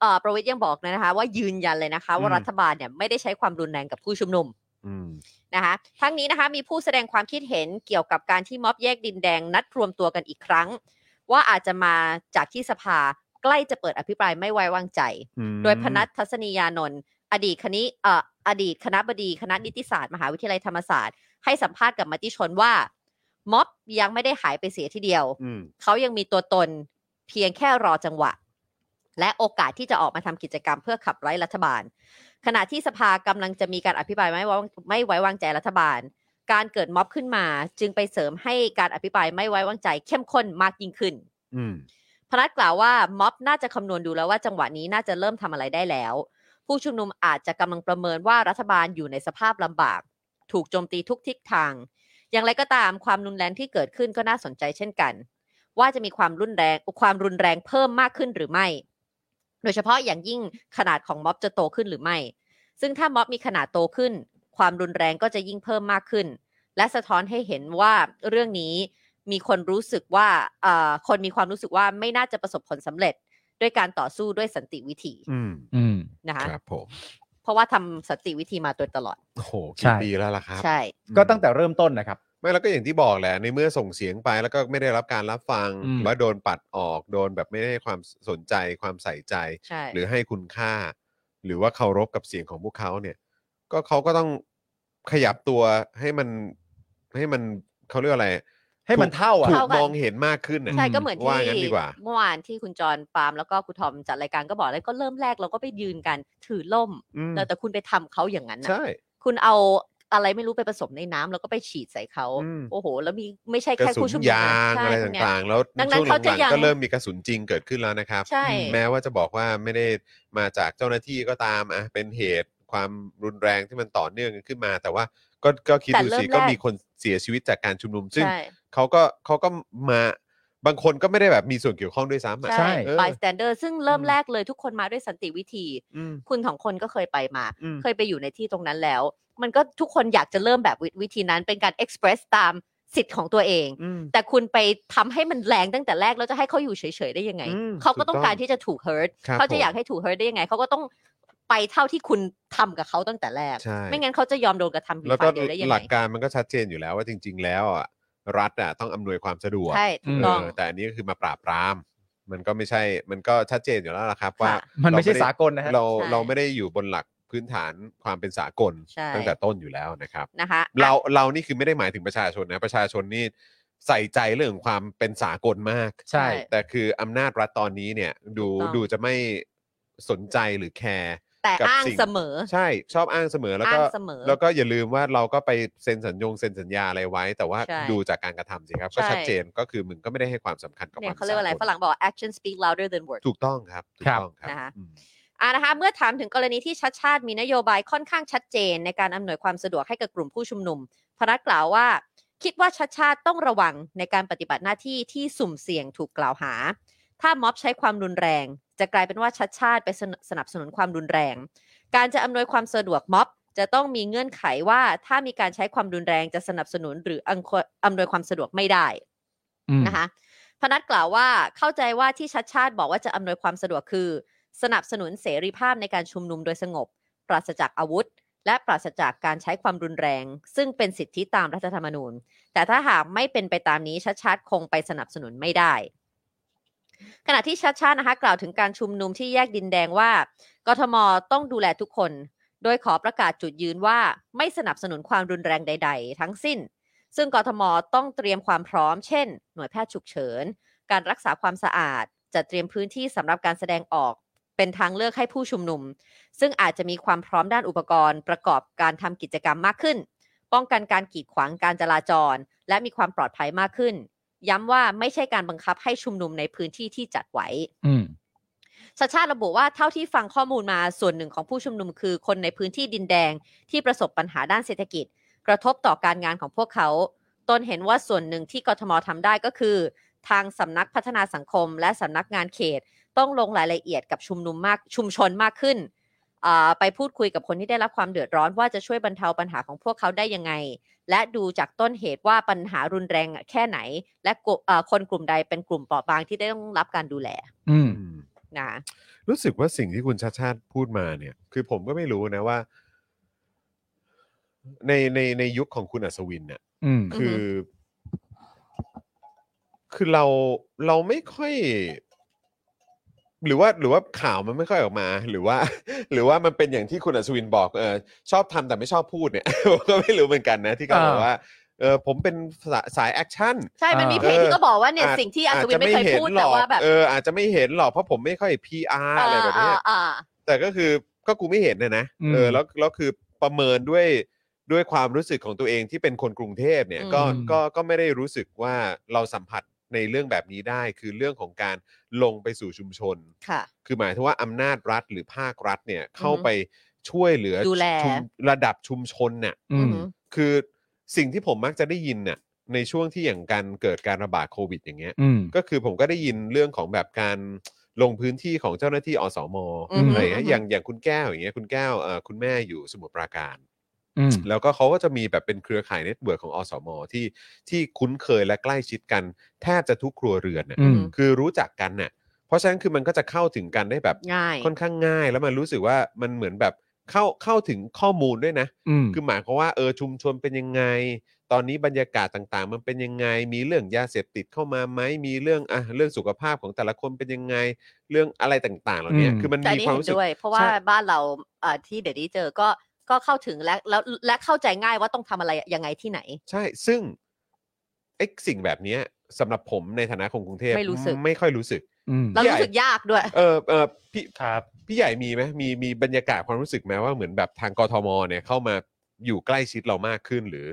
S4: เอ่อประวิทย์ยังบอกเลยนะคะ ว่ายืนยันเลยนะคะ ว่า
S2: อืม
S4: รัฐบาลเนี่ยไม่ได้ใช้ความรุนแรงกับผู้ชุมนุม
S2: อืม
S4: นะคะทั้งนี้นะคะมีผู้แสดงความคิดเห็นเกี่ยวกับการที่ม็อบแยกดินแดงนัดรวมตัวกันอีกครั้ง ว่าอาจจะมาจากที่สภาใกล้จะเปิดอภิปรายไม่ไว้วางใจ โดยพนัททัศนียานนท์อดีตคณิเอ่ออดีตคณะบดีคณะนิติศาสตร์ มหาวิทยาลัยธรรมศาสตร์ ให้สัมภาษณ์กับมติชนว่า ม็อบยังไม่ได้หายไปเสียทีเดียว
S2: อืม
S4: เขายังมีตัวตนเพียงแค่รอจังหวะ และโอกาสที่จะออกมาทำกิจกรรมเพื่อขับไล่รัฐบาล ขณะที่สภากำลังจะมีการอภิปรายไม่ไว้วางไม่ไว้วางใจรัฐบาล การเกิดม็อบขึ้นมา จึงไปเสริมให้การอภิปรายไม่ไว้วางใจ เข้มข้นมากยิ่งขึ้น
S2: อืม
S4: พนัสกล่าวว่าม็อบน่าจะคำนวณดูแล้วว่าจังหวะนี้น่าจะเริ่มทำอะไรได้แล้ว ผู้ชุมนุมอาจจะกำลังประเมินว่ารัฐบาลอยู่ในสภาพลำบาก ถูกโจมตีทุกทิศทาง อย่างไรก็ตามความรุนแรงที่เกิดขึ้นก็น่าสนใจเช่นกัน ว่าจะมีความรุนแรงความรุนแรงเพิ่มมากขึ้นหรือไม่ โดยเฉพาะอย่างยิ่งขนาดของม็อบจะโตขึ้นหรือไม่ ซึ่งถ้าม็อบมีขนาดโตขึ้น ความรุนแรงก็จะยิ่งเพิ่มมากขึ้น และสะท้อนให้เห็นว่าเรื่องนี้มีคนรู้สึกว่าเอ่อคนมีความรู้สึกว่าไม่น่าจะประสบผลสำเร็จ ด้วยการต่อสู้ด้วยสันติวิธี
S2: อืม
S3: อืม
S4: นะคะ
S2: ครับผม
S4: เพราะว่าทำสันติวิธีมาโดยตลอด
S2: โอ้โห
S3: ใช่
S2: กี่ปีแล้วล่ะครับ
S4: ใช่
S2: อืม
S3: ก็ตั้งแต่เริ่มต้นนะครับ
S2: ไม่แล้วก็อย่างที่บอกแหละ ในเมื่อส่งเสียงไปแล้วก็ไม่ได้รับการรับฟัง
S3: อืม
S2: หรือว่าโดนปัดออกโดนแบบไม่ได้ความสนใจความใส่ใจ
S4: ใช่
S2: หรือให้คุณค่า หรือว่าเคารพกับเสียงของพวกเขาเนี่ย ก็เขาก็ต้องขยับตัวให้มันให้มันเขาเรียกอะไร
S3: ให้มันเท่าอ่ะ
S2: ถูกมองเห็นมากขึ้นน่ะ
S4: ใช่ก็เหมือน
S2: ว่า
S4: ที่
S2: งั้นดีกว่า
S4: เมื่อวานที่คุณจรปาล์มแล้วก็คุณทอมจัดรายการก็บอกแล้วก็เริ่มแรกเราก็ไปยืนกันถือล่ม
S2: อืม
S4: แล้วแต่คุณไปทำเขาอย่างนั้นนะ
S2: ใช่
S4: คุณเอาอะไรไม่รู้ไปผสมในน้ำแล้วก็ไปฉีดใส่เขา
S2: อืม
S4: โอ้โห แล้วมีไม่ใช่
S2: กระ
S4: แค่
S2: สุ
S4: ผู้
S2: น
S4: ชุมนุม
S2: ยาง
S4: ใช่
S2: อะไร
S4: พวกเนี้ย
S2: ต่างๆ แล้ว
S4: ดังนั้
S2: ช่
S4: น
S2: วง
S4: เขา
S2: ห
S4: จะ
S2: ลัง
S4: ยัง
S2: ๆก็เริ่มมีกระสุนจริงเกิดขึ้นแล้วนะครับ
S4: ใช่
S2: แม้ว่าจะบอกว่าไม่ได้มาจากเจ้าหน้าที่ก็ตามอ่ะเป็นเหตุความรุนแรงที่มันต่อเนื่องกันขึ้นมา แต่ว่าก็ก็คิด
S4: แต่
S2: ดู
S4: เริ่ม
S2: สิก็
S4: แรก
S2: มีคนเสียชีวิตจากการชุมนุม ซึ่ง
S4: ใช่
S2: เขาก็เขาก็มาบางคนก็ไม่ได้แบบมีส่วนเกี่ยวข้องด้วยซ้ำอะ
S3: ใช่
S4: ใช่
S2: เออ
S4: bystander ซึ่งเริ่ม
S2: อืม
S4: แรกเลยทุกคนมาด้วยสันติวิธี
S2: อืม
S4: คุณสองคนก็เคยไปมา
S2: อืม
S4: เคยไปอยู่ในที่ตรงนั้นแล้ว มันก็ทุกคนอยากจะเริ่มแบบวิวิธีนั้นเป็นการเอ็กซ์เพรสตามสิทธิ์ของตัวเอง
S2: อืม
S4: แต่คุณไปทำให้มันแรงตั้งแต่แรก แล้วจะให้เขาอยู่เฉยๆได้ยังไง
S2: อืม
S4: เขาก็
S2: ถูกต้
S4: ต้
S2: อ
S4: อง งการที่จะถูกเฮิร์ต
S2: ครับ
S4: เขาจะ
S2: ผม
S4: อยากให้ถูกเฮิร์ตได้ยังไง เขาก็ต้องไปเท่าที่คุณทำกับเขาตั้งแต่แรก
S2: ใช่
S4: ไม่งั้นเขาจะยอมโดนกระทำอยู่
S2: แล้วก็
S4: ฝ่ายเดียวได้ยัง
S2: ห
S4: ไง
S2: ลักการมันก็ชัดเจนอยู่แล้วว่าจริง ๆ แล้วอ่ะรัฐอ่ะต้องอำนวยความสะดวก
S4: ใช่ถูกต้อง
S2: เออแต่อันนี้ก็คือมาปราบปราม มันก็ไม่ใช่ มันก็ชัดเจนอยู่แล้วล่ะครับ
S4: ค่ะ
S2: ว่า
S3: มันไม่ใช่
S2: เรด้
S3: สากลนะฮะ
S2: เรา
S4: ใช่
S2: เราไม่ได้อยู่บนหลักพื้นฐานความเป็นสากล
S4: ใช่
S2: ตั้งแต่ต้นอยู่แล้วนะครับ
S4: นะคะ
S2: เราเรานี่คือไม่ได้หมายถึงประชาชนนะ ประชาชนนี่ใส่ใจเรื่องของความเป็นสากลมาก
S3: ใช่
S2: แต่คืออำนาจรัฐตอนนี้เนี่ยดูดูจะไม่สนใจหรือแคร์
S4: แต่
S2: กับ
S4: อ้าง
S2: สิ่ง
S4: เสมอ
S2: ใช่ชอบอ้างเสมอแล้วก็
S4: อ้างเสมอ
S2: แล้วก็อย่าลืมว่าเราก็ไปเซ็นสัญญงเซ็นสัญญาอะไรไว้ แต่ว่า
S4: ใช่
S2: ดูจากการกระทำสิครับ ก็
S4: ใช่
S2: ชัดเจนก็คือมึงก็ไม่ได้ให้ความสำคัญกับ
S4: เนี่
S2: ควาย ม
S4: เขาเรียกว่าอะไร
S2: สากล
S4: ฝรั่งบอกว่า action speak louder than words
S2: ถูกต้องครับถูก
S3: ครับ
S2: ต้องครับ
S4: นะคะ
S2: อืม
S4: อ่านะคะเมื่อถามถึงกรณีที่ชัดชาติมีนโยบายค่อนข้างชัดเจน ในการอำนวยความสะดวกให้กับกลุ่มผู้ชุมนุม พนักกล่าวว่า คิดว่าชัดชาติต้องระวังในการปฏิบัติหน้าที่ที่สุ่มเสี่ยงถูกกล่าวหา ถ้าม็อบใช้ความรุนแรง จะกลายเป็นว่าชัดชาติไปสนสนับสนุนความรุนแรง การจะอำนวยความสะดวกม็อบ จะต้องมีเงื่อนไขว่าถ้ามีการใช้ความรุนแรงจะสนับสนุนหรืออังควอำนวยความสะดวกไม่ได้
S3: อืม
S4: นะคะพนัทกล่าวว่าเข้าใจว่าที่ชัดชาติบอกว่าจะอำนวยความสะดวกคือ สนับสนุนเสรีภาพในการชุมนุมโดยสงบ ปราศจากอาวุธ และปราศจากการใช้ความรุนแรง ซึ่งเป็นสิทธิตามรัฐธรรมนูญ แต่ถ้าหากไม่เป็นไปตามนี้ชัดชาติคงไปสนับสนุนไม่ได้ ขณะที่ชัดชาตินะคะกล่าวถึงการชุมนุมที่แยกดินแดงว่ากทมต้องดูแลทุกคน โดยขอประกาศจุดยืนว่าไม่สนับสนุนความรุนแรงใด ๆ ทั้งสิ้น ซึ่งกทมต้องเตรียมความพร้อม เช่น หน่วยแพทย์ฉุกเฉิน การรักษาความสะอาด จัดเตรียมพื้นที่สำหรับการแสดงออก เป็นทางเลือกให้ผู้ชุมนุม ซึ่งอาจจะมีความพร้อมด้านอุปกรณ์ ประกอบการทำกิจกรรมมากขึ้น ป้องกันการกีดขวางการจราจร และมีความปลอดภัยมากขึ้น ย้ำว่าไม่ใช่การบังคับให้ชุมนุมในพื้นที่ที่จัดไว้
S3: อืม
S4: ชาชาติระบุว่าเท่าที่ฟังข้อมูลมาส่วนหนึ่งของผู้ชุมนุมคือคนในพื้นที่ดินแดงที่ประสบปัญหาด้านเศรษฐกิจ กระทบต่อการงานของพวกเขา ตนเห็นว่าส่วนหนึ่งที่กทมทำได้ก็คือ ทางสำนักพัฒนาสังคม และสำนักงานเขต ต้องลงรายละเอียดกับชุมนุมมากชุมชนมากขึ้นอ่าไปพูดคุยกับคนที่ได้รับความเดือดร้อนว่าจะช่วยบรรเทาปัญหาของพวกเขาได้ยังไง และดูจากต้นเหตุว่าปัญหารุนแรงแค่ไหน และกลุ่มเอ่อคนกลุ่มใดเป็นกลุ่มเปราะบางที่ได้ต้องรับการดูแล
S3: อืม
S4: นะ
S2: รู้สึกว่าสิ่งที่คุณชาติชาติพูดมาเนี่ย คือผมก็ไม่รู้นะว่า ในในในยุคของคุณอัศวินเนี่ย
S3: อืม
S2: คืออคือเราเราไม่ค่อย หรือว่าหรือว่าข่าวมันไม่ค่อยออกมา หรือว่า หรือว่ามันเป็นอย่างที่คุณอัศวินบอกเออชอบทำแต่ไม่ชอบพูดเนี่ย ผมก็ไม่รู้เหมือนกันนะที่เขาบอก
S3: อ่า
S2: ว่าเออผมเป็นสายสายแอคชั่น
S4: ใช่ มันมีเพจ
S2: เออ
S4: ที่ก็บอกว่าเนี่ย
S2: อาจ
S4: สิ่งที่อัศวินไม่เคยพูด
S2: หร
S4: แต่
S2: อก
S4: ว่าแบบ
S2: เอออาจจะไม่เห็นหรอกเพราะผมไม่ค่อย PR อะไรแบบเนี้ย
S4: เออเออเออ
S2: แต่ก็คือก็กูไม่เห็นนะนะ
S3: อืม
S2: เออแล้วแล้วคือประเมินด้วยด้วยความรู้สึกของตัวเองที่เป็นคนกรุงเทพเนี่ย
S4: อืม
S2: ก็ก็ก็ไม่ได้รู้สึกว่าเราสัมผัสในเรื่องแบบนี้ได้ คือเรื่องของการลงไปสู่ชุมชน
S4: ค่ะ
S2: คือหมายถึงว่าอำนาจรัฐหรือภาครัฐเนี่ยเข้า
S4: อือฮึ
S2: ไปช่วยเหลือ
S4: ดูแล
S2: ชุมระดับชุมชนเนี่ย
S3: อืม
S4: อืม
S2: คือสิ่งที่ผมมักจะได้ยินน่ะในช่วงที่อย่างการเกิดการระบาดโควิด อย่างเงี้ย
S3: อืม
S2: ก็คือผมก็ได้ยินเรื่องของแบบการลงพื้นที่ของเจ้าหน้าที่อสม
S4: อือฮึ
S2: อะไรอย่างเงี้ย
S4: อือฮึ
S2: อย่างอย่างคุณแก้วอย่างเงี้ยคุณแก้วเอ่อคุณแม่อยู่สมุทรปราการ
S3: อืม
S2: แล้วก็เขาก็จะมีแบบเป็นเครือข่ายเน็ตเวิร์กของอสมที่ที่คุ้นเคยและใกล้ชิดกัน แทบจะทุกครัวเรือนน่ะ
S3: อืม
S2: คือรู้จักกันน่ะเพราะฉะนั้นคือมันก็จะเข้าถึงกันได้แบบ
S4: ง่าย
S2: ค่อนข้างง่าย แล้วมันรู้สึกว่ามันเหมือนแบบ เข้าเข้าถึงข้อมูลด้วยนะ
S3: อืม
S2: คือหมายความว่าเออชุมชนเป็นยังไง ตอนนี้บรรยากาศต่างๆ มันเป็นยังไง มีเรื่องยาเสพติดเข้ามาไหมมีเรื่องอ่ะเรื่องสุขภาพของแต่ละคนเป็นยังไง เรื่องอะไรต่างๆเหล่านี้
S3: อืม
S2: คือมัน
S4: แต่อั
S2: มี
S4: นนี้
S2: ความ
S4: เห็
S2: รู้
S4: น
S2: สึก
S4: ด้วย เพราะว่า
S2: ใช่
S4: บ้านเราเอ่อที่เดี๋ยวนี้เจอก็ก็เข้าถึงและแล้วและเข้าใจง่ายว่าต้องทำอะไรยังไงที่ไหน
S2: ใช่ ซึ่งไอ้สิ่งแบบเนี้ยสำหรับผมในฐานะคนกรุงเทพ
S4: ไม่รู้สึก
S2: ไม่ค่อยรู้สึก
S3: อืม
S4: เรารู้สึกยากด้วย
S2: เออเออพี่
S5: ครับ
S2: พี่ใหญ่มีไหมมีมีบรรยากาศความรู้สึกไหมว่าเหมือนแบบทางกทมเนี่ยเข้ามาอยู่ใกล้ชิดเรามากขึ้นหรือ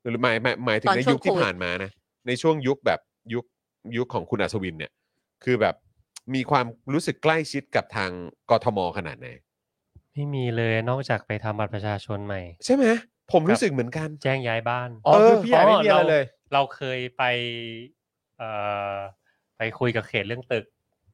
S2: หรือหมายหมายหมายถึง
S4: ตอน
S2: ใน
S4: ช่วง
S2: ยุคที่
S4: โควิด
S2: ผ่านมานะในช่วงยุคแบบยุคยุคของคุณอัศวินเนี่ย คือแบบมีความรู้สึกใกล้ชิดกับทางกทมขนาดไหน
S5: ไม่มีเลยนอกจากไปทำบัตรประชาชนใหม่
S2: ใช่ไหมผม
S5: ครับ
S2: รู้สึกเหมือนกัน
S5: แจ้งย้ายบ้าน
S3: อ๋อคือพี่ใหญ่ไม่มีอะไรเลย
S5: เราเคยไปเอ่อไปคุยกับเขตเรื่องตึก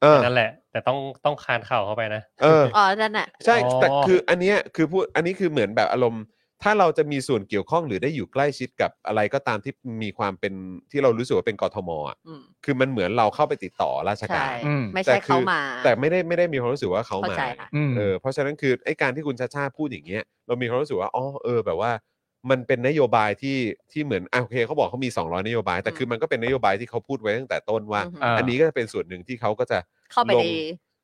S2: เออ
S5: นั่นแหละ แต่ต้องต้องคานเข่าเข้าไปนะ
S2: เออ
S4: อ๋อนั่นน่ะ
S2: ใช่
S3: อ๋อ
S2: แต่คืออันเนี้ยคือพูดอันนี้คือเหมือนแบบอารมณ์ ถ้าเราจะมีส่วนเกี่ยวข้องหรือได้อยู่ใกล้ชิดกับอะไรก็ตามที่มีความเป็นที่เรารู้สึกว่าเป็นกทมอ่ะ
S4: อืม
S2: คือมันเหมือนเราเข้าไปติดต่อราช
S4: ใช่
S2: การ
S3: อืม
S4: ไม่
S2: แต่
S4: ใช่
S2: คื
S4: เขา
S2: อ
S4: มา
S2: แต่ไม่ได้ไม่ได้มีความรู้สึกว่าเขา
S4: เข้า
S2: มา
S4: ใจค่ะ
S3: อืม
S2: เออเพราะฉะนั้นคือไอ้การที่คุณชาชาพูดอย่างเงี้ยเรามีความรู้สึกว่าอ๋อเออแบบว่า มันเป็นนโยบายที่ที่เหมือนอ่ะโอเคเขาบอกเขามี 200 นโยบาย แต่คือมันก็เป็นนโยบายที่เขาพูดไว้ตั้งแต่ต้นว่า
S4: อือฮึ
S3: อ่า
S2: อันนี้ก็จะเป็นส่วนหนึ่งที่เขาก็จะ
S4: เข้าไป
S2: ลง
S4: ใน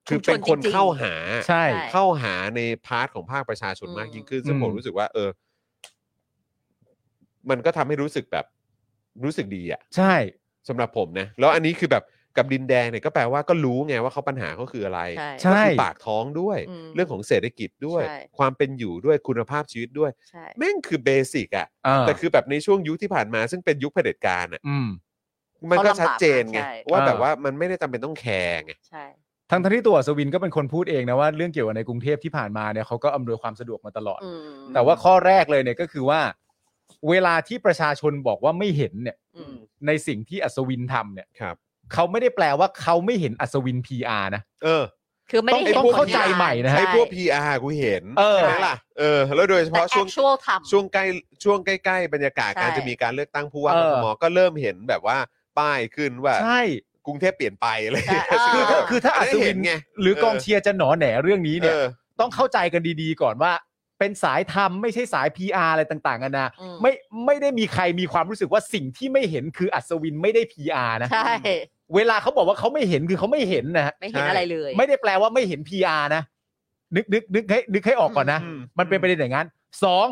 S2: คื
S4: ชุ
S2: อ
S4: มช
S2: เป็น
S4: นจ
S2: คน
S4: ริง
S2: เข้าหา
S3: ใช่
S4: ใช่
S2: เข้าหาในพาร์ทของภาคประชาชนมากยิ่งขึ้น ซึ่ง
S3: อืม
S2: ผมรู้สึกว่า เออ มันก็ทำให้รู้สึกแบบรู้สึกดีอะ
S3: ใช่
S2: สำหรับผมนะ แล้วอันนี้คือแบบกับดินแดงเนี่ยก็แปลว่าก็รู้ไงว่าเขาปัญหาเขาคืออะไร
S4: ใช่
S3: ใช่
S2: ก็คือปากท้องด้วย
S4: อืม
S2: เรื่องของเศรษฐกิจด้วย
S4: ใช่
S2: ความเป็นอยู่ด้วยคุณภาพชีวิตด้วย
S4: ๆใช่
S2: แม่งคือเบสิกอะ
S3: อ่า
S2: แต่คือแบบในช่วงยุคที่ผ่านมา ซึ่งเป็นยุคเผด็จการอะ
S3: อืม
S2: มันก็ชัดเจนไง
S4: เขาลำบากมากใช่
S2: ว่า
S3: อ่า
S2: แบบว่ามันไม่ได้จำเป็นต้องแคร์ไง
S4: ใช่
S3: ทั้งทที่ตัวอัศวินก็เป็นคนพูดเองนะว่าเรื่องเกี่ยวกับในกรุงเทพที่ผ่านมาเนี่ยเขาก็อำนวยความสะดวกมาตลอด
S4: อืม
S3: แต่ว่าข้อแรกเลยเนี่ยก็คือว่า เวลาที่ประชาชนบอกว่าไม่เห็นเนี่ย
S4: อืม
S3: ในสิ่งที่อัศวินทำเนี่ย
S2: ครับ
S3: เขาไม่ได้แปลว่าเขาไม่เห็นอัศวิน PR นะ
S2: เออ
S4: คือไม่ได้
S2: ต้อง
S4: เห็น
S2: ต้อง
S4: ผล
S2: เข้าใจ
S4: งน
S3: ใหม่นะฮะ
S2: ไอ้พวก
S4: ใช่
S2: PR กูเห็น
S3: เออ
S2: ใช่ไหมล่ะเออแล้วโดยเฉ
S4: แต่
S2: พาะช่วง
S4: actual ทำ
S2: ช่วงใกล้ช่วงใกล้ๆบรรยากาศ
S4: ใช่
S2: การจะมีการเลือกตั้งผู้ว่า
S3: เอก อ
S2: ทมก็เริ่มเห็นแบบว่าป้ายขึ้นว่า
S3: ใช่
S2: กรุงเทพเปลี่ยนไปอะไรอย่าง
S4: ใช่
S2: เงี้ย
S4: เออ
S3: คือถ้าคือถ้าอัศ
S2: เห็
S3: วิน
S2: นไง
S3: หรือ
S2: เออ
S3: กองเชียร์จะหนอแหนเรื่องนี้เนี่ย
S2: เออ
S3: ต้องเข้าใจกันดีๆก่อนว่า เป็นสายธรรมไม่ใช่สาย PR อะไรต่างๆกันานะ
S4: อืม
S3: ไม่ไม่ได้มีใครมีความรู้สึกว่าสิ่งที่ไม่เห็นคืออัศวินไม่ได้ PR นะ
S4: ใช่
S3: เวลาเขาบอกว่าเขาไม่เห็นคือเขาไม่เห็นนะฮะ
S4: ไม่เห็น
S2: ใช่
S4: อะไรเลย
S3: ไม่ได้แปลว่าไม่เห็น PR นะ นึกนึกนึกให้นึกให้ออกก่อนนะ
S2: อืม
S3: มันเป็นประเด็นอย่างนั้นสอง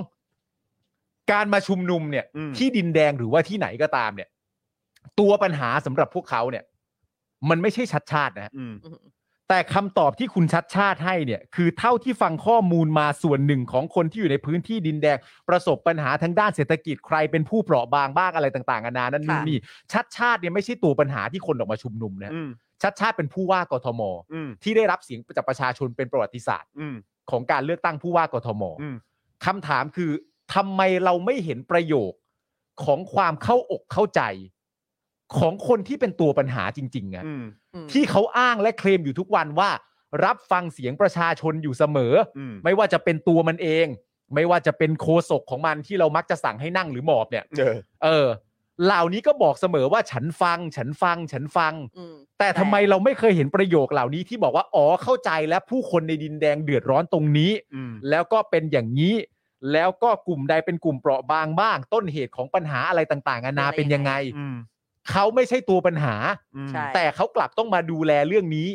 S3: การมาชุมนุมเนี่ย
S2: อืม
S3: ที่ดินแดงหรือว่าที่ไหนก็ตามเนี่ย ตัวปัญหาสำหรับพวกเขาเนี่ย มันไม่ใช่ชัดชาตินะฮะ
S2: อืม
S3: แต่คำตอบที่คุณชัดชาติให้เนี่ย คือเท่าที่ฟังข้อมูลมาส่วนหนึ่งของคนที่อยู่ในพื้นที่ดินแดง ประสบปัญหาทางด้านเศรษฐกิจใครเป็นผู้เปราะบางบ้างอะไรต่างๆนานานั่นนู่น
S4: ค่ะ
S3: นี่ชัดชาติเนี่ยไม่ใช่ตัวปัญหาที่คนออกมาชุมนุมนะ
S2: อืม
S3: ชัดชาติเป็นผู้ว่ากทม
S2: อืม
S3: ที่ได้รับเสียงจากประชาชนเป็นประวัติศาสตร์
S2: อืม
S3: ของการเลือกตั้งผู้ว่ากทม
S2: อืม
S3: คำถามคือทำไมเราไม่เห็นประโยคของความเข้าอกเข้าใจ ของคนที่เป็นตัวปัญหาจริงๆอะ
S2: อืม
S4: อืม
S3: ที่เขาอ้างและเคลมอยู่ทุกวันว่า รับฟังเสียงประชาชนอยู่เสมอ
S2: อืม
S3: ไม่ว่าจะเป็นตัวมันเอง ไม่ว่าจะเป็นโคศกของมันที่เรามักจะสั่งให้นั่งหรือหมอบเนี่ย
S2: เจอ
S3: เออ เหล่านี้ก็บอกเสมอว่าฉันฟัง ฉันฟัง ฉันฟัง
S4: อืม
S3: แต่ทำไมเราไม่เคยเห็นประโยคเหล่านี้ที่บอกว่าอ๋อเข้าใจและผู้คนในดินแดงเดือดร้อนตรงนี้
S2: อืม
S3: แล้วก็เป็นอย่างนี้ แล้วก็กลุ่มใดเป็นกลุ่มเปราะบางบ้าง ต้นเหตุของปัญหาอะไรต่างๆนานาเป็นยังไง
S2: อืม
S3: เขาไม่ใช่ตัวปัญหา
S2: อืม
S4: ใช่
S3: แต่เขากลับต้องมาดูแลเรื่องนี้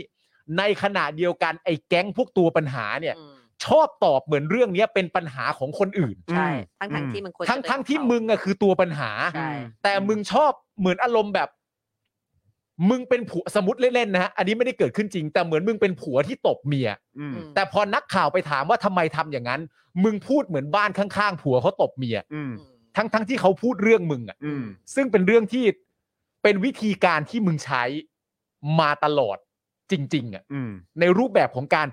S3: ในขณะเดียวกันไอ้แก๊งพวกตัวปัญหาเนี่ย
S4: อืม
S3: ชอบตอบเหมือนเรื่องเนี้ยเป็นปัญหาของคนอื่น
S4: ใช่ทั้งทั้งๆที่มันควรจะ
S3: ทั้ง
S4: เป็น
S3: ทั้ง
S4: ขอ
S3: ที่
S4: เขา
S3: มึงอะคือตัวปัญหา
S4: ใช่
S3: แต่มึงชอบเหมือนอารมณ์แบบ มึงเป็นผัวสมมติเล่นๆนะฮะอันนี้ไม่ได้เกิดขึ้นจริง แต่เหมือนมึงเป็นผัวที่ตบเมีย
S2: อืม
S4: อืม
S3: แต่พอนักข่าวไปถามว่าทำไมทำอย่างนั้น มึงพูดเหมือนบ้านข้างๆผัวเขาตบเมีย
S2: อืม
S3: ทั้งทั้งที่เขาพูดเรื่องมึงอะ
S2: อืม
S3: ซึ่งเป็นเรื่องที่เป็นวิธีการที่มึงใช้มาตลอดจริง ๆอะ่ะ
S2: อืม
S3: ในรูปแบบของการ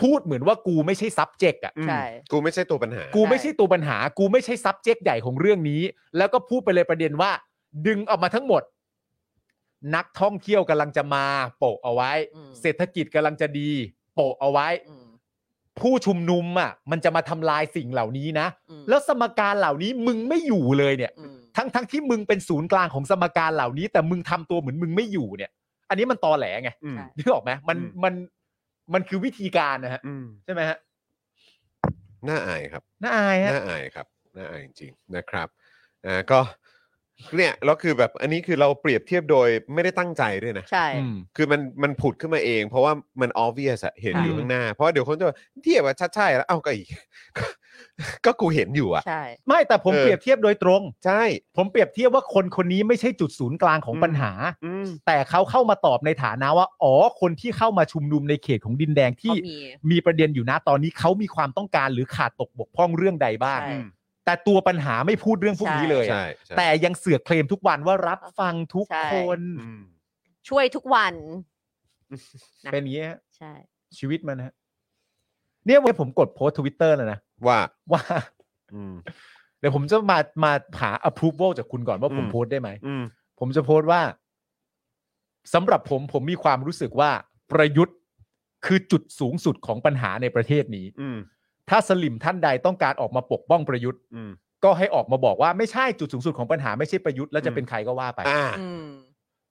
S3: พูดเหมือนว่ากูไม่ใช่ subject อะ่ะ
S2: อืม
S4: ใช่
S2: กูไม่ใช่ตัวปัญหา
S3: กูไม่ใช่ตัวปัญหา กูไม่ใช่ subject ใหญ่ของเรื่องนี้ แล้วก็พูดไปเลยประเด็นว่า ดึงออกมาทั้งหมด นักท่องเที่ยวกำลังจะมา โปะเอาไว้
S4: อืม
S3: เศรษฐกิจกำลังจะดี โปะเอาไว้
S4: อืม
S3: ผู้ชุมนุมอ่ะ มันจะมาทำลายสิ่งเหล่านี้นะ
S4: อืม
S3: แล้วสมการเหล่านี้มึงไม่อยู่เลยเนี่ย
S4: อืม
S3: ทั้งทั้งที่มึงเป็นศูนย์กลางของสมการเหล่านี้ แต่มึงทำตัวเหมือนมึงไม่อยู่เนี่ย อันนี้มันตอแหลไง
S2: อืม
S4: ใช่
S3: นึกออกไหมมัน
S2: อืม
S3: มันมันคือวิธีการนะฮะ
S2: อืม
S3: ใช่ไหมฮะ
S2: น่าอายครับ
S3: น่าอายฮะ
S2: น่าอายครับน่าอายจริงๆนะครับอ่าก็เนี่ยแล้วคือแบบอันนี้คือเราเปรียบเทียบโดยไม่ได้ตั้งใจด้วยนะ
S4: ใช่
S3: อืม
S2: คือมันมันผุดขึ้นมาเอง เพราะว่ามัน obvious อะเห็นอยู่
S4: ค่ะ
S2: ข้างหน้า เพราะว่าเดี๋ยวคนจะว่าเทียบว่าชัดใช่แล้วเอ้าก็อีก ก็กูเห็นอยู่อะ
S4: ใช่
S3: ไม่แต่ผมเปรียบเทียบโดยตรง
S2: ใช่
S3: ผมเปรียบเทียบว่าคนคนนี้ไม่ใช่จุดศูนย์กลางของ
S2: อืม
S3: ปัญหา
S2: อืม
S3: แต่เขาเข้ามาตอบในฐานะว่า อ๋อ คนที่เข้ามาชุมนุมในเขตของดินแดงที่
S4: เขามี
S3: มีประเด็นอยู่นะตอนนี้เขามีความต้องการหรือขาดตกบกพร่องเรื่องใดบ้าง
S4: ใช่
S3: แต่ตัวปัญหาไม่พูดเรื่องพวกนี้เลยอะ
S2: ใช่ใช่
S3: แต่ยังเสือกเคลมทุกวันว่ารับฟังทุก
S4: ใช่
S3: คน
S2: อืม
S4: ช่วยทุกวัน นะ
S3: เป็นอย่างเงี้ย
S4: ใช่
S3: ชีวิตมันฮะเนี่ยวันนี้ผมกดโพสทวิตเตอร์ Twitter แล้วนะ
S2: ว่า
S3: ว่า
S2: อืม
S3: เดี๋ยวผมจะมามาหา approval จากคุณก่อนว่าผม
S2: อืม
S3: โพสต์ได้ไหม
S2: อืม
S3: ผมจะโพสต์ว่าสำหรับผมผมมีความรู้สึกว่าประยุทธ์คือจุดสูงสุดของปัญหาในประเทศนี้
S2: อืม
S3: ถ้าสลิมท่านใดต้องการออกมาปกป้องประยุทธ์
S2: อืม
S3: ก็ให้ออกมาบอกว่าไม่ใช่จุดสูงสุดของปัญหาไม่ใช่ประยุทธ์แล้วจะเป็นใครก็ว่าไป
S2: อ่า
S4: อืม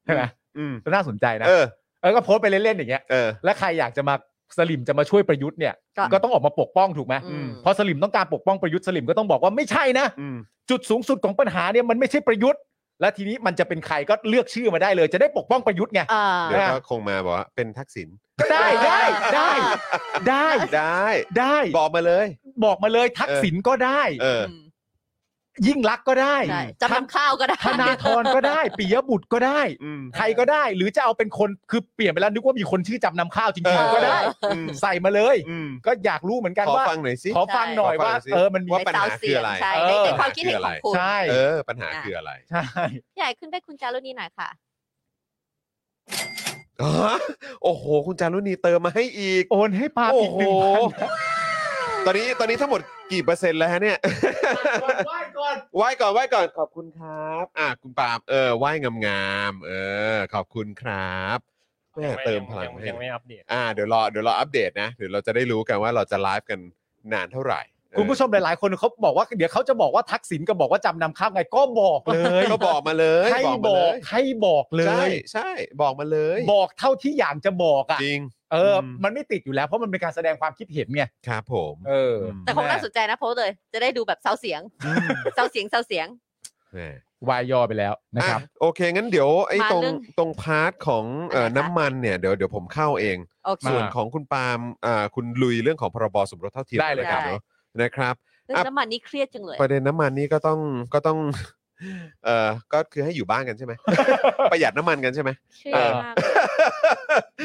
S3: ใช่ไหม
S2: อืม
S3: น่าสนใจนะ
S2: เออ
S3: เออก็โพสต์ไปเล่นๆอย่างเงี้ย
S2: เออ
S3: แล้วใครอยากจะมาสลิมจะมาช่วยประยุทธ์เนี่ย
S4: ก็
S3: ก็ต้องออกมาปกป้องถูกไหม
S4: อืม
S3: พอสลิมต้องการปกป้องประยุทธ์สลิมก็ต้องบอกว่าไม่ใช่นะ
S2: อืม
S3: จุดสูงสุดของปัญหาเนี่ยมันไม่ใช่ประยุทธ์ และทีนี้มันจะเป็นใครก็เลือกชื่อมาได้เลย จะได้ปกป้องประยุทธ์ไง
S4: เอ่อ
S2: เดี๋ยวก็คงมาบอกว่าเป็นทักษิณ
S3: ได้ได้ได้ ได้
S2: ได้
S3: ได้
S2: บอกมาเลย
S3: บอกมาเลยทักษิณก็ได้
S2: เออ
S4: ม
S3: ยิ่งรักษณ์ก็ได้
S4: ใช่
S3: ธ
S4: จำนำข้าวก็ได้
S3: ธนาธรก็ได้ปิยบุตรก็ได้
S2: อืม
S3: ใครก็ได้ หรือจะเอาเป็นคนคือเปลี่ยนไปแล้วนึกว่ามีคนชื่อจำนำข้าวจริง
S2: เออ
S3: ๆก็ได้
S2: อืม
S3: ใส่มาเลย
S2: อืม
S3: ก็อยากรู้เหมือนกัน
S2: ขอ
S3: ว่า
S2: ฟังหน่อยสิ
S3: ขอฟังหน่อย
S2: ขอฟังหน่
S3: ว่า
S2: อยสิ
S3: เออมันมี
S2: ว่าปัญหา
S4: ในซวเสี
S2: คือ
S4: ยง
S2: อะไร
S4: ใช่
S3: เอ
S4: ใน
S3: อ
S4: ในความคิดเห็นของคุณ
S3: ใช่
S2: เออ ปัญหาคืออะไร
S3: ใช่
S4: ใหญ่ขึ้นได้คุณจารุณีหน่อยค่ะ
S2: อ๋อโอ้โห คุณจารุณีเติมมาให้อีก
S3: โอนให้ปาล์มอีกหนึ่งพัน
S2: ตอนนี้ตอนนี้ทั้งหมดกี่เปอร์เซ็นต์แล้วฮะเนี่ย
S3: ไหว้ก่อน
S2: ไหว้ก่อนไหว้ก่อนขอบคุณครับ อ่ะคุณปาล์มเออไหว้งามๆเออ ขอบคุณครับแม่เติมพลัง
S5: ยัง
S2: ให้
S5: ยังไม่อัปเดต
S2: อ่าเดี๋ยวรอเดี๋ยวรออัปเดตนะเดี๋ยวเราจะได้รู้กันว่าเราจะไลฟ์กันนานเท่าไหร่เออ
S3: คุณผู้ชมหลาย ๆ คนเขาบอกว่าเดี๋ยวเขาจะบอกว่าทักษิณก็บอกว่าจำนำข้าวไงก็บอกเลย
S2: ก็บอกมาเลย
S3: ให้
S2: มา
S3: บอ
S2: เล
S3: ก
S2: ย
S3: ให้บอกเล
S2: ใช่
S3: ย
S2: ใช่บอกมาเลย
S3: บอกเท่าที่อยากจะบอกอ่ะ
S2: จริง
S3: เอออ
S2: ม
S3: มันไม่ติดอยู่แล้วเพราะมันเป็นการแสดงความคิดเห็นไง
S2: ครับผม
S3: เอออ
S4: แต่คงน่าสนใจนะโพสต์เลย จะได้ดูแบบเซาเสียงเซาเสียงเซาเสียง
S2: แหม
S3: วายยอไปแล้วนะครับ
S2: อ่โอเค งั้นเดี๋ยวไอ้
S4: มา
S2: ตรง
S4: เรื่อง
S2: ตรงพาร์ทของเอ่อ
S4: อะไรคะ
S2: น้ำมันเนี่ยเดี๋ยวเดี๋ยวผมเข้าเอง
S4: โอเค
S2: ส่วนของคุณปาล์มอ่าคุณลุยเรื่องของพรบสมรสเท่าเทียม
S3: ได้เลย
S2: นะ
S4: ได้
S2: เนอะนะครับ
S4: เรื่องน้ำมันนี่เครียดจังเลย
S2: ประเด็นน้ำมันนี่ก็ต้องก็ต้อง เอ่อก็คือให้อยู่บ้านกันใช่ ไหม ประหยัดน้ำมันกันใช่ไหม
S4: เครียดมากเลย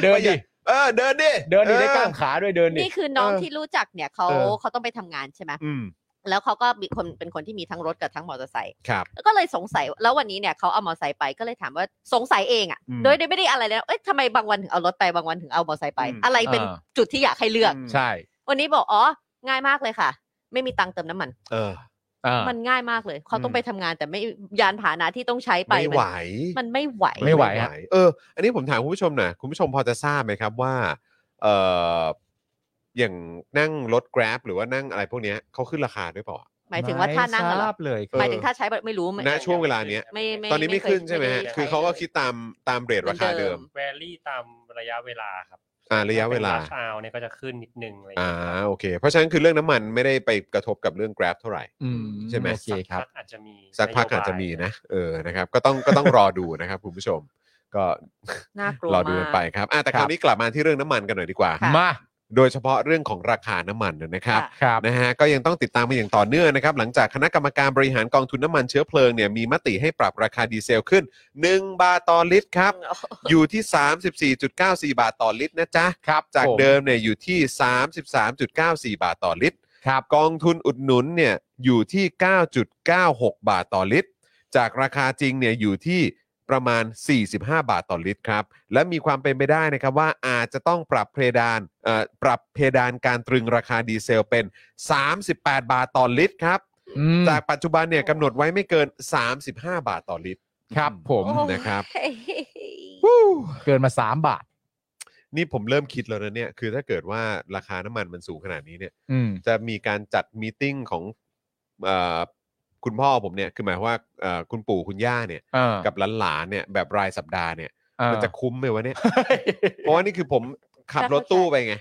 S3: เดิน
S2: ประหยั
S3: ดิ
S2: ด เออเดินดิ
S3: เดินดิได้กล้าม
S2: เออ
S3: ขาด้วยเดินดิ
S4: นี่คือน้อง
S2: เออ
S4: ที่รู้จักเนี่ยเขา
S2: เออ
S4: เขาต้องไปทำงานใช่ไหม
S2: อืม
S4: แล้วเขาก็มีคนเป็นคนที่มีทั้งรถกับทั้งมอเตอร์ไซค์
S2: ครับ
S4: แล้วก็เลยสงสัยแล้ววันนี้เนี่ยเขาเอามอเตอร์ไซค์ไปก็เลยถามว่าสงสัยเองอ่ะ
S2: อืม
S4: โดยไม่ได้อะไรเลยนะเอ้ยทำไมบางวันถึงเอารถไปบางวันถึงเอามอเตอร์ไซค์ไป
S2: อืม
S4: อะไรเป็น
S3: อ่า
S4: จุดที่อยากให้เลือก
S3: ใช่
S4: วันนี้บอกอ๋อง่ายมากเลยค่ะ ไม่มีตังค์เติมน้ำมัน
S2: เออ
S3: อ่า
S4: มันง่ายมากเลย เขาต้อ
S2: อื
S4: ง
S2: ม
S4: ไปทำงานแต่ไม่ยานพาหนะที่ต้องใช้ไป
S2: ไม่
S4: มัน
S2: ไหว
S4: มันไม่ไหว
S3: ไม่ไหว ฮะ
S2: เออ อันนี้ผมถามคุณผู้ชมหน่อยคุณผู้ชมพอจะทราบไหมครับว่า เอ่อ อย่างนั่งรถ Grab หรือว่านั่งอะไรพวกเนี้ยเขาขึ้นราคาด้วยเปล่าอะ
S4: หมายถึงว่าถ้านั่ง
S3: ไม่ท
S4: อะเหรอ
S3: ราบเลย
S2: ออ
S4: หมายถึงถ้าใช้บัตรไม่รู้ไม่
S2: ณช่วงเวลาเนี้ย
S4: ไม่ไม่
S2: ตอนนี้ไม่
S4: เคย
S2: ขึ้นใช่ไหมฮะ
S4: ด้
S2: คือเขาก็คิดตามตามเรท
S4: หมื
S2: รา
S4: อน
S2: คาเดิม
S5: แวรี่ตามระยะเวลาครับ
S2: อ่าระยะเวลา
S5: ชาวเนี่ยก็จะขึ้นนิดนึงอะไร
S2: อ่า
S5: เงี้ยครับ
S2: โอเค เพราะฉะนั้นคือเรื่องน้ำมันไม่ได้ไปกระทบกับเรื่อง Grab เท่าไหร่
S3: อืม
S2: ใช่ไหม
S3: โอเคครับ
S5: สักพักอาจจะมี
S2: สักพักอาจจะมีนะ เออนะครับ ก็ต้องก็ต้องรอดูนะครับคุณผู้ชม ก็
S4: น่ากลัว
S2: ร
S4: ม
S2: อดูกันไป
S4: าก
S2: ครับอ่ะแต่
S3: ค
S2: ค
S3: รั
S2: รา
S3: บ
S2: วนี้กลับมาที่เรื่องน้ำมันกันหน่อยดีกว่า
S4: ค่ะ
S3: มา
S2: โดยเฉพาะเรื่องของราคาน้ำมันนะครับ
S4: ค่ะ
S3: ครับ
S2: นะฮะก็ยังต้องติดตามมาอย่างต่อเนื่องนะครับ หลังจากคณะกรรมการบริหารกองทุนน้ำมันเชื้อเพลิงเนี่ยมีมติให้ปรับราคาดีเซลขึ้น 1 บาทต่อลิตรครับ อยู่ที่ 34.94 บาทต่อลิตรนะจ๊ะ
S3: ครับ
S2: จาก
S3: ผม
S2: เดิมเนี่ยอยู่ที่ 33.94 บาทต่อลิตร
S3: ครับ
S2: กองทุนอุดหนุนเนี่ยอยู่ที่ 9.96 บาทต่อลิตร จากราคาจริงเนี่ยอยู่ที่ประมาณ 45 บาทต่อลิตรครับ และมีความเป็นไปได้นะครับว่าอาจจะต้องปรับเพดานเอ่อปรับเพดานการตรึงราคาดีเซลเป็น 38 บาทต่อลิตรครับ
S3: อืม
S2: จากปัจจุบันเนี่ยกำหนดไว้ไม่เกิน 35 บาทต่อลิตร
S3: ครับผม
S4: โอ้ย
S2: นะครับ
S3: เกินมาสามบาท
S2: นี่ผมเริ่มคิดแล้วนะเนี่ย คือถ้าเกิดว่าราคาน้ำมันมันสูงขนาดนี้เนี่ย
S3: อืม
S2: จะมีการจัดมีตติ้งของเออคุณพ่อผมเนี่ย คือหมายความว่าเอ่อคุณปู่คุณย่าเนี่ย
S3: อ่า
S2: กับหลานๆเนี่ย แบบรายสัปดาห์เนี่ย
S3: อ่า
S2: มันจะคุ้มไหมวะเนี่ย เพราะว่านี่คือผมขับรถตู้ไปไง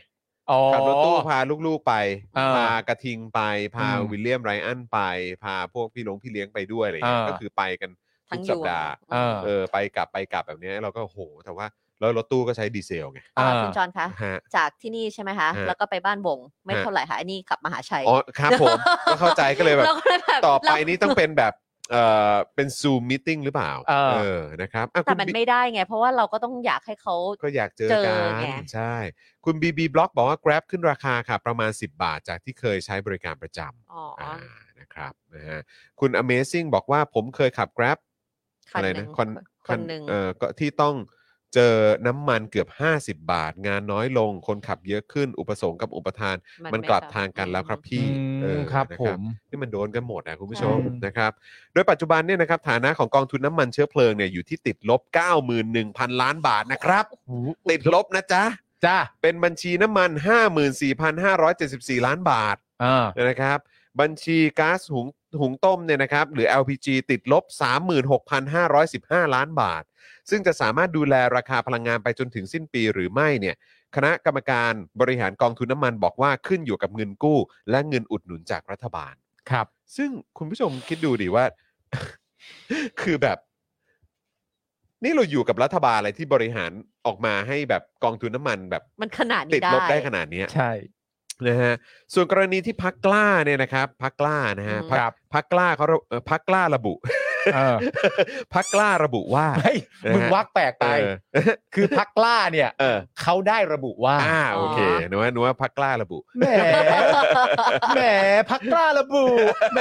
S3: อ๋อ
S2: ขับรถตู้พาลูกๆไป
S3: อ่า
S2: พากระทิงไป พา
S3: อืม
S2: วิลเลียมไรอันไป พาพวกพี่หลงพี่เลี้ยงไปด้วยอะไรอย่างเงี้ย
S3: อ่า
S2: ก็คือไปกันทุ
S4: ทั้ง
S2: ก
S4: อ
S2: สัป
S4: ยู่
S2: ดาห์
S3: เออ
S2: เออไปกลับไปกลับแบบเนี้ยเราก็โห แต่ว่าแล้วรถตู้ก็ใช้ดีเซลไง
S4: อ่าคุณจอน คะ
S2: ฮะ
S4: จากที่นี่ใช่ไหมคะ
S2: ฮะ
S4: แล้วก็ไปบ้านบงไม่
S2: ฮะ
S4: เท่าไหร่ค่ะอันนี้ขับมหาชัย
S2: อ๋อครับผมก็เข้าใจก็เลยแบบ
S4: ราก็เลยแบบ
S2: ต่อไป
S4: เรา
S2: นี้ต้องเป็นแบบเออเป็นซูมมิ팅หรือเปล่า
S3: เออ
S2: นะครับอ่ะ
S4: แต่
S2: คุณ
S4: มัน
S2: บิ๊ก
S4: ไม่ได้ไง เพราะว่าเราก็ต้องอยากให้เขา
S2: ก็อยากเจอ
S4: เจอ
S2: กัน
S4: ไง
S2: ใช่ คุณบีบีบล็อกบอกว่า Grab ขึ้นราคาค่ะ ประมาณ 10 บาทจากที่เคยใช้บริการประจำ
S4: อ๋ออ
S2: อ่านะครับนะฮะคุณ Amazing บอกว่าผมเคยขับ Grab
S4: คั
S2: อะ
S4: น
S2: ไร
S4: หนึ่
S2: นะ
S4: ง
S2: คน
S4: คนหนึ่ง
S2: เออก็ที่ต้องเจอน้ำมันเกือบ 50 บาท งานน้อยลง คนขับเยอะขึ้น อุปสงค์กับอุปทาน มันกลับ
S4: ไ
S2: ทางกันแล้วครับ
S4: อืม
S2: พี่ เออ
S3: ครับ
S2: นะ
S3: ผม
S2: นี่มันโดนกันหมดนะคุณผู้
S4: ใช่
S2: ชมนะครับ โดยปัจจุบันเนี่ยนะครับฐานะของกองทุนน้ำมันเชื้อเพลิงเนี่ยอยู่ที่ติดลบ 91,000 ล้านบาทนะครับ ติดลบนะจ๊ะ
S3: จ้า
S2: เป็นบัญชีน้ำมัน 54,574 ล้านบาท
S3: เออ
S2: นะครับ บัญชีก๊าซหุงหุงต้มเนี่ยนะครับหรือ LPG ติดลบ 36,515 ล้านบาท ซึ่งจะสามารถดูแลราคาพลังงานไปจนถึงสิ้นปีหรือไม่เนี่ยคณะกรรมการบริหารกองทุนน้ำมันบอกว่าขึ้นอยู่กับเงินกู้ และเงินอุดหนุนจากรัฐบาล
S3: ครับ
S2: ซึ่งคุณผู้ชมคิดดูดิว่า คือแบบ นี่เราอยู่กับรัฐบาลอะไรที่บริหารออกมาให้แบบกองทุนน้ำมันแบบ
S4: มันขนาดนี้
S2: ติดลบได้
S4: ได้
S2: ขนาดเนี้ย
S3: ใช่
S2: นะฮะส่วนกรณีที่พักกล้าเนี่ยนะครับพักกล้านะฮะ
S4: อืม
S2: พรร
S3: ครับ
S2: พักกล้าเขาระเอ่อพักกล้าระบุ
S3: เออ
S2: พักกล้าระบุว่า
S3: เฮ้ย
S2: นะฮะ
S3: มึงวักแปลกไป
S2: เออ
S3: คือพักกล้าเนี่ย
S2: เออ
S3: เขาได้ระบุว่า
S2: อ่าโอเคหนูว่าหนูว่าพักกล้าระบุ
S3: แหมแหมพักกล้าระบุแหม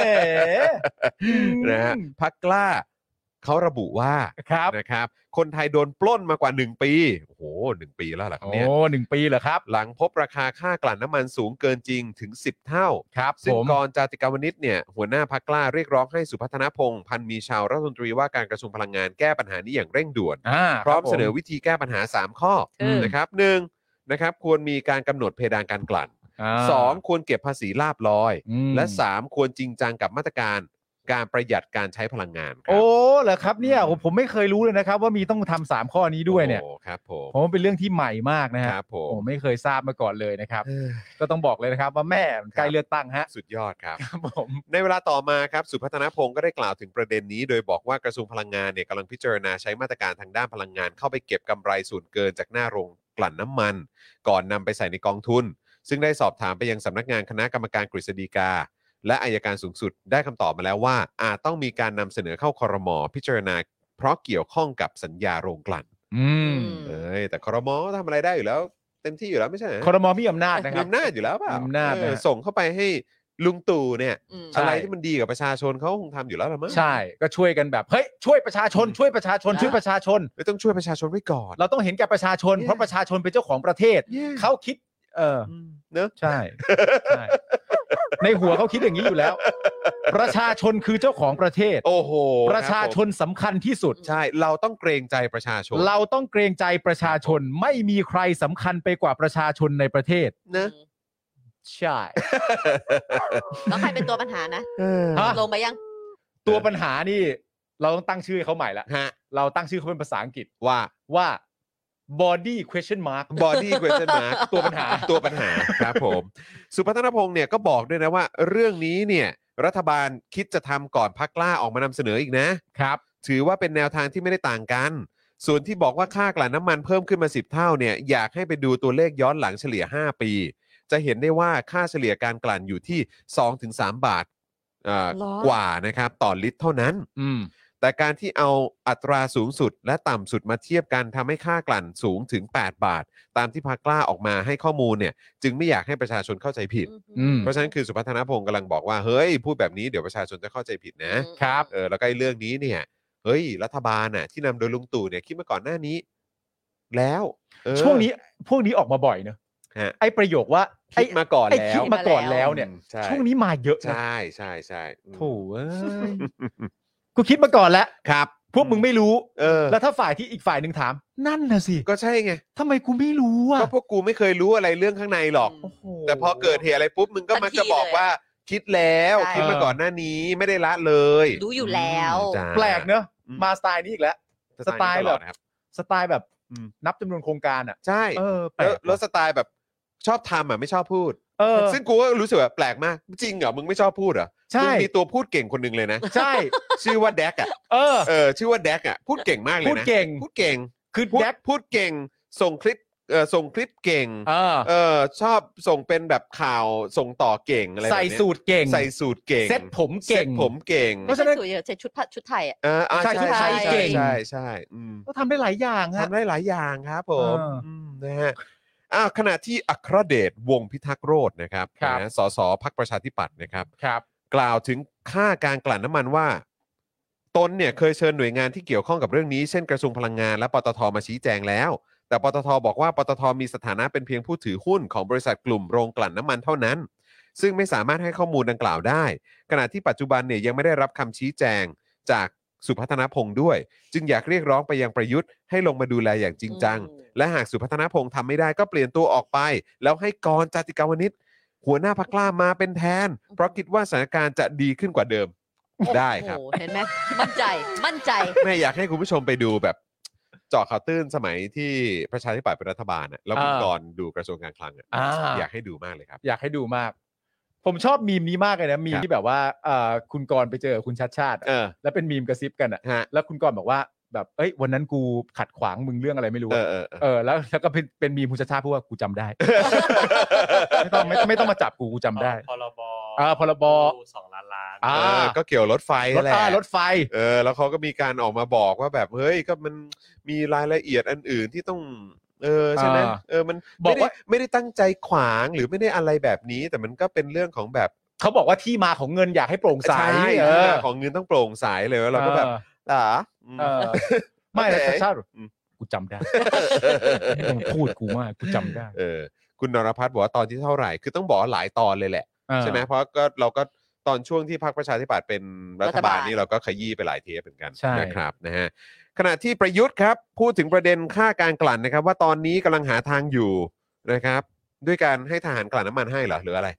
S2: นะฮะ
S3: อืม
S2: พักกล้าเขาระบุว่า
S3: ครับ
S2: นะครับ คนไทยโดนปล้นมากว่า 1 ปีโอ้โหหนึ่งปีแล้วเหรอครับ
S3: โอ้
S2: เนี่ย
S3: หนึ่งปีเหรอครับ
S2: หลังพบราคาค่ากลั่นน้ำมันสูงเกินจริงถึง 10 เท่า
S3: ครับ
S2: ซึ่
S3: ผ
S2: ง
S3: ม
S2: กรจาติกาวนิชเนี่ยหัวหน้าพักกล้าเรียกร้องให้สุพัฒนพงษ์พันธ์มีชาวรัฐมนตรีว่าการกระทรวงพลังงานแก้ปัญหานี้อย่างเร่งด่วน
S3: อ่า
S2: พร้อม
S3: คบผ
S2: เสนอวิธีแก้ปัญหา 3 ข้ออ
S3: ม
S2: นะครับหนึ่งนะครับควรมีการกำหนดเพดานการกลั่น
S3: อ่า
S2: 2. ควรเก็บภาษีลาบลอย
S3: อืม
S2: และ 3 ควรจริงจังกับมาตรการการประหยัดการใช้พลังงานครั
S3: โอ้เหรอครับเนี่ยโอ้ผมไม่เคยรู้เลยนะครับ ว่ามีต้องทำสามข้อนี้ด้วยเนี่ย
S2: โอ้ครับผม
S3: ผมว่าเป็นเรื่องที่ใหม่มากนะ
S2: ค
S3: ฮะ
S2: รับผ
S3: ผม มไม่เคยทราบมาก่อนเลยนะครับ
S2: เอ้ย
S3: ก็ต้องบอกเลยนะครับ ว่าแม่มันใกล้
S2: ครับ
S3: เลือกตั้งฮะ
S2: สุดยอดครับ
S3: ครับผม
S2: ในเวลาต่อมาครับ สุพัฒนพงศ์ก็ได้กล่าวถึงประเด็นนี้ โดยบอกว่ากระทรวงพลังงานเนี่ยกำลังพิจารณาใช้มาตรการทางด้านพลังงานเข้าไปเก็บกำไรส่วนเกินจากหน้าโรงกลั่นน้ำมัน ก่อนนำไปใส่ในกองทุน ซึ่งได้สอบถามไปยังสำนักงานคณะกรรมการกฤษฎีกา และอายการสูงสุดได้คำตอบมาแล้วว่า อาจต้องมีการนำเสนอเข้าคอรมอพิจารณา เพราะเกี่ยวข้องกับสัญญาโรงกลั่น
S3: อืม
S4: อืม
S2: เอ้ยแต่คอรมอทำอะไรได้อยู่แล้ว เต็มที่อยู่แล้วไม่ใช่เหรอ
S3: คอรมอมีอำนาจนะค
S2: มี
S3: รับ
S2: อำนาจอยู่แล้วเปล่า
S3: มีอำนาจนะฮะ
S2: เออส่งเข้าไปให้ลุงตู่เนี่ย
S4: อืม
S3: ใช่
S2: อะไรที่มันดีกับประชาชนเขาคงทำอยู่แล้วละมั้ง
S3: ใช่ ก็ช่วยกันแบบ เฮ้ย ช่วยประชาชน ช่วยประชาชน
S4: นะ
S3: ช่วยประชาชน
S2: ไม่ต้องช่วยประชาชนไว้ก่อน
S3: เราต้องเห็นแก่ประชาชน
S2: Yeah.
S3: เพราะประชาชนเป็นเจ้าของประเทศ
S2: Yeah.
S3: เขาคิด เออ
S2: อืมเนอะ
S3: ใช่ ใช่ ในหัวเขาคิดอย่างนี้อยู่แล้ว ประชาชนคือเจ้าของประเทศ
S2: โอ้โห
S3: ประชาช
S2: คบ
S3: นสำคัญที่สุด
S2: ผมใช่ เราต้องเกรงใจประชาชน
S3: เราต้องเกรงใจประชาชน ไม่มีใครสำคัญไปกว่าประชาชนในประเทศ
S2: เนอะ
S3: ใช่
S4: แล้วใครเป็นตัวปัญหานะ
S3: ฮะ
S4: ลงไปยัง
S3: ตัวปัญหานี่ เราต้องตั้งชื่อให้เขาใหม่ละ
S2: ฮะ
S3: เราตั้งชื่อเขาเป็นภาษาอังกฤษ
S2: ว่า
S3: ว่า body question mark
S2: body question mark
S3: ตัวปัญหา
S2: ตัวปัญหาครับผม สุพัฒนพงศ์เนี่ยก็บอกด้วยนะว่า เรื่องนี้เนี่ย รัฐบาลคิดจะทำก่อนพักกล้าออกมานำเสนออีกนะ
S3: ครับ
S2: ถือว่าเป็นแนวทางที่ไม่ได้ต่างกัน ส่วนที่บอกว่าค่ากลั่นน้ำมันเพิ่มขึ้นมา 10 เท่าเนี่ยอยากให้ไปดูตัวเลขย้อนหลังเฉลี่ย 5 ปี จะเห็นได้ว่าค่าเฉลี่ยการกลั่นอยู่ที่ 2-3 บาทเอ่อ
S4: หรอ
S2: กว่านะครับต่อลิตรเท่านั้น
S3: อืม
S2: แต่การที่เอาอัตราสูงสุดและต่ำสุดมาเทียบกันทำให้ค่ากลั่นสูงถึง 8 บาท ตามที่พักกล้าออกมาให้ข้อมูลเนี่ยจึงไม่อยากให้ประชาชนเข้าใจผิด
S3: อืม
S2: เพราะฉะนั้นคือสุพัฒนพงศ์กำลังบอกว่าเฮ้ยพูดแบบนี้เดี๋ยวประชาชนจะเข้าใจผิดนะ
S3: ครับ
S2: เออแล้วก็ไอ้เรื่องนี้เนี่ย เฮ้ย รัฐบาลน่ะ ที่นำโดยลุงตู่เนี่ย คิดมาก่อนหน้านี้ แล้วเออ
S3: ช่วงนี้พวกนี้ออกมาบ่อยเนอะ
S2: ฮะ
S3: ไอ้ประโยคว่าไอ้
S2: คิดมาก่อน
S3: ไอ้
S2: แล้
S3: คิด
S2: ว
S3: มาก่อนแล้วเนี่ย
S2: อืมใช่
S3: ช่วงนี้มาเยอะ
S2: ใช
S3: นะ
S2: ่ใช่ใช่อืม
S3: โถเอ้ยกูคิดมาก่อนแล้ว
S2: ครับ
S3: พวกมึงไม่รู้
S2: เออ
S3: แล้วถ้าฝ่ายที่อีกฝ่ายหนึ่งถาม นั่นน่ะสิ
S2: ก็ใช่ไง
S3: ทำไมกูไม่รู้อ่ะ
S2: ก็พวกกูไม่เคยรู้อะไรเรื่องข้างในหรอก
S3: โอ้โห
S2: แต่พอเกิดเหตุอะไรปุ๊บมึงก็มักจะบอกว่า คิดแล้ว
S4: ใช่
S2: คิดมาก่อนหน้านี้ไม่ได้ละเลย
S4: รู้อยู่แล้ว
S2: จ้า
S3: แปลกเนอะ
S2: อืม
S3: มาสไตล์นี้อีกแล้ว สไตล์
S2: นี้
S3: แบบ
S2: ดนะครับ
S3: สไตล์แบบ
S2: อืม
S3: นับจำนวนโครงการอ่ะ
S2: ใช่
S3: เออแปล
S2: แล้ว
S3: ก
S2: แล้วสไตล์แบบ ชอบทำอ่ะไม่ชอบพูด
S3: เออ
S2: ซึ่งกูก็รู้สึกแบบแปลกมากจริงเหรอมึงไม่ชอบพูดเหรอ
S3: ใช่
S2: มึงมีตัวพูดเก่งคนหนึ่งเลยนะ
S3: ใช่
S2: ชื่อว่าแดกอ่ะ
S3: เออ
S2: เออชื่อว่าแดกอ่ะพูดเก่งมากเลยนะ
S3: พูดเก่ง
S2: พูดเก่ง
S3: คือ
S2: พูด
S3: แดก
S2: พูดเก่ง ส่งคลิปเออส่งคลิปเก่ง
S3: เออ
S2: เออชอบส่งเป็นแบบข่าวส่งต่อเก่งอะไรแบบ
S3: ใส่
S2: เนี้ย
S3: สูตรเก่ง
S2: ใส่สูตรเก่ง
S3: เซ็ตผมเก่
S2: ซ็
S3: ง
S2: ตผมเก่ง
S3: เพ
S4: ไม่
S3: ราะฉะ
S4: ใช่
S3: นั้น
S4: สวยเยอะใช่ชุดผ้าชุดไทยอะ
S2: อ่าอ่า
S3: ใส่ชุดไทยเก่ง
S2: ใช่ใช่อืม
S3: ก็ทำได้หลายอย่างฮะ
S2: ทำได้หลายอย่างครับผม
S3: เอออื
S2: มนะฮะอ้าวขณะที่อัครเดชวงศ์พิทักษ์โรจน์นะครับ
S3: ครับ
S2: นะฮะสสพักประชาธิปัตย์นะครับ
S3: ครับ
S2: กล่าวถึงค่าการกลั่นน้ำมันว่า ตนเนี่ยเคยเชิญหน่วยงานที่เกี่ยวข้องกับเรื่องนี้เช่นกระทรวงพลังงานและปตทมาชี้แจงแล้ว แต่ปตทบอกว่าปตทมีสถานะเป็นเพียงผู้ถือหุ้นของบริษัทกลุ่มโรงกลั่นน้ำมันเท่านั้น ซึ่งไม่สามารถให้ข้อมูลดังกล่าวได้ ขณะที่ปัจจุบันเนี่ยยังไม่ได้รับคำชี้แจงจากสุพัฒนพงศ์ด้วย จึงอยากเรียกร้องไปยังประยุทธ์ให้ลงมาดูแลอย่างจริงจัง
S4: อืม
S2: และหากสุพัฒนพงศ์ทำไม่ได้ก็เปลี่ยนตัวออกไป แล้วให้กรณ์จาติกาวนิช หัวหน้าพักกล้ามาเป็นแทน เพราะคิดว่าสถานการณ์จะดีขึ้นกว่าเดิมได้ครับ
S4: โอ้โหเห็นไหมมั่นใจมั่นใจ
S2: แม่อยากให้คุณผู้ชมไปดูแบบเจาะข่าวตื้นสมัยที่ประชาธิปัตย์เป็นรัฐบาลน่ะแล้วคุณ
S3: อ่า
S2: กรณ์ดูกระทรวงการคลังอ่ะ
S3: อ่า
S2: อยากให้ดูมากเลยครับ
S3: อยากให้ดูมาก ผมชอบมีมนี้มากเลยนะ มีม
S2: ครับ
S3: ที่แบบว่าเอ่อคุณกรณ์ไปเจอคุณชัดชาติอะ
S2: เออ
S3: แล้วเป็นมีมกระซิบกันอ่ะ
S2: ฮะ
S3: แล้วคุณกรณ์บอกว่าแบบเอ้ย วันนั้นกูขัดขวางมึงเรื่องอะไรไม่รู้
S2: เอ
S3: อะ
S2: อเออเออ
S3: เออแล้วแล้วก็เป็นเป็นมีมคุณชัดชาติพูดว่ากูจำได้ ไม่ต้องไม่ไม่ต้องมาจับกูกูจำได้
S5: พรบ
S3: อ่าพรบ
S5: กู้สองล้านล้าน
S3: อ่า
S2: เออก็เกี่ยวรถไฟ
S3: ร
S2: นั่
S3: ถ
S2: นแหละ
S3: อ่ารถไฟ
S2: เออแล้วเขาก็มีการออกมาบอกว่าแบบเฮ้ยก็มันมีรายละเอียดอันอื่นที่ต้อง เออใช่ไหม
S3: อ่า
S2: เออมัน
S3: บอ
S2: ไม่
S3: ก
S2: ได้
S3: ว่า
S2: ไม่ได้ตั้งใจขวางหรือไม่ได้อะไรแบบนี้ แต่มันก็เป็นเรื่องของแบบ
S3: เขาบอกว่าที่มาของเงินอยากให้โปร่งใส
S2: ใช่
S3: เอ
S2: ที่
S3: อ
S2: มาของเงินต้องโปร่งใสเลยแล้วเราก็แบบหรออืม
S3: เออไม่นะ
S2: โอเค
S3: ชัดชาติ
S2: อืม
S3: กูจำได้ไม่ต้องพูดกูมากกูจำได้
S2: เออ คุณนรพัฒน์บอกว่าตอนที่เท่าไหร่ คือต้องบอกว่าหลายตอนเลยแหละ
S3: เออ
S2: ใช่ไหมเพราะก็เราก็ตอนช่วงที่พรรคประชาธิปัตย์เป็นรัฐบาล
S4: รัฐบาล
S2: นี่เราก็ขยี้ไปหลายเทปเหมือนกัน
S3: ใช่
S2: นะครับนะฮะขณะที่ประยุทธ์ครับ พูดถึงประเด็นค่าการกลั่นนะครับ ว่าตอนนี้กำลังหาทางอยู่นะครับ ด้วยการให้ทหารกลั่นน้ำมันให้เหรอหรืออะไร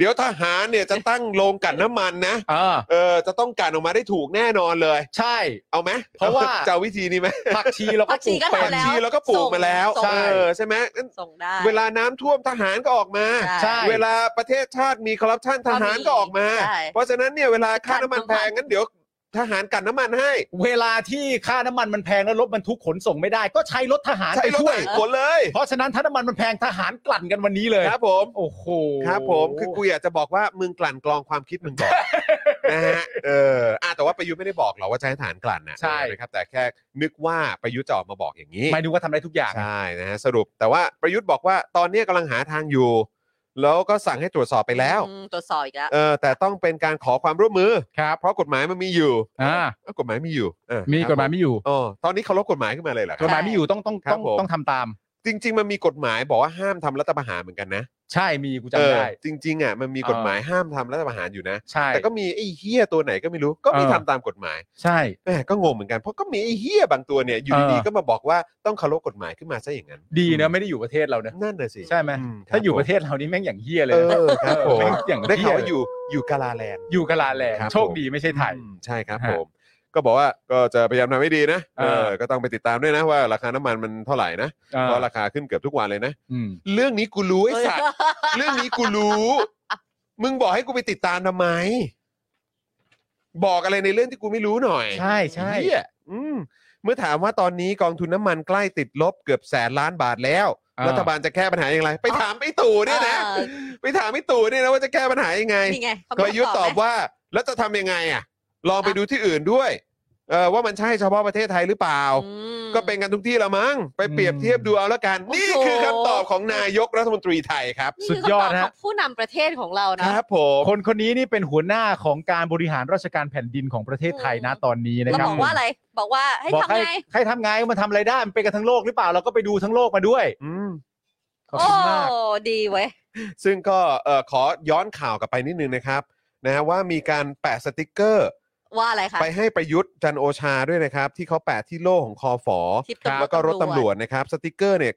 S2: เดี๋ยวทหารเนี่ยจะตั้งโรงกลั่นน้ำมันนะ
S3: เออ
S2: เออจะต้องกลั่นออกมาได้ถูกแน่นอนเลย
S3: ใช่
S2: เอาไหม
S3: เพราะว่า
S2: จะอวิธีนี้ไหม
S3: ผักชีเราก็
S4: ผัก
S3: ป
S4: ชี
S3: ลูก
S4: ก็
S3: เป็น
S4: ทำ แล้
S2: ชี
S4: ว
S2: เราก็ปลูกมาแล้ว
S4: ส่ง
S2: เออใช่ไหมงั้น
S4: ส่งได้
S2: เวลาน้ำท่วมทหารก็ออกมา
S3: ใช่
S2: เวลาประเทศชาติมีคอร์รัปชันทหารก็ออกมา
S4: ใช่
S2: เพราะฉะนั้นเนี่ยเวลาค่าน้ำมันแพง
S4: กัน
S2: งั้นเดี๋ยวทหารกันน้ำมันให้
S3: เวลาที่ค่าน้ำมันมันแพงแล้วรถบรรทุกขนส่งไม่ได้ ก็ใช้รถทหาร
S2: ใช่
S3: ไป
S2: รถ
S3: ช่ว
S2: ไถ
S3: ย
S2: ขนเลย
S3: เพราะฉะนั้นถ้าน้ำมันมันแพงทหารกลั่นกันวันนี้เลย
S2: ครับผม
S3: โอ้โห
S2: ครับผมคือกูอยากจะบอกว่ามึงกลั่นกรองความคิดมึ งก่อน นะฮะเอออ่ะแต่ว่าประยุทธ์ไม่ได้บอกหรอกว่าจะให้ทหารกลั่นนะ
S3: ใช่
S2: นะครับแต่แค่นึกว่าประยุทธ์จะออกมาบอกอย่างนี้
S3: ไม่นึกว่าทำได้ทุกอย่าง
S2: ใช่นะฮะสรุปแต่ว่าประยุทธ์บอกว่าตอนนี้กำลังหาทางอยู่ แล้วก็สั่งให้ตรวจสอบไปแล้ว
S4: อืมตรวจสอบอีกแล้ว
S2: เออแต่ต้องเป็นการขอความร่วมมือ
S3: ครับ
S2: เพราะกฎหมายมันมีอยู่
S3: อ่า
S2: เอ้ากฎหมายมีอยู่เออ
S3: มี
S2: ครับ
S3: กฎหมายไม่อยู่
S2: อ๋อตอนนี้เคารพกฎหมายขึ้นมาเลยเหรอค
S3: ก
S2: รับ
S3: ฎหมายไม่อยู่ต้องต้อง
S2: ครับ
S3: ต้อง
S2: ผม
S3: ต้องทำตาม
S2: จริง ๆ มันมีกฎหมายบอกว่าห้ามทำรัฐประหารเหมือนกันนะ
S3: ใช่มีกู
S2: เออ
S3: จำได้
S2: จริง ๆอ่ะมันมีกฎหมายห้ามทำรัฐประหารอยู่นะ
S3: ใช่
S2: แต่ก็มีไอ้เฮี้ยตัวไหนก็ไม่รู้ก็ไม่ทำตามกฎหมาย
S3: ใช่
S2: แหมก็งงเหมือนกันเพราะก็มีไอ้เฮี้ยบางตัวเนี่ยอยู่ดี
S3: เออ
S2: ๆก็มาบอกว่าต้องเคารพกฎหมายขึ้นมาซะอย่างนั้น
S3: ดีนะไม่ได้อยู่ประเทศเราเนอะ
S2: นั่นน่ะสิ
S3: ใช่ไหม
S2: อืม
S3: ถ้าอยู่
S2: คบผม
S3: ประเทศเรานี่แม่งอย่างเฮี้ยเลย
S2: เอ
S3: นะ
S2: อครับผม
S3: แม่งอย่าง
S2: ได้ข่าว
S3: เหี้
S2: ว่าย อยู่อยู่กาลาแลนด์
S3: อยู่กะลาแลนด์
S2: ครับผม
S3: โชคดีไม่ใช่ไทย
S2: อืมใช่ครับ
S3: ฮะ
S2: ผม ก็บอกว่าก็จะพยายามทำให้ดีนะเอ
S3: เออ
S2: อก็ต้องไปติดตามด้วยนะว่าราคาน้ำมันมันเท่าไหร่นะ
S3: เออ
S2: เพราะราคาขึ้นเกือบทุกวันเลยนะ
S3: อืม
S2: เรื่องนี้กูรู้ไอ้สัตว์เรื่องนี้กูรู้ มึงบอกให้กูไปติดตามทำไม บอกอะไรในเรื่องที่กูไม่รู้หน่อย
S3: ใช่ใช่
S2: เหี้ยอืมเมื่อถามว่าตอนนี้กองทุนน้ำมันใกล้ติดลบเกือบแสนล้านบาทแล้ว รัฐบาลจะแก้ปัญหาอย่างไร ไปถามไอ้ตู่เนี่ยนะ
S4: เออ
S2: ไปถามไอ้ตู่เนี่ยนะว่าจะแก้ปัญหายังไง
S4: นี่ไงคำ
S2: ประยุทธ์ตอบ
S4: ไหม
S2: ว่าแล้วจะทำยังไงอ่ะ ลองไปดูที่อื่นด้วยเออว่ามันใช่เฉพาะประเทศไทยหรือเปล่า
S4: อืม
S2: ก็เป็นกันทุกที่ละมั้งไปเปรียบเทียบดูเอาละกัน
S4: โอ้โห
S2: นี่คือคำตอบของนายกรัฐมนตรีไทยครับ
S4: นี่คืคำตบของผู้นำประเทศของเรา
S2: ค
S4: นะ
S2: รับผม
S3: คนคนนี้นี่เป็นหัวหน้าของการบริหารราชการแผ่นดินของประเทศไทยนะตอนนี้นะ
S4: เรา
S3: ครับ
S4: บอกว่าอะไร บอกว่าให้
S3: บอก
S4: ทำไง
S3: ใครทำไงมันทำอะไรได้ มันเป็นกันทั้งโลกหรือเปล่า เราก็ไปดูทั้งโลกมาด้วย
S2: อืม
S3: ขอบ
S4: โอ้
S3: คุณมาก
S4: ดีเว้ย
S2: ซึ่งก็เอ่อขอย้อนข่าวกลับไปนิดนึงนะครับนะฮะว่ามีการแปะสติกเกอร์
S4: ว่าอะไรคะ
S2: ไปให้ประยุทธ์จันทร์โอชาด้วยนะครับ ที่เขาแปะที่โล่ของคอฝอ
S4: ที่ตำรวจ
S2: แล้วก็รถตำรวจนะครับ สติกเกอร์เนี่ย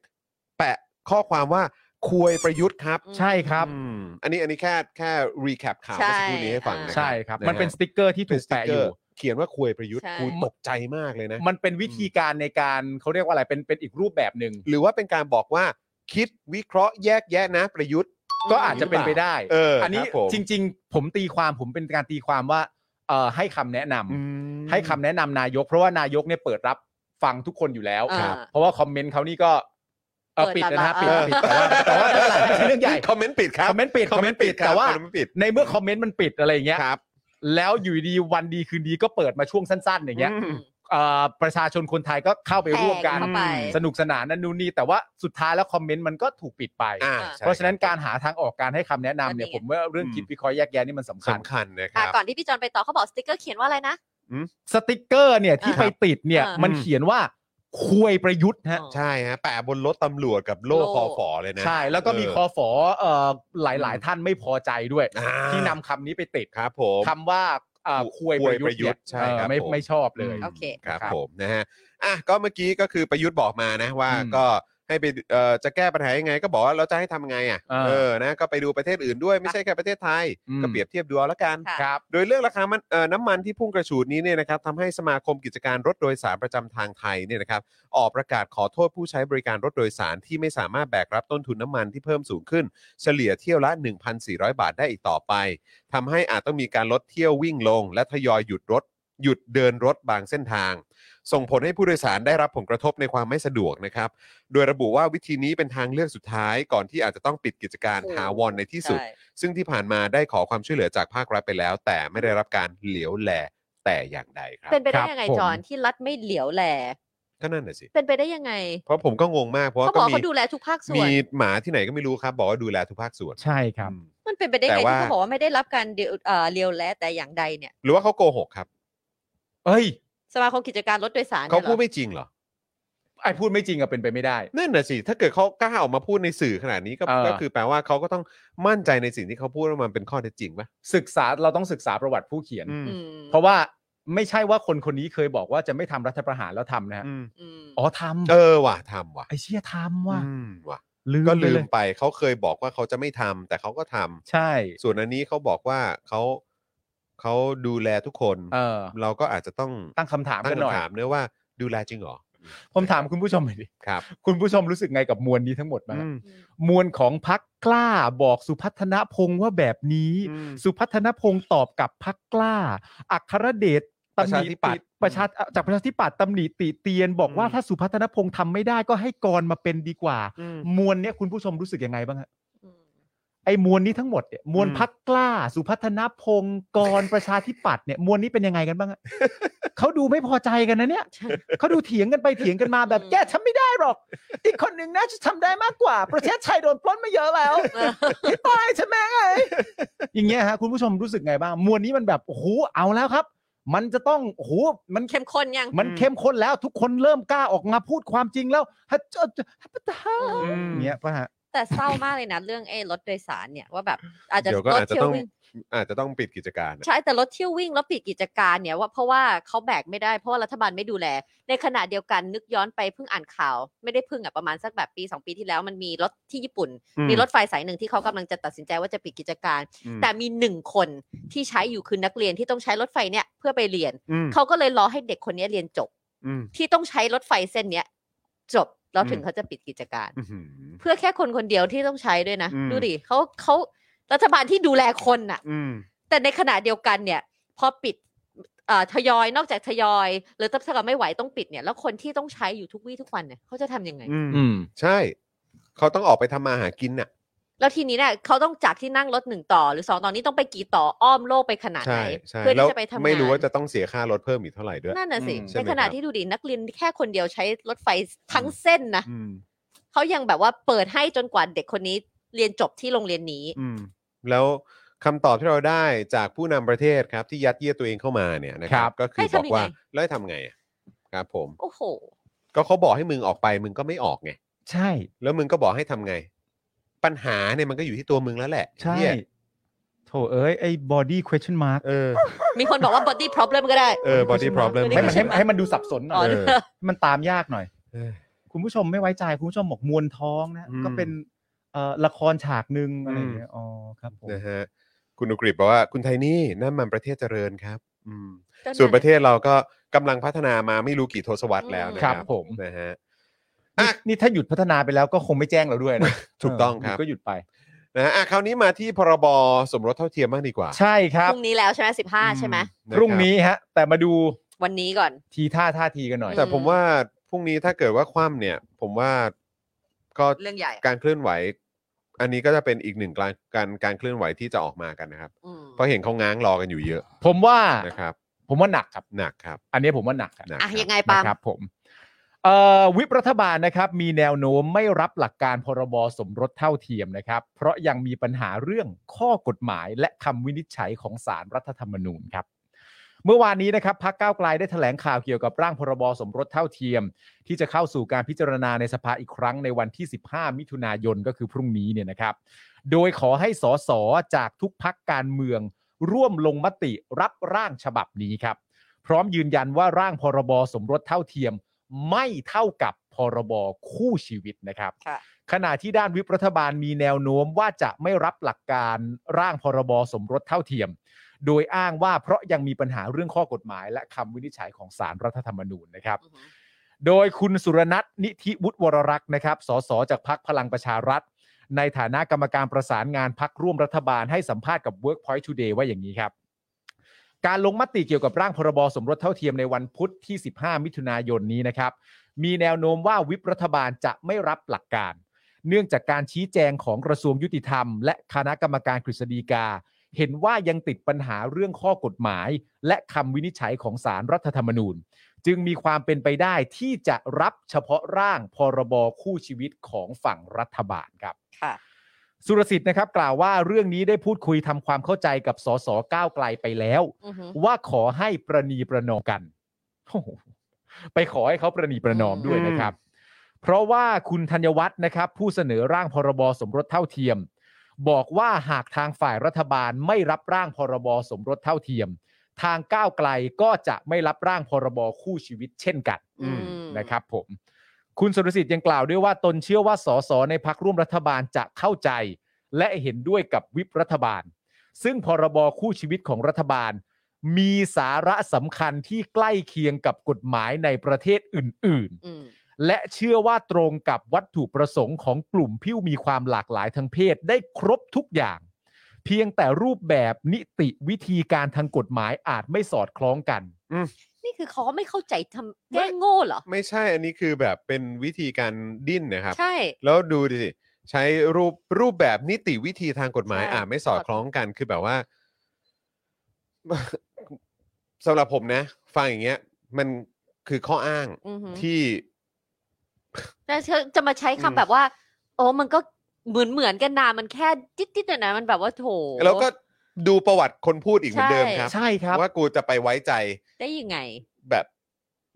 S2: แปะข้อความว่าควยประยุทธ์ครับ
S3: ใช่ครับ
S2: อืมอันนี้อันนี้แค่แค่รีแคปข่าวเมื่อสักครู่นี้ให้ฟังนะ
S3: ใช่ครับ มันเป็น
S2: ะ
S3: ส
S2: ฮะ
S3: ติกเกอร์ที่ถูก
S2: เป็นส
S3: แปะอยู่
S2: ติกเกร์ เขียนว่าควยประยุทธ์
S4: ใช่
S2: กูตกใจมากเลยนะ
S3: มันเป็นวิธีการในการเขาเรียกว่าอะไรเป็นเป็นอีกรูปแบบหนึ่ง
S2: หรือว่าเป็นการบอกว่าคิดวิเคราะห์แยกแยะนะประยุทธ์
S3: ก็อาจจะเป็นไปได้
S2: เออ
S3: อัน
S2: ค
S3: นี้
S2: รับผม
S3: จริง ๆ ผมตีความผมเป็นการตีความว่าเอ่อให้คำแนะนำให้คำแนะนำนายก เพราะว่านายกเนี่ยเปิดรับฟังทุกคนอยู่แล้ว
S4: อ่า
S3: เพราะว่าคอมเมนต์เขานี่ก็เออ
S4: เปิ
S3: ปิด
S4: ดรับ
S3: นะฮะ
S4: แล้ว
S3: ปิดปิดแต่ว่าแต่ว่าไม่เป็นไรไม่ใช่เรื่องใหญ่
S2: คอมเมนต์ปิดครับ
S3: คอมเมนต์ปิดคอมเมนต์ปิด
S2: ครับ
S3: แต่ว่า
S2: คอมเมนต์ปิด
S3: ในเมื่อคอมเมนต์มันปิดอะไรอย่างเงี้ย
S2: ครับ
S3: แล้วอยู่ดีๆวันดีคืนดีก็เปิดมาช่วงสั้น ๆ อย่างเงี้ย
S2: อืม
S3: เอ่อประชาชนคนไทยก็เข้าไปร่วมกัน
S4: แทงเข้าไป
S3: สนุกสนานนั่นนู่นนี่แต่ว่าสุดท้ายแล้วคอมเมนต์มันก็ถูกปิดไป
S2: อ่า
S4: ใช่
S3: เพราะฉะนั้นการหาทางออกการให้คำแนะนำเนี่ย
S4: นั่นเอง
S3: ผมว่าเรื่องคิดวิเคราะห์แยกแยะนี่มันสำคัญ
S2: สำคัญนะค
S4: อ่ะ
S2: รับ
S4: ก่อนที่พี่จอนไปต่อเขาบอกสติกเกอร์เขียนว่าอะไรนะ
S3: สติกเกอร์เนี่ยที่
S4: อ่า
S3: ไปติดเนี่ย
S4: อ่ามั
S3: มันเขียนว่าควยประยุทธ์ฮะ
S2: ใช่ฮะแปะบนรถตำรวจกับโล่
S4: โล่
S2: คอฝอเลยนะ
S3: ใช่แล้วก็มี
S2: เออ
S3: คอฝอเอ่อหลาย ๆ ท่านไม่พอใจด้วย
S2: อ่า
S3: ที่นำคำนี้ไปติด
S2: ครับผม
S3: คำว่าเอ่อควยประยุท
S2: ควย
S3: ธ์
S2: ประยุ
S3: เนี่
S2: ทธ์
S3: ย
S2: ใช่ครับ
S3: เออไม่
S2: ผม
S3: ไม่ชอบเลย
S2: ม
S4: โอเค
S2: ครับผมนะฮะอ่ะก็เมื่อกี้ก็คือประยุทธ์บอกมานะว่าก็ให้ไปเอ่อจะแก้ปัญหายังไง ก็บอกว่าเราจะให้ทำไงอ่ะ
S3: า
S2: เออนะก็ไปดูประเทศอื่นด้วยไม่ใช่แค่ประเทศไทย
S3: อืม
S2: ก็เปรียบเทียบดูเอาละกัน
S4: ค่ะ
S3: ครับ
S2: โดยเรื่องราคามันเอ่อน้ำมันที่พุ่งกระฉูดนี้เนี่ยนะครับทำให้สมาคมกิจการรถโดยสารประจำทางไทยเนี่ยนะครับออกประกาศขอโทษผู้ใช้บริการรถโดยสารที่ไม่สามารถแบกรับต้นทุนน้ำมันที่เพิ่มสูงขึ้น เฉลี่ยเที่ยวละ 1,400 บาทได้อีกต่อไปทำให้อาจต้องมีการลดเที่ยววิ่งลง และทยอยหยุดรถ หยุดเดินรถบางเส้นทาง ส่งผลให้ผู้โดยสารได้รับผลกระทบในความไม่สะดวกนะครับ โดยระบุว่าวิธีนี้เป็นทางเลือกสุดท้าย ก่อนที่อาจจะต้องปิดกิจการถาวรในที่สุด
S4: ใช่
S2: ซึ่งที่ผ่านมาได้ขอความช่วยเหลือจากภาครัฐไปแล้ว แต่ไม่ได้รับการเหลียวแลแต่อย่างใดครับ
S4: เป็นไป
S3: ค
S4: ได้
S3: รับ
S4: ยังไง
S3: ผม
S4: จอนที่รัฐไม่เหลียวแล
S2: ก็นั่นน่ะสิ
S4: เป็นไปได้ยังไง
S2: เพราะผมก็งงมาก เพราะ
S4: เขาบอก
S2: ว่า็
S4: ก
S2: มี
S4: เขาดูแลทุกภาคส่
S2: มี
S4: วน
S2: หมาที่ไหนก็ไม่รู้ครับ บอกว่าดูแลทุกภาคส่วน
S3: ใช่ครับ
S4: มันเป็นไปได้ไง
S2: แต่ว่า
S4: ที่เขาบอกว่าไม่ได้รับการเดียวเอ่อเหลียวแลแต่อย่างใดเนี่ย
S2: หรือว่าเขาโกหกครับ
S3: เอ้ย
S4: สมาคมกิจการรถโดยสาร
S2: เขา
S4: นี่ยหรอ
S2: พูดไม่จริงเหรอ
S3: ไอพูดไม่จริงอะเป็นไปไม่ได้
S2: นั่นน่ะสิถ้าเกิดเขากล้าออกมาพูดในสื่อขนาดนี้ก็
S3: เออ
S2: ก็คือแปลว่าเขาก็ต้องมั่นใจในสิ่งที่เขาพูดว่ามันเป็นข้อเท็จจริงปะ
S3: ศึกษาเราต้องศึกษาประวัติผู้เขียน
S2: อืม
S4: อืม
S3: เพราะว่าไม่ใช่ว่าคนคนนี้เคยบอกว่าจะไม่ทำรัฐประหารแล้วทำนะฮะ
S2: อืม
S4: อืม
S3: อ๋อท
S2: เออ
S3: ำ
S2: ว่ะทำว่ะ
S3: ไอเชี่ยทำว่ะ
S2: อืมว่ะ
S3: ลืม
S2: ก็
S3: ไป
S2: ลื
S3: เล
S2: ม
S3: ย
S2: ไปเขาเคยบอกว่าเขาจะไม่ทำแต่เขาก็ทำ
S3: ใช่
S2: ส่วนอันนี้เขาบอกว่าเขาเขาดูแลทุกคน
S3: เออ
S2: เราก็อาจจะต้อง
S3: ตั้งคำถาม
S2: ตั้
S3: กัน
S2: ง
S3: หน่อย
S2: คำถามเนื้อะว่าดูแลจริงเหรอ
S3: ผมถามคุณผู้ชมหน่อยดิ
S2: ครับ
S3: คุณผู้ชมรู้สึกไงกับมวลนี้ทั้งหมดบ้าง
S2: อื
S3: อะ
S2: ม
S3: มวลของพักกล้าบอกสุพัฒนพงษ์ว่าแบบนี้
S2: อืม
S3: สุพัฒนพงศ์ตอบกับพักกล้า อัครเดชตำห
S2: ประ
S3: นิ
S2: ชาธิปัตย์
S3: ประชาจากประชาธิปัตย์ตำหนิติเตียน บอกว่า
S2: อืม
S3: ถ้าสุพัฒนพงศ์ทำไม่ได้ก็ให้กรมาเป็นดีกว่า
S2: อืม
S3: มวลเนี่ยคุณผู้ชมรู้สึกยังไงบ้างฮะไอ้มวลนี้ทั้งหมดเนี่ยมวล
S2: อืม
S3: พักกล้า สุพัฒนพงศ์กรประชาธิปัตย์เนี่ยมวลนี้เป็นยังไงกันบ้างฮะ เขาดูไม่พอใจกันนะเนี่ยเขาดูเถียงกันไปเถียงกันมาแบบ
S4: อืม
S3: แกทำไม่ได้หรอก อีกคนหนึ่งน่าจะทำได้มากกว่า ประเทศไทยโดนปล้นมาเยอะแล้ว ไอ้ตายใช่ไหมไอ้อย่างเงี้ยฮะคุณผู้ชมรู้สึกไงบ้าง มวลนี้มันแบบโอ้โหเอาแล้วครับ มันจะต้องโอ้โหมัน
S4: เข้มข้นยัง
S3: มันเข้มข้นแล้วทุกคนเริ่มกล้าออกมาพูดความจริงแล้วฮะเจ้าพระเจ้า
S4: อื
S3: อย่างเงี้ยป่ะฮะ
S4: แต่เศร้ามากเลยนะ เรื่องไอ้รถโดยสารเนี่ยว่าแบบอาจจะ
S2: เดี๋ยวก็
S4: รถ
S2: อาจจะ
S4: เที่ย
S2: ต้
S4: ว
S2: อง
S4: วิ่ง
S2: อาจจะต้องปิดกิจการอะ
S4: ใช่แต่รถเที่ยววิ่งแล้วปิดกิจการเนี่ยว่าเพราะว่าเขาแบกไม่ได้เพราะว่ารัฐบาลไม่ดูแล ในขณะเดียวกันนึกย้อนไปเพิ่งอ่านข่าว ไม่ได้เพิ่งอ่ะประมาณสักแบบปีสองปีที่แล้วมันมีรถที่ญี่ปุ่น มีรถไฟสายหนึ่งที่เขากำลังจะตัดสินใจว่าจะปิดกิจการ
S2: อืม
S4: แต่มีหนึ่งคนที่ใช้อยู่คือนักเรียนที่ต้องใช้รถไฟเนี่ยเพื่อไปเรียน
S2: อืม
S4: เขาก็เลยรอให้เด็กคนนี้เรียนจบ
S2: อืม
S4: ที่ต้องใช้รถไฟเส้นเนี้ยจบแล้วถึง
S2: อืม
S4: เขาจะปิดกิจการ
S2: อื้อหือ
S4: เพื่อแค่คนคนเดียวที่ต้องใช้ด้วยนะ
S2: อืม
S4: ดูดิเขาเขารัฐบาลที่ดูแลคนน่ะ
S2: อืม
S4: แต่ในขณะเดียวกันเนี่ย พอปิดเอ่อทยอยนอกจากทยอย หรือถ้าเกิดไม่ไหวต้องปิดเนี่ย แล้วคนที่ต้องใช้อยู่ทุกวี่ทุกวันเนี่ยเขาจะทำยังไง
S2: อืม
S3: อืม
S2: ใช่เขาต้องออกไปทำมาหากินน่ะ
S4: แล้วทีนี้เนี่ยเขาต้องจากที่นั่งรถหนึ่งต่อ หรือสองตอนนี้ต้องไปกี่ต่ออ้อมโลกไปขนาด
S2: ใช่
S4: ไหน
S2: ใช่
S4: เพื่อ
S2: แล้ว
S4: ที่จะไปทำงาน
S2: ไม่รู้ว่าจะต้องเสียค่ารถเพิ่มอีกเท่าไหร่ด้วย
S4: นั่นน่ะสิ
S2: ใช่ไห
S4: ใน
S2: ม
S4: ขณะ
S2: ครับ
S4: ที่ดูดินักเรียนแค่คนเดียวใช้รถไฟทั้งเส้นนะ
S2: อืม
S4: เขายังแบบว่าเปิดให้จนกว่าเด็กคนนี้เรียนจบที่โรงเรียนนี้
S2: อืมแล้วคำตอบที่เราได้จากผู้นำประเทศครับ ที่ยัดเยียดตัวเองเข้ามาเนี่ยนะค
S3: ครั
S2: รับ
S3: บ
S2: ก็คือ
S4: ให้
S2: บ
S4: ทำ
S2: อกว่า
S4: ยังไง
S2: แล้วให้ทำไงอะครับผม
S4: โอ้โห
S2: ก็เขาบอกให้มึงออกไปมึงก็ไม่ออกไง
S3: ใช่
S2: แล้วมึงก็บอกให้ทำไง ปัญหาเนี่ยมันก็อยู่ที่ตัวมึงแล้วแหละ
S3: ใช่
S2: เนี่ย
S3: โถเอ้ยไอ้ body question mark
S2: เออ
S4: มีคนบอกว่า body problem ก็ได้
S2: เออ body problem
S4: ไม่
S3: ให้
S4: ไ
S3: มันให้ให้มันดูสับสนหน่
S4: อ๋อ
S3: อย
S4: เออ
S3: มันตามยากหน่อย
S2: เออ
S3: คุณผู้ชมไม่ไว้ใจ คุณผู้ชมบอกมวลท้องนะ
S2: อืม
S3: ก็เป็นเอ่อละครฉากหนึ่งอะไรอย่างเงี้ยอ๋อครับผม
S2: นะฮะคุณอุกฤษบอกว่าคุณไทนี่นั่นมันประเทศเจริญครับ
S3: อืม
S4: ก็นั่น
S2: ส่วนประเทศเราก็กำลังพัฒนามาไม่รู้กี่ทศวรรษแล้วนะค
S3: ครั
S2: รับบ
S3: ผม
S2: นะฮะ
S3: นี่นี่ถ้าหยุดพัฒนาไปแล้วก็คงไม่แจ้งเราด้วยนะ
S2: ถูกต้องครับ
S3: ก็หยุดไป
S2: นะฮะอ่ะคราวนี้มาที่พรบสมรสเท่าเทียมบ้างดีกว่า
S3: ใช่ครั
S4: พ
S3: บ
S4: รุ่งนี้แล้วใช่ไหมสิบห้าใช่ไหม
S2: ะคบ
S3: พรุ่งนี้ฮะ แต่มาดู
S4: วันนี้ก่อน
S3: ทีท่าท่าทีกันหน่อย
S2: แต่ผมว่าพรุ่งนี้ถ้าเกิดว่าคว่ำเนี่ย ผมว่าก็
S4: เรื่องใหญ่อะ
S2: การเคลื่อนไหว อันนี้ก็จะเป็นอีกหนึ่งการการการเคลื่อนไหวที่จะออกมากันนะครับ
S4: อืม
S2: เพราะเห็นเขาง้างรอกันอยู่เยอะ
S3: ผมว่า
S2: นะครับ
S3: ผมว่าหนักครับ
S2: หนักครับ
S3: อันนี้ผมว่าหนักครับ
S2: หนักค
S4: อ่ะ
S2: รับ
S4: ยังไงปาล์ม
S3: นะครับผมเอ่อวิปรัฐบาลนะครับมีแนวโน้มไม่รับหลักการพรบสมรสเท่าเทียมนะครับ เพราะยังมีปัญหาเรื่องข้อกฎหมายและคำวินิจฉัยของสารรัฐธรรมนูญครับ เมื่อวานนี้นะครับพักก้าวไกลได้แถลงข่าวเกี่ยวกับร่างพรบสมรสเท่าเทียม ที่จะเข้าสู่การพิจารณาในสภาอีกครั้งในวันที่ 15 มิถุนายนก็คือพรุ่งนี้เนี่ยนะครับ โดยขอให้สสจากทุกพักการเมือง ร่วมลงมติรับร่างฉบับนี้ครับ พร้อมยืนยันว่าร่างพรบสมรสเท่าเทียม ไม่เท่ากับพรบคู่ชีวิตนะครับ
S4: ค่ะ
S3: ขณะที่ด้านวิปรัฐบาลมีแนวโน้มว่าจะไม่รับหลักการร่างพรบสมรสเท่าเทียม โดยอ้างว่าเพราะยังมีปัญหาเรื่องข้อกฎหมาย และคำวินิจฉัยของสารรัฐธรรมนูญนะครับ
S4: อือหือ
S3: โดยคุณสุรนัทนิธิวุฒิวรรักษ์นะครับ สสจากพักพลังประชารัฐ ในฐานะกรรมการประสานงานพักร่วมรัฐบาลให้สัมภาษณ์กับ Workpoint Today ว่าอย่างนี้ครับ การลงมติเกี่ยวกับร่างพรบสมรสเท่าเทียมในวันพุธที่ 15 มิถุนายนนี้นะครับ มีแนวโน้มว่าวิปรัฐบาลจะไม่รับหลักการ เนื่องจากการชี้แจงของกระทรวงยุติธรรม และคณะกรรมการกฤษฎีกา เห็นว่ายังติดปัญหาเรื่องข้อกฎหมาย และคำวินิจฉัยของสารรัฐธรรมนูญ จึงมีความเป็นไปได้ที่จะรับเฉพาะร่างพรบคู่ชีวิตของฝั่งรัฐบาลครับ
S4: ค่ะ
S3: สุรสิทธิ์นะครับกล่าวว่าเรื่องนี้ได้พูดคุยทำความเข้าใจกับสสก้าวไกลไปแล้ว
S4: อือหือ
S3: ว่าขอให้ประนีประนอมกันโอ้โหไปขอให้เขาประนีประนอม
S4: อืม
S3: ด้วยนะครับ เพราะว่าคุณธัญวัฒน์นะครับ ผู้เสนอร่างพรบสมรสเท่าเทียม บอกว่าหากทางฝ่ายรัฐบาลไม่รับร่างพรบสมรสเท่าเทียม ทางก้าวไกลก็จะไม่รับร่างพรบคู่ชีวิตเช่นกัน
S4: อืม
S3: นะครับผม คุณสุรสิทธิ์ยังกล่าวด้วยว่าตนเชื่อว่าสสในพักร่วมรัฐบาลจะเข้าใจ และเห็นด้วยกับวิปรัฐบาล ซึ่งพรบคู่ชีวิตของรัฐบาล มีสาระสำคัญที่ใกล้เคียงกับกฎหมายในประเทศอื่น
S4: อืม
S3: ๆ และเชื่อว่าตรงกับวัตถุประสงค์ของกลุ่มผู้มีความหลากหลายทางเพศได้ครบทุกอย่าง เพียงแต่รูปแบบนิติวิธีการทางกฎหมายอาจไม่สอดคล้องกัน
S4: นี่คือเขาไม่เข้าใจทำแกล้งโง่เหรอ
S2: ไม่ใช่อันนี้คือแบบเป็นวิธีการดิ้นนะครับ
S4: ใช่
S2: แล้วดูดิสิใช้รูปรูปแบบนิติวิธีทางกฎหมาย
S4: ใช่
S2: อ่าไม่สอดคล้องกันคือแบบว่า สำหรับผมนะ ฟังอย่างเงี้ย มันคือข้ออ้าง
S4: อือหือ
S2: ที่
S4: แต่เธอจะมาใช้คำ
S2: อืม
S4: แบบว่า โอ้มันก็เหมือนเหมือนกันนามันแค่จิ๊ดๆหน่อยนะมันแบบว่าโถ
S2: แล้วก็ดูประวัติคนพูดอีกเหมือนเดิม
S4: ใช่
S2: ครับ
S3: ใช่ครับ
S2: ว่ากูจะไปไว้ใจ
S4: ได้ยังไง
S2: แบบ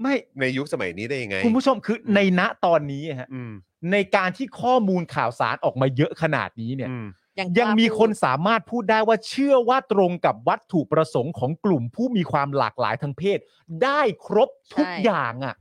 S3: ไม่
S2: ในยุคสมัยนี้ได้ยังไง
S3: คุณผู้ชมคือในณตอนนี้อะฮะ
S2: อืม
S3: ในการที่ข้อมูลข่าวสารออกมาเยอะขนาดนี้เนี่ย
S2: อืม
S4: ยัง
S3: ยัง
S4: กล้า
S3: มี
S4: พูด
S3: คนสามารถพูดได้ว่าเชื่อว่าตรงกับวัตถุประสงค์ของกลุ่มผู้มีความหลากหลายทางเพศ ได้ครบทุก
S4: ใช่
S3: อย่างอะ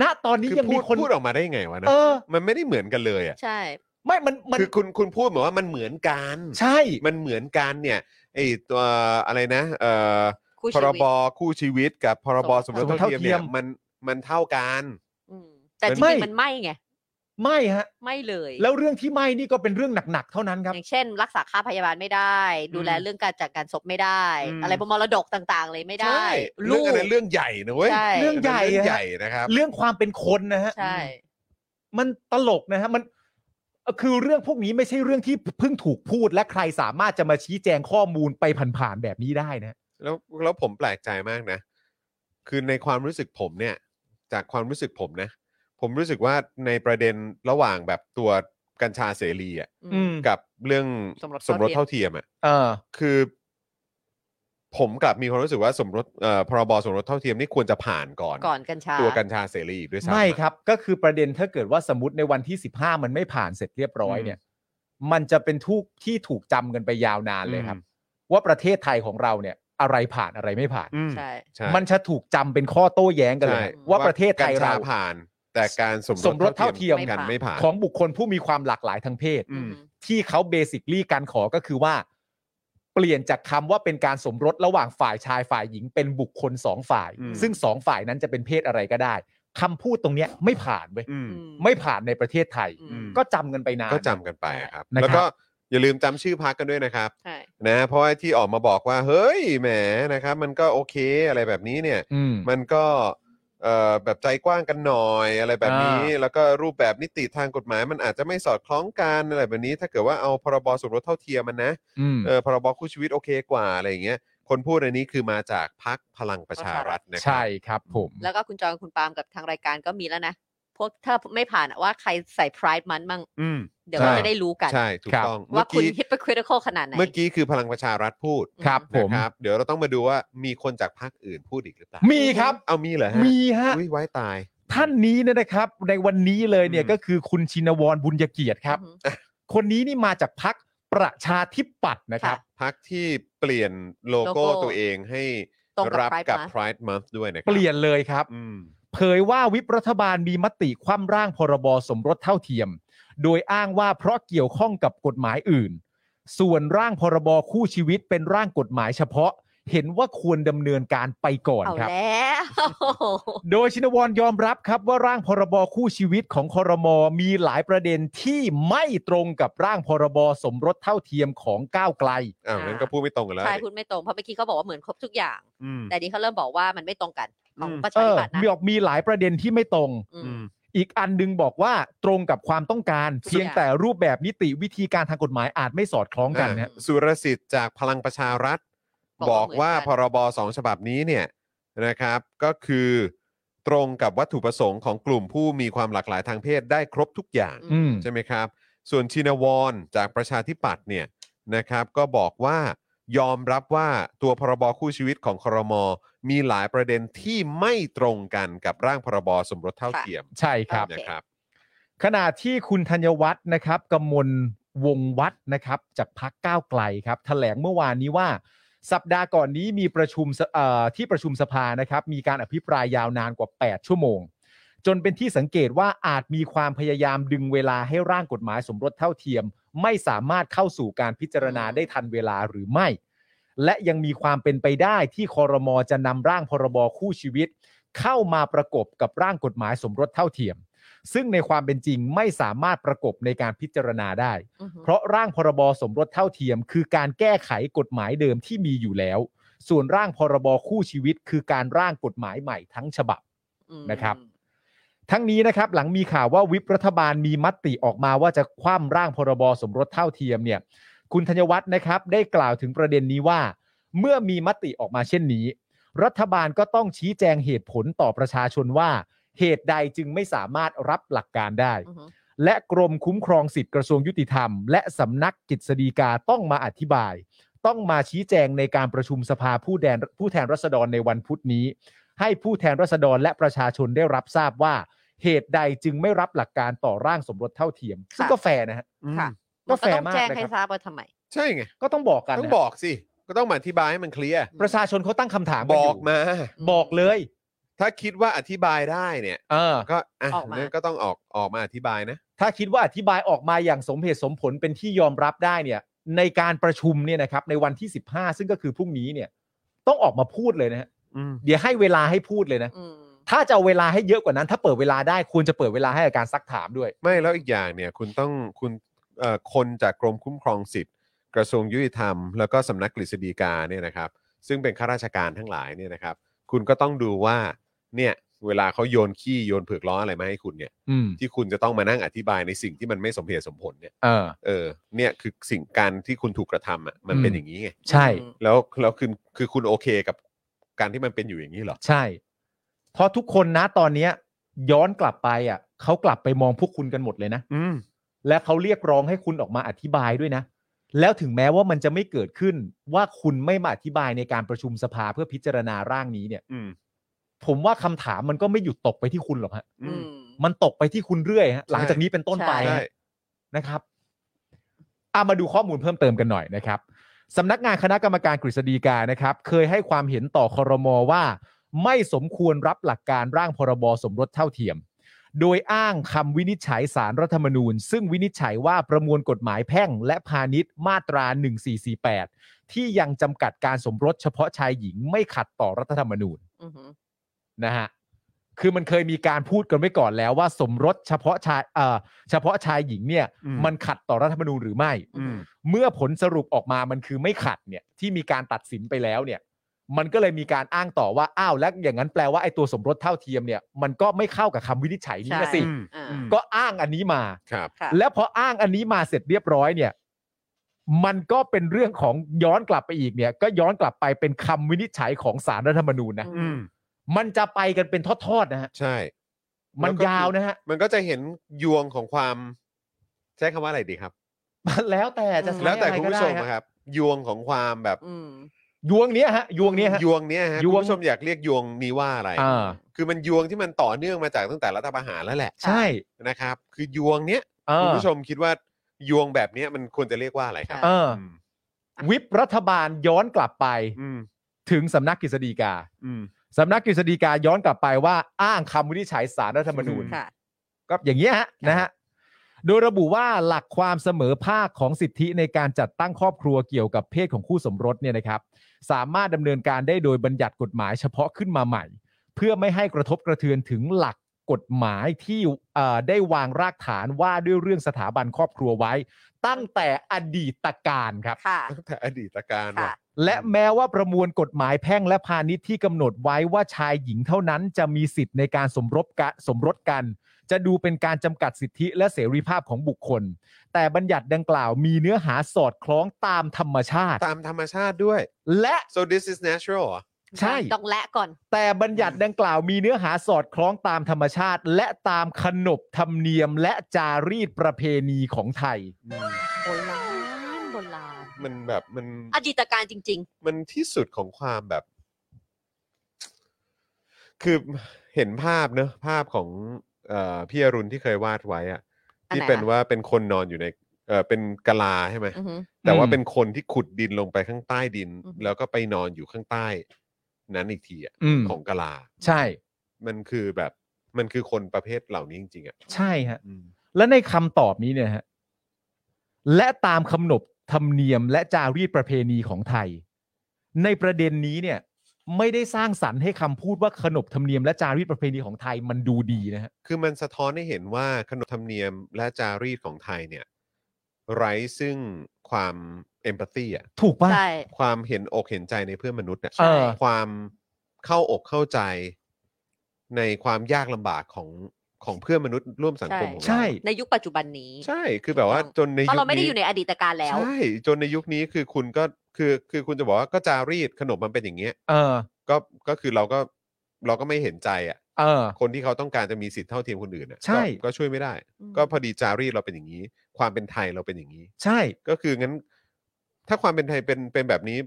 S3: ณตอนนี้
S2: คือ
S3: ยัง
S2: พู
S3: มี
S2: ด
S3: คน
S2: พูดออกมาได้ไงวะนะ
S3: เออ
S2: มันไม่ได้เหมือนกันเลยอ่ะ
S4: ใช่
S3: ไม่มันมัน
S2: คือคุณคุณพูดเหมือนว่ามันเหมือนกัน
S3: ใช่
S2: มันเหมือนกันเนี่ยไอตัวอะไรนะเอ่อ
S4: คู่
S2: พ
S4: ชี
S2: ร
S4: วิ
S2: บ
S4: ต
S2: คู่ชีวิตกับพรบส
S4: ส
S2: ม
S4: ม
S2: ร
S4: ร
S2: ส
S4: ส
S2: เท่าเทียมเนี่ยมันมันเท่ากัน
S4: อืมแต่
S2: มั
S4: จ
S2: น
S4: ริงๆมันไม่ไง
S3: ไม่ฮะ
S4: ไม่เลย
S3: แล้วเรื่องที่ไม่นี่ก็เป็นเรื่องหนักๆเท่านั้นครับ
S4: อย่างเช่น รักษาค่าพยาบาลไม่ได้ ดูแลเรื่องการจัดการศพไม่ได้
S2: อืม
S4: อะไรพวกมรดกต่างๆ เลยไม่ได้
S2: ใช่เรื่
S4: ลู
S2: อง
S4: ก
S2: อะไรเรื่องใหญ่นะเว้ย
S4: ใช่
S3: เรื่องใหญ่
S2: เรื่อง
S3: ฮะ
S2: ใหญ่นะครับ
S3: เรื่องความเป็นคนนะฮะ
S4: ใช่
S3: มันตลกนะฮะมันเอ่อคือเรื่องพวกนี้ไม่ใช่เรื่องที่เพิ่งถูกพูดและใครสามารถจะมาชี้แจงข้อมูลไปผ่านๆแบบนี้ได้นะ
S2: แล้วแล้วผมแปลกใจมากนะ คือในความรู้สึกผมเนี่ย จากความรู้สึกผมนะ ผมรู้สึกว่าในประเด็นระหว่างแบบตัวกัญชาเสรีอ่ะ
S4: อืม
S2: กับเรื่อง
S4: สมรส
S2: สมรส
S4: เท่าเทียม
S2: เท่าเทียมอ่ะ
S3: เออ
S2: คือ ผมกลับมีความรู้สึกว่าสมรสเอ่อพรบสมรสเท่าเทียมนี่ควรจะผ่านก่อน
S4: ก่อนกัญชา
S2: ตัวกัญชาเสรีอีกด้วยซ้ำ
S3: ไม่
S2: อะ
S3: ครับ ก็คือประเด็นถ้าเกิดว่าสมมติในวันที่ 15 มันไม่ผ่านเสร็จเรียบร้อยเนี่ย มันจะเป็นทุกที่ถูกจำกันไปยาวนานเลยครับ ว่าประเทศไทยของเราเนี่ย อะไรผ่านอะไรไม่ผ่าน
S2: อืม
S4: ใช่
S2: ใช่
S3: มันจะถูกจำเป็นข้อโต้แย้งกันเลย
S2: ใช่
S3: ครับว่าประเทศไทย
S2: กัญช
S3: เรา
S2: ผ่าน แต่การสม
S3: สมรสเท่าเทียม
S2: กัน
S4: ไม่
S2: ไม่ผ่า
S4: ผ่าน น
S3: ของบุคคลผู้มีความหลากหลายทางเพศ
S2: อืม
S4: อืม
S3: ที่เขาเบสิคลี่การขอก็คือว่า เปลี่ยนจากคำว่าเป็นการสมรสระหว่างฝ่ายชายฝ่ายหญิงเป็นบุคคลสองฝ่าย
S2: อืม
S3: ซึ่งสองฝ่ายนั้นจะเป็นเพศอะไรก็ได้คำพูดตรงเนี้ยไม่ผ่านเว้ย
S2: อืม
S4: อืม
S3: ไม่ผ่านในประเทศไทย
S4: อืม
S3: ก็จำกันไปนาน
S2: ก็จำกันไปครับ
S3: นะครับ
S2: แล้วก็อย่าลืมจำชื่อพักกันด้วยนะครับ
S4: ใช่
S2: นะเพราะว่าที่ออกมาบอกว่า เฮ้ยแหมนะครับ มันก็โอเคอะไรแบบนี้เนี่ย
S3: อืม
S2: มันก็เอ่อแบบใจกว้างกันหน่อยอะไรแบบนี้
S3: อ่า
S2: แล้วก็รูปแบบนิติทางกฎหมาย มันอาจจะไม่สอดคล้องกันอะไรแบบนี้ ถ้าเกิดว่าเอาพรบสมรสเท่าเทียมมันนะ
S3: อืม
S2: เออพรบคู่ชีวิตโอเคกว่าอะไรอย่างเงี้ยคนพูดอันนี้คือมาจากพักพลังประชารัฐนะครั
S3: ใช่ครับผม
S4: แล้วก็คุณจอยกับคุณปาล์มกับทางรายการก็มีแล้วนะ พวกถ้าไม่ผ่านอะว่าใครใส่ pride มันมั่ง
S2: อืม
S4: เดี๋ยวก็จะได้รู้กัน
S2: ใช่ถูกต้อง
S4: ว่า
S2: เมื่อ
S4: คุณ
S2: กี้
S4: hypocritical ขนาดไหน
S2: เมื่อกี้คือพลังประชารัฐพูด
S3: ครับผม
S2: นะครับเดี๋ยวเราต้องมาดูว่ามีคนจากพรรคอื่นพูดอีกหรือเปล่า
S3: มีครับ
S2: เอามีเหรอฮะ
S3: มีฮะ
S2: อุ้ยไว้ตาย
S3: ท่านนี้เนยนะครับ ในวันนี้เลยเนี่ย
S2: อืม
S3: ก็คือคุณชินวรบุญยเกียรติครับ
S4: อือฮึ
S3: คนนี้นี่มาจากพักประชาธิปัตย์นะครับ
S4: ค่ะ
S2: พรรคที่เปลี่ยนโลโก้
S4: โลโก้
S2: ตัวเองให้
S4: ตรงกับ
S2: รับ
S4: Pride
S2: กับ
S4: Month
S2: Pride Month ด้วยนะครับ
S3: เปลี่ยนเลยครับ
S2: อืม
S3: เผยว่าวิปรัฐบาลมีมติคว่ำร่างพรบสมรสเท่าเทียม โดยอ้างว่าเพราะเกี่ยวข้องกับกฎหมายอื่น ส่วนร่างพรบคู่ชีวิตเป็นร่างกฎหมายเฉพาะ เห็นว่าควรดำเนินการไปก่อน
S4: เอา
S3: ครับ
S4: แล้ว
S3: โดยชินวรยอมรับครับว่าร่างพรบคู่ชีวิตของคอรมอมีหลายประเด็นที่ไม่ตรงกับร่างพรบสมรสเท่าเทียมของก้าวไกล
S2: อ้าวงั้นก็พูดไม่ตรงกันแล้ว
S4: ใช่
S2: ดิ
S4: พูดไม่ตรงเพราะเมื่อกี้เขาบอกว่าเหมือนครบทุกอย่าง
S2: อืม
S4: แต่นี้เขาเริ่มบอกว่ามันไม่ตรงกันของ
S2: อืม
S4: ประ
S3: เอ
S4: ชาธิ
S3: อ
S4: ปัตย์นะ
S3: มีออกมีหลายประเด็นที่ไม่ตรง
S4: อื
S2: อื
S4: ม
S2: ม
S3: อีกอันหนึงบอกว่าตรงกับความต้องการ
S4: ทุกอย่าง
S3: เพียงแต่รูปแบบนิติวิธีการทางกฎหมายอาจไม่สอดคล้องกันนะ
S2: สุรสิทธิ์จากพลังประชารัฐ
S4: บบ อ
S2: อก ก
S4: ว่า
S2: ว่า
S4: เหมือนกัน
S2: พรบสองฉบับนี้เนี่ยนะครับ ก็คือตรงกับวัตถุประสงค์ของกลุ่มผู้มีความหลากหลายทางเพศได้ครบทุกอย่าง
S3: อืม
S2: ใช่ไหมครับ ส่วนชินวรจากประชาธิปัตย์เนี่ยนะครับ ก็บอกว่ายอมรับว่าตัวพรบคู่ชีวิตของครม มีหลายประเด็นที่ไม่ตรงกันกับร่างพรบสมรสเท่าเทียม
S3: ใช่ครับ
S4: โอเ
S2: นะครับ
S3: ขณะที่คุณธัญวัฒน์นะครับกมลวงศ์วัฒน์นะครับ จากพักก้าวไกลครับแถลงเมื่อวานนี้ว่า สัปดาห์ก่อนนี้มีประชุมสเอ่อที่ประชุมสภานะครับ มีการอภิปรายยาวนานกว่า 8 ชั่วโมง จนเป็นที่สังเกตว่าอาจมีความพยายามดึงเวลาให้ร่างกฎหมายสมรสเท่าเทียม ไม่สามารถเข้าสู่การพิจารณาได้ทันเวลาหรือไม่ และยังมีความเป็นไปได้ที่คอรมอจะนำร่างพรบคู่ชีวิต เข้ามาประกบกับร่างกฎหมายสมรสเท่าเทียม ซึ่งในความเป็นจริงไม่สามารถประกบในการพิจารณาได้
S4: อือฮึ
S3: เพราะร่างพรบสมรสเท่าเทียม คือการแก้ไขกฎหมายเดิมที่มีอยู่แล้ว ส่วนร่างพรบคู่ชีวิต คือการร่างกฎหมายใหม่ทั้งฉบับ
S4: อืม
S3: นะครับ ทั้งนี้นะครับหลังมีข่าวว่าวิปรัฐบาลมีมติออกมาว่าจะคว่ำร่างพรบสมรสเท่าเทียมเนี่ยคุณธัญวัฒน์นะครับได้กล่าวถึงประเด็นนี้ว่า เมื่อมีมติออกมาเช่นนี้ รัฐบาลก็ต้องชี้แจงเหตุผลต่อประชาชนว่า เหตุใดจึงไม่สามารถรับหลักการได้
S4: อือฮึ
S3: และกรมคุ้มครองสิทธิกระทรวงยุติธรรม และสำนักกิษฎีกาต้องมาอธิบาย ต้องมาชี้แจงในการประชุมสภาผู้แดนผู้แทนรัษฎรในวันพุธนี้ ให้ผู้แทนรัษฎรและประชาชนได้รับทราบว่า เหตุใดจึงไม่รับหลักการต่อร่างสมรสเท่าเทียม ซึ่ง
S4: ค่ะ
S3: ก็แฟร์นะฮะ
S4: ค่ะ
S3: ก็
S4: มัน
S3: แฟ
S4: ก็
S3: ร์
S4: ต้อง
S3: มาก
S4: แจ้ง
S3: นะ
S4: ให้
S3: ครับ
S4: ทราบว่าทำไม
S2: ใช่ไง
S3: ก็ต้องบอกกัน
S2: ต้อง
S3: นะ
S2: บอกสิ ก็ต้องมาอธิบายให้มันเคลียร์
S3: ประชาชนเขาตั้งคำถามน
S2: บ
S3: ยู่
S2: อกมา
S3: บอกเลย
S2: ถ้าคิดว่าอธิบายได้เนี่ย
S3: เออ
S2: ก็อ่ะ
S4: ออกมา
S2: นั่นก็ต้องออกออกมาอธิบายนะ
S3: ถ้าคิดว่าอธิบายออกมาอย่างสมเหตุสมผลเป็นที่ยอมรับได้เนี่ย ในการประชุมเนี่ยนะครับ ในวันที่ 15 ซึ่งก็คือพรุ่งนี้เนี่ย ต้องออกมาพูดเลยนะฮะ
S2: อืม
S3: เดี๋ยวให้เวลาให้พูดเลยนะ
S4: อืม
S3: ถ้าจะเอาเวลาให้เยอะกว่านั้น ถ้าเปิดเวลาได้ควรจะเปิดเวลาให้อาการซักถามด้วย
S2: ไม่แล้วอีกอย่างเนี่ยคุณต้องคุณเอ่อคนจากกรมคุ้มครองสิทธิ์ กระทรวงยุติธรรม แล้วก็สำนักกฤษฎีกาเนี่ยนะครับ ซึ่งเป็นข้าราชการทั้งหลายเนี่ยนะครับ คุณก็ต้องดูว่าเนี่ยเวลาเขาโยนขี้โยนเผือกล้ออะไรมาให้คุณเนี่ย
S3: อืม
S2: ที่คุณจะต้องมานั่งอธิบายในสิ่งที่มันไม่สมเหตุสมผลเนี่ย
S3: เออ
S2: เออเนี่ยคือสิ่งการที่คุณถูกกระทำอ่ะมันเป็นอย่างนี้ไง
S3: ใช่
S2: แล้วแล้วคือคือคุณโอเคกับการที่มันเป็นอยู่อย่างนี้เหรอ
S3: ใช่ เพราะทุกคนนะตอนเนี้ย ย้อนกลับไปอ่ะเขากลับไปมองพวกคุณกันหมดเลยนะ
S2: อืม
S3: และเขาเรียกร้องให้คุณออกมาอธิบายด้วยนะ แล้วถึงแม้ว่ามันจะไม่เกิดขึ้นว่าคุณไม่มาอธิบายในการประชุมสภาเพื่อพิจารณาร่างนี้เนี่ย
S2: อืม
S3: ผมว่าคำถามมันก็ไม่หยุดตกไปที่คุณหรอกฮะ
S2: อืม
S3: มันตกไปที่คุณเรื่อยฮะ หลังจากนี้เป็นต้นไป
S4: ใช่
S2: ใช่
S3: ฮะ นะครับอามาดูข้อมูลเพิ่มเติมกันหน่อยนะครับสำนักงานคณะกรรมการกฤษฎีกานะครับ เคยให้ความเห็นต่อคอรมอว่า ไม่สมควรรับหลักการร่างพรบสมรสเท่าเทียม โดยอ้างคำวินิจฉัยสารรัฐธรรมนูญ ซึ่งวินิจฉัยว่าประมวลกฎหมายแพ่งและพาณิชย์มาตรา 1448 ที่ยังจำกัดการสมรสเฉพาะชายหญิงไม่ขัดต่อรัฐธรรมนูญ
S4: อือหือ
S3: นะฮะ คือมันเคยมีการพูดกันไว้ก่อนแล้วว่าสมรสเฉพาะชายเอ่อเฉพาะชายหญิงเนี่ย
S5: อืม
S3: มันขัดต่อรัฐธรรมนูญหรือไม่
S4: อืม
S3: เมื่อผลสรุปออกมามันคือไม่ขัดเนี่ยที่มีการตัดสินไปแล้วเนี่ย มันก็เลยมีการอ้างต่อว่าอ้าวแล้วอย่างนั้นแปลว่าไอ้ตัวสมรสเท่าเทียมเนี่ยมันก็ไม่เข้ากับคำวินิจฉัยนี้นะสิ
S4: ใช่ อ่า
S3: ก็อ้างอันนี้มา
S2: ครับ
S4: ค่ะ
S3: แล้วพออ้างอันนี้มาเสร็จเรียบร้อยเนี่ย มันก็เป็นเรื่องของย้อนกลับไปอีกเนี่ย ก็ย้อนกลับไปเป็นคำวินิจฉัยของสารรัฐธรรมนูญนะ
S4: อืม
S3: มันจะไปกันเป็นทอดๆนะฮะ
S2: ใช่
S3: มันยาวนะฮ ะ
S2: มันก็จะเห็นยวงของความ ใช้คำว่าอะไรดีครับ
S3: แล้วแต่จะใช้
S2: แล้วแต่
S3: อะไร
S2: คุณ
S3: ก็
S2: ผู้
S3: ได้
S2: ชม
S3: ฮะ
S2: นะครับ ยวงของความแบบ
S4: อืม
S3: ยวงเนี้ยฮะยวงเนี้ยฮะ
S2: ยวงเนี้ยฮะ
S3: ย
S2: คุ
S3: วง
S2: ณผู้ชมอยากเรียกยวงนี้ว่าอะไร
S3: อ่า
S2: คือมันยวงที่มันต่อเนื่องมาจากตั้งแต่รัฐประหารแล้วแหละ
S3: ใช่
S2: นะครับ คือยวงเนี้ย
S3: เอ
S2: คุณ
S3: อ
S2: ผู้ชมคิดว่ายวงแบบเนี้ยมันควรจะเรียกว่าอะไรครับ
S3: เออ
S2: ม
S3: วิปรัฐบาลย้อนกลับไป
S2: อืม
S3: ถึงสำนักกฤษฎีกา
S2: อืม
S3: สำนักกฤษฎีกาย้อนกลับไปว่าอ้างคำวินิจฉัยสารรัฐธรรมนูญ
S4: ค่ะ
S3: ก็อย่างนี้ยฮะนะฮะ โดยระบุว่าหลักความเสมอภาคของสิทธิในการจัดตั้งครอบครัวเกี่ยวกับเพศของคู่สมรสเนี่ยนะครับ สามารถดำเนินการได้โดยบัญญัติกฎหมายเฉพาะขึ้นมาใหม่ เพื่อไม่ให้กระทบกระเทือนถึงหลักกฎหมายที่เอ่อได้วางรากฐานว่าด้วยเรื่องสถาบันครอบครัวไว้ ตั้งแต่อดีตการครับ
S4: ค่ะ
S2: ตั้งแต่อดีตการ
S4: ค่ะ
S2: ว่ะ
S3: และแม้ว่าประมวลกฎหมายแพ่งและพาณิชย์ที่กำหนดไว้ว่าชายหญิงเท่านั้นจะมีสิทธิ์ในการสมรบกะสมรสกัน จะดูเป็นการจำกัดสิทธิและเสรีภาพของบุคคล แต่บัญญัติดังกล่าวมีเนื้อหาสอดคล้องตามธรรมชาติ
S2: ตามธรรมชาติด้วย
S3: และ
S2: so this is natural เหรอ
S3: ใช่
S4: ต้องและก่อน
S3: แต่บัญญัติดังกล่าวมีเนื้อหาสอดคล้องตามธรรมชาติ และตามขนบธรรมเนียมและจารีตประเพณีของไทย
S4: โบราณโบราณ
S2: มันแบบมัน
S4: อดีตการจริง
S2: มันที่สุดของความแบบ คือเห็นภาพเนอะภาพของเอ่อพี่อรุณที่เคยวาดไว้อะ
S4: อันไหน
S2: ที่เป็น
S4: คะ
S2: ว่าเป็นคนนอนอยู่ในเออเป็นกะลาใช่ไหม
S4: ๆ อือหือ
S2: แต่ว่า
S3: อืม
S2: เป็นคนที่ขุดดินลงไปข้างใต้ดิน
S4: อือฮึ
S2: แล้วก็ไปนอนอยู่ข้างใต้ นั้นอีกทีอะ
S3: อืม
S2: ของกะลา
S3: ใช่
S2: มันคือแบบ มันคือคนประเภทเหล่านี้จริงๆอ่ะ
S3: ใช่ฮะ
S2: อืม
S3: และในคำตอบนี้เนี่ยฮะและตามคำนบธรรมเนียมและจารีตประเพณีของไทย ในประเด็นนี้เนี่ย ไม่ได้สร้างสรรค์ให้คำพูดว่าขนบธรรมเนียมและจารีตประเพณีของไทยมันดูดีนะฮะ
S2: คือมันสะท้อนให้เห็นว่าขนบธรรมเนียมและจารีตของไทยเนี่ย ไร้ซึ่งความเอมพัตตีอ่ะ
S3: ถูกป่ะ
S4: ใช่
S2: ความเห็นอกเห็นใจในเพื่อนมนุษย์เนี่ย
S3: เออ
S2: ความเข้าอกเข้าใจในความยากลำบากของของเพื่อนมนุษย์ร่วมสังคมของเรา
S3: ใช่
S4: ในยุคปัจจุบันนี้
S2: ใช่คือแบบว่า
S4: ถูกต้อง
S2: จนใน
S4: เพราะเราไม่ได้
S2: นี้
S4: อยู่ในอดีตการแล้ว
S2: ใช่จนในยุคนี้คือคุณก็คือคือคุณจะบอกว่าก็จารีตขนบมันเป็นอย่างเงี้ย
S3: เออ
S2: ก็ก็คือเราก็เราก็ไม่เห็นใจอ่ะ
S3: เออ
S2: คนที่เขาต้องการจะมีสิทธิ์เท่าเทียมคนอื่นน่ะ
S3: ใช่
S2: ก็ก็ช่วยไม่ได้
S4: อืม
S2: ก็พอดีจารีตเราเป็นอย่างนี้ ความเป็นไทยเราเป็นอย่างนี้
S3: ใช่
S2: ก็คืองั้น ถ้าความเป็นไทยเป็นเป็นแบบนี้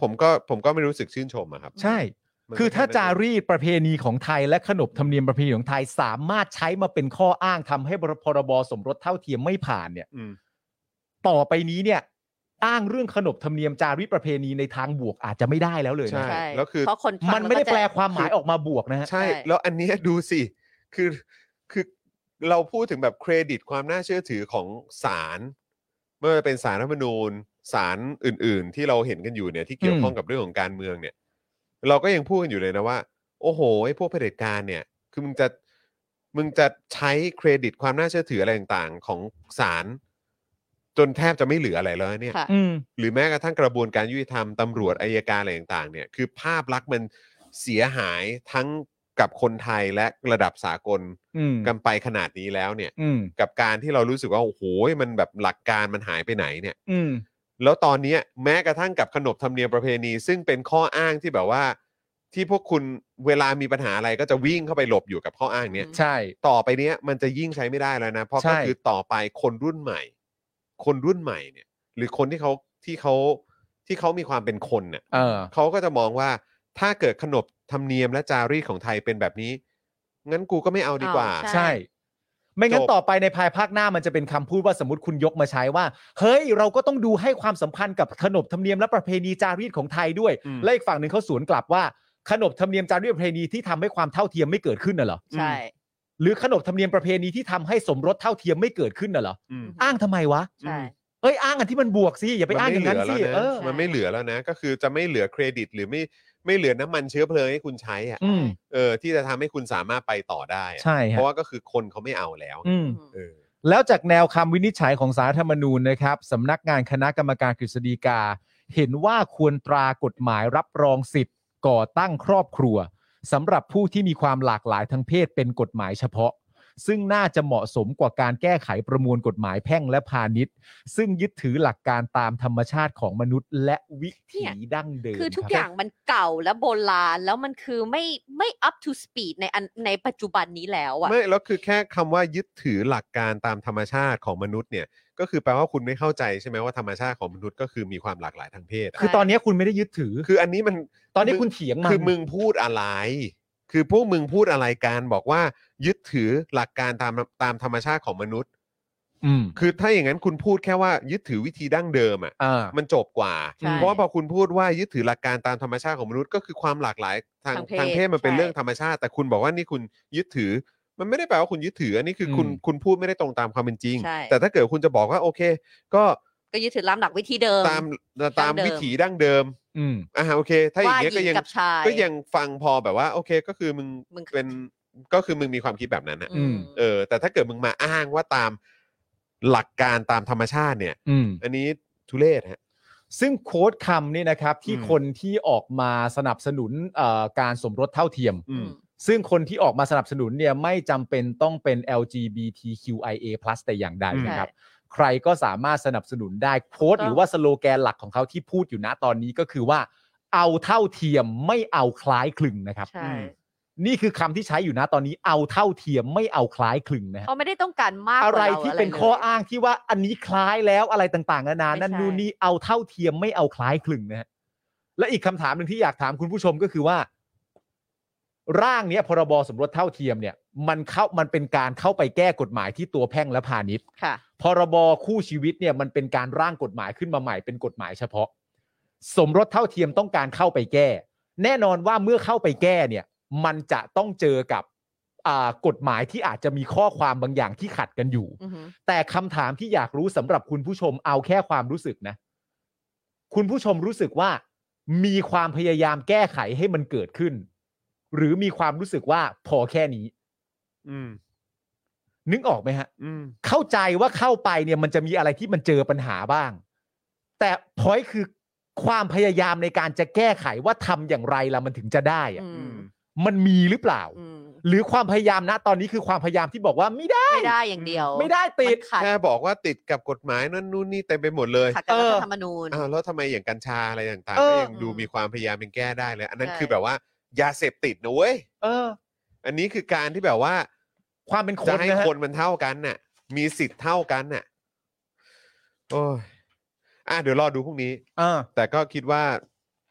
S2: ผมก็ผมก็ไม่รู้สึกชื่นชมอะครับ
S3: ใช่
S2: มัน
S3: คือ
S2: ก็
S3: ถ้า
S2: แนั้นเอง
S3: จารีตประเพณีของไทยและขนบธรรมเนียมประเพณีของไทยสามารถใช้มาเป็นข้ออ้างทำให้พรบสมรสเท่าเทียมไม่ผ่านเนี่ย
S2: อืม
S3: ต่อไปนี้เนี่ย อ้างเรื่องขนบธรรมเนียมจารีตประเพณีในทางบวกอาจจะไม่ได้แล้วเลยนะ
S2: ใช่
S4: ใช่
S2: แล้วคือ
S4: เพราะคนฟัง
S3: มันไม่ได้
S4: ก็จะ
S3: แปลความหมายออกมาบวกนะฮะ
S2: ใช่
S4: ใช่
S2: แล้วอันเนี้ยดูสิ คือคือเราพูดถึงแบบเครดิตความน่าเชื่อถือของศาลไม่ว่าจะเป็นสารรัฐธรรมนูญสารอื่น ๆ ที่เราเห็นกันอยู่เนี่ยที่เกี่ยว
S3: อืม
S2: ข้องกับเรื่องของการเมืองเนี่ย เราก็ยังพูดกันอยู่เลยนะว่า โอ้โหไอ้พวกเผด็จการเนี่ย คือมึงจะมึงจะใช้เครดิตความน่าเชื่อถืออะไรต่างๆ ของศาลจนแทบจะไม่เหลืออะไรแล้วเนี่ย
S4: ค่ะ
S3: อืม
S2: หรือแม้กระทั่งกระบวนการยุติธรรมตำรวจอายการอะไรต่างๆเนี่ยคือภาพลักษณ์มันเสียหายทั้งกับคนไทยและระดับสากล
S3: อืม
S2: กันไปขนาดนี้แล้วเนี่ย
S3: อืม
S2: กับการที่เรารู้สึกว่าโอ้โหมันแบบหลักการมันหายไปไหนเนี่ย
S3: อืม
S2: แล้วตอนเนี้ยแม้กระทั่งกับขนบธรรมเนียมประเพณี ซึ่งเป็นข้ออ้างที่แบบว่า ที่พวกคุณเวลามีปัญหาอะไรก็จะวิ่งเข้าไปหลบอยู่กับข้ออ้างเนี่ย
S3: ใช่
S2: ต่อไปเนี้ยมันจะยิ่งใช้ไม่ได้แล้วนะ เพราะ
S3: ใช่
S2: ก็คือต่อไปคนรุ่นใหม่ คนรุ่นใหม่เนี่ย หรือคนที่เขาที่เขาที่เขามีความเป็นคนเนี่ย
S3: เออ
S2: เขาก็จะมองว่าถ้าเกิดขนบธรรมเนียมและจารีตของไทยเป็นแบบนี้ งั้นกูก็ไม่เอาดีกว่า
S4: เอา
S3: ใช่
S4: ใช่
S3: ไม่งั้น
S2: จบ
S3: ต่อไปในภายภาคหน้ามันจะเป็นคำพูดว่าสมมติคุณยกมาใช้ว่า เฮ้ย เราก็ต้องดูให้ความสำคัญกับขนบธรรมเนียมและประเพณีจารีตของไทยด้วย
S2: อืม
S3: และอีกฝั่งหนึ่งเขาสวนกลับว่า ขนบธรรมเนียมจารีตประเพณีที่ทำให้ความเท่าเทียมไม่เกิดขึ้นน่ะเหรอ
S4: ใช่
S3: หรือขนบธรรมเนียมประเพณีที่ทำให้สมรสเท่าเทียมไม่เกิดขึ้นน่ะเหรอ
S2: อืม
S3: อ้างทำไมวะ
S4: ใช่
S3: เอ้ยอ้างอันที่มันบวกสิอย่าไปอ้างอย่างนั้นสิ
S2: มัไม่เหลืแล้ว
S3: เออ
S2: ะมันไม่เหลือแล้วนะ ก็คือจะไม่เหลือเครดิตหรือไม่ไม่เหลือน้ำมันเชื้อเพลิงให้คุณใช้อ่ะ
S3: อืม
S2: เออที่จะทำให้คุณสามารถไปต่อได้อะ
S3: ใช่
S2: เพ
S3: ฮะ
S2: ราะว่าก็คือคนเขาไม่เอาแล้ว
S3: อืม
S2: เออ
S3: แล้วจากแนวคำวินิจฉัยของสารรัฐธรรมนูญนะครับสำนักงานคณะกรรมการกฤษฎีกา เห็นว่าควรตรากฎหมายรับรองสิทธิ์ก่อตั้งครอบครัวสำหรับผู้ที่มีความหลากหลายทางเพศเป็นกฎหมายเฉพาะ ซึ่งน่าจะเหมาะสมกว่าการแก้ไขประมวลกฎหมายแพ่งและพาณิชย์ ซึ่งยึดถือหลักการตามธรรมชาติของมนุษย์ และวิถี
S4: เนี่ย
S3: ดั้งเดิม
S4: คือทุก
S3: รับ
S4: อย่างมันเก่าและโบราณ แล้วมันคือไม่ไม่ up to speed ในอันในปัจจุบันนี้แล้วอะ
S2: ไม่แล้วคือแค่คำว่ายึดถือหลักการตามธรรมชาติของมนุษย์เนี่ย ก็คือแปลว่าคุณไม่เข้าใจใช่ไหมว่าธรรมชาติของมนุษย์ก็คือมีความหลากหลายทางเพศอะ
S3: คือตอนนี้คุณไม่ได้ยึดถือ
S2: คืออันนี้มัน
S3: ตอนนี้คุณเถียงมัน
S2: คือมึงพูดอะไร คือพวกมึงพูดอะไรการบอกว่า ยึดถือหลักการตามตามธรรมชาติของมนุษย์
S3: อืม
S2: คือถ้าอย่างนั้นคุณพูดแค่ว่ายึดถือวิธีดั้งเดิมอ่ะ
S3: อ่า
S2: มันจบกว่า
S4: ใช่
S2: เพราะว่าพอคุณพูดว่ายึดถือหลักการตามธรรมชาติของมนุษย์ก็คือความหลากหลายทาง
S4: ทาง
S2: ทาง
S4: เพศ
S2: เพศมันเป็น
S4: ใช่
S2: เรื่องธรรมชาติ แต่คุณบอกว่านี่คุณยึดถือ มันไม่ได้แปลว่าคุณยึดถืออันนี้คือคุณ
S3: อืม
S2: คุณพูดไม่ได้ตรงตามความเป็นจริง
S4: ใช่
S2: แต่ถ้าเกิดคุณจะบอกว่าโอเค ก็
S4: ก็ยึดถือลำหลักวิธีเดิม
S2: ตามตาม
S4: ดั้งเดิม
S2: วิถีดั้งเดิม
S3: อืม
S2: อ่าโอเค ถ้าอย่าง
S4: ว่า
S2: เงี้ย
S4: ห
S2: ก็
S4: ญิง
S2: ยัง
S4: กับชาย
S2: ก็ยังฟังพอแบบว่า โอเค ก็คือมึง
S4: มึง
S2: เป็นก็คือมึงมีความคิดแบบนั้นนะ
S4: อืม
S2: เออแต่ถ้าเกิดมึงมาอ้างว่าตามหลักการตามธรรมชาติเนี่ย
S3: อืม
S2: อันนี้ทุเรศฮะ
S3: ซึ่งโค้ดคำนี่นะครับที่
S2: อืม
S3: คนที่ออกมาสนับสนุนเอ่อการสมรสเท่าเทียม
S2: อืม
S3: ซึ่งคนที่ออกมาสนับสนุนเนี่ยไม่จำเป็นต้องเป็น LGBTQIA+ แต่อย่างใดนะครับ ใครก็สามารถสนับสนุนได้โค้ดห
S4: ถูกต้อง
S3: รือว่าสโลแกนหลักของเขาที่พูดอยู่นะตอนนี้ก็คือว่า เอาเท่าเทียมไม่เอาคล้ายคลึงนะครับ
S4: ใช่
S3: นี่คือคำที่ใช้อยู่นะตอนนี้เอาเท่าเทียมไม่เอาคล้ายคลึงนะฮะ
S4: เขาไม่ได้ต้องการมากก
S3: อะ
S4: ว่า
S3: ไร
S4: เา
S3: ที่
S4: ลย
S3: เป็นข้ออ้างที่ว่าอันนี้คล้ายแล้วอะไรต่างๆนานา
S4: ไม่ใช่
S3: นั่นนู่นนี่เอาเท่าเทียมไม่เอาคล้ายคลึงนะฮะและอีกคำถามหนึ่งที่อยากถามคุณผู้ชมก็คือว่า ร่างเนี้ยพรบสมรสเท่าเทียมเนี่ย มันเข้ามันเป็นการเข้าไปแก้กฎหมายที่ตัวแพ่งและพาณิชย์
S4: ค่ะ
S3: พรบคู่ชีวิตเนี่ยมันเป็นการร่างกฎหมายขึ้นมาใหม่เป็นกฎหมายเฉพาะ สมรสเท่าเทียมต้องการเข้าไปแก้ แน่นอนว่าเมื่อเข้าไปแก้เนี่ย มันจะต้องเจอกับอ่ากฎหมายที่อาจจะมีข้อความบางอย่างที่ขัดกันอยู่
S4: อือหือ
S3: แต่คำถามที่อยากรู้สำหรับคุณผู้ชมเอาแค่ความรู้สึกนะ คุณผู้ชมรู้สึกว่า มีความพยายามแก้ไขให้มันเกิดขึ้น หรือมีความรู้สึกว่าพอแค่นี้
S2: อืม
S3: นึกออกไหมฮะ
S2: อืม
S3: เข้าใจว่าเข้าไปเนี่ยมันจะมีอะไรที่มันเจอปัญหาบ้าง แต่พอยคือความพยายามในการจะแก้ไขว่าทำอย่างไรละมันถึงจะได้อะ
S4: อืม
S3: มันมีหรือเปล่า
S4: อืม
S3: หรือความพยายามนะตอนนี้คือความพยายามที่บอกว่าไม่ได้
S4: ไม่ได้อย่างเดียว
S3: ไม่ได้ติด
S4: มันขัด
S2: แค่บอกว่าติดกับกฎหมายนั่นนู่นนี่เต็มไปหมดเลย
S4: ขัดกับ
S3: เอ
S4: รั
S3: อ
S4: ฐธรรมนูญ
S2: อ้าวแล้วทำไมอย่างกัญชาอะไรต่างๆ
S3: เอ
S2: ก็
S3: อ
S2: ยังดูมีความพยายามเป็นแก้ได้เลย อันนั้น
S4: ใช่
S2: คือแบบว่า ยาเสพติดนะเว้ย
S3: เออ
S2: อันนี้คือการที่แบบว่า
S3: ความเป็นค
S2: จะ
S3: น
S2: ให้
S3: นะฮะ
S2: คนมันเท่ากันน่ะ มีสิทธิ์เท่ากันน่ะโอ้ยอ่ะเดี๋ยวรอดูพรุ่งนี้
S3: เออ
S2: แต่ก็คิดว่า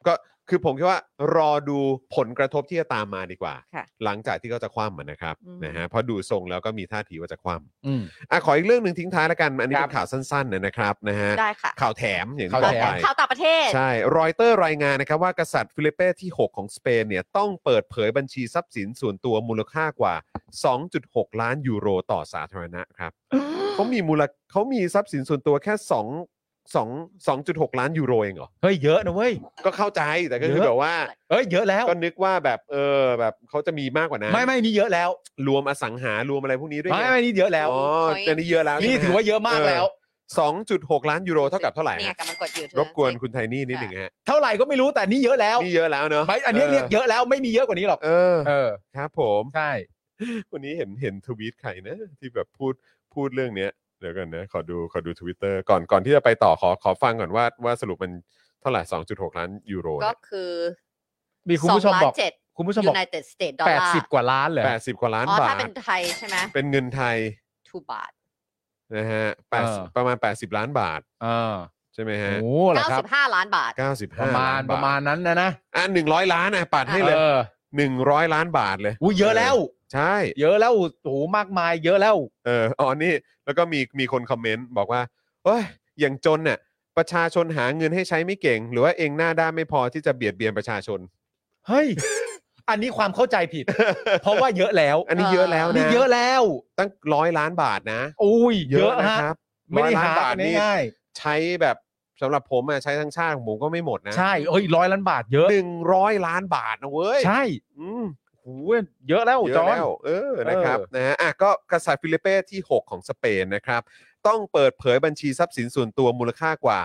S2: ก็คือผมคิดว่า รอดูผลกระทบที่จะตามมาดีกว่า
S4: ค่ะ
S2: หลังจากที่เขาจะคว่ำอะนะครับ
S4: อืม
S2: นะฮะเพราะดูทรงแล้วก็มีท่าทีว่าจะคว่
S3: อืม
S2: ำอ่ะขออีกเรื่องหนึ่งทิ้งท้ายแล้วกันอันนี้
S3: ครั
S2: เป็
S3: บ
S2: นข่าวสั้นๆนะครับนะฮะ
S4: ได้ค่ะ
S2: ข่าวแถมอย่าง
S3: ข่าว
S2: ที่บ
S3: แถ
S2: อก
S3: ม
S2: ไป
S4: ข่าวต่างประเทศ
S2: ใช่รอยเตอร์รายงานนะครับว่ากษัตริย์ฟิลิปเป้ที่ 6 ของสเปนเนี่ยต้องเปิดเผยบัญชีทรัพย์สินส่วนตัวมูลค่ากว่า 2.6 ล้านยูโรต่อสาธารณะครับเขามีมูลเขามีทรัพย์สินส่วนตัวแค่2 2 2.6 ล้านยูโรเองเหรอ
S3: เฮ้ยเยอะนะเว้ย
S2: ก็เข้าใจแต่ก็คือ
S3: เยอะ
S2: แบบว่า
S3: เอ้ยเยอะแล้ว
S2: ก็นึกว่าแบบเออแบบเขาจะมีมากกว่านั้น
S3: ไม่ไม่นี่เยอะแล้ว
S2: รวมอสังหารวมอะไรพวกนี้ด้วย
S3: ไม่
S2: ไง
S3: ไม่นี่เยอะแล้ว
S2: อ๋ออันนี้เยอะแล้ว
S3: นี่ถือว่าเยอะมากแล้ว
S2: 2.6 ล้านยูโรเท่ากับเท่าไหร่
S4: เนี่ย
S2: ฮะ
S4: กำลังกดอยู่
S2: รบกวนคุณไทนี่นิดหนึ่งฮะ
S3: เท่าไหร่ก็ไม่รู้แต่นี่เยอะแล้ว
S2: นี่เยอะแล้วเนอะ
S3: ไม่อันนี้เรียกเยอะแล้วไม่มีเยอะกว่านี้หรอก
S2: เออ
S3: เออ
S2: ครับผม
S3: ใช่
S2: วันนี้เห็นเห็นทวีตใครนะที่แบบพูดพูดเรื่องเนี้ยเดี๋ยวกันนะ ขอดูขอดูทวิตเตอร์ก่อนก่อนที่จะไปต่อขอขอฟังก่อนว่าว่าสรุปมันเท่าไหร่ 2.6 ล้านยูโร
S4: ก็
S2: เนี่ย
S4: คือ
S3: มีคุณผู้ชมบอก
S4: เจ็ด
S3: คุณผู้ชมบอก
S4: United States ดอลลาร์
S3: 80 กว่าล้านเลย
S2: 80 กว่าล้าน
S4: อ๋อบ
S2: า
S4: ถ้า
S2: ท
S4: เป็นไทยใช่ไหม
S2: เป็นเงินไทย
S4: ทูบาท
S2: นะฮะ
S3: เออ
S2: 80ประมาณ 80 ล้านบาท
S3: อ่า
S2: ใช่ไหมฮะ
S3: โอ้เหรอ
S4: เก้า
S3: ครับ
S4: สิบห้าล้านบาท
S2: 95
S3: ประมาณ
S2: ล้นบท
S3: ประมาณนั้นนะนะ
S2: อ่ะ100 ล้านนะปัดให้เลย
S3: เออ
S2: 100 ล้านบาทเลย
S3: อู้เยอะแล้ว
S2: ใช่
S3: เยอะแล้วโอ้โหมากมายเยอะแล้ว
S2: เออ อ๋อนี่แล้วก็มีมีคนคอมเมนต์บอกว่าเอ้ยอย่างจนเนี่ยประชาชนหาเงินให้ใช้ไม่เก่ง หรือว่าเองหน้าด้านไม่พอที่จะเบียดเบียนประชาชน
S3: เฮ้ย อันนี้ความเข้าใจผิด เพราะว่าเยอะแล้ว
S2: อันนี้เยอะแล้วนะ
S3: นี่เยอะแล้ว
S2: ตั้งร้อยล้านบาทนะ
S3: อุ้ยเยอะ
S2: นะ
S3: ฮะ
S2: ครับ
S3: ไม่ได้
S2: ร้อยล้า
S3: หาน
S2: บาท
S3: กัน
S2: นี่
S3: ง่าย
S2: ใช้แบบสำหรับผมอะใช้ทั้งชาติของผมก็ไม่หมดนะ
S3: ๆใช่เอ้ยร้อยล้านบาทเยอะ
S2: หนึ่งร้อยล้านบาทนะเว้ย
S3: ใช่
S2: อืม
S3: โหเยอะแล้ว
S2: เย
S3: จ
S2: อะ
S3: อน
S2: แล้วเออนะครับนะฮะอ่ะก็กษัตริย์ฟิลิปเป้ที่ 6 ของสเปนนะครับ ต้องเปิดเผยบัญชีทรัพย์สินส่วนตัวมูลค่ากว่า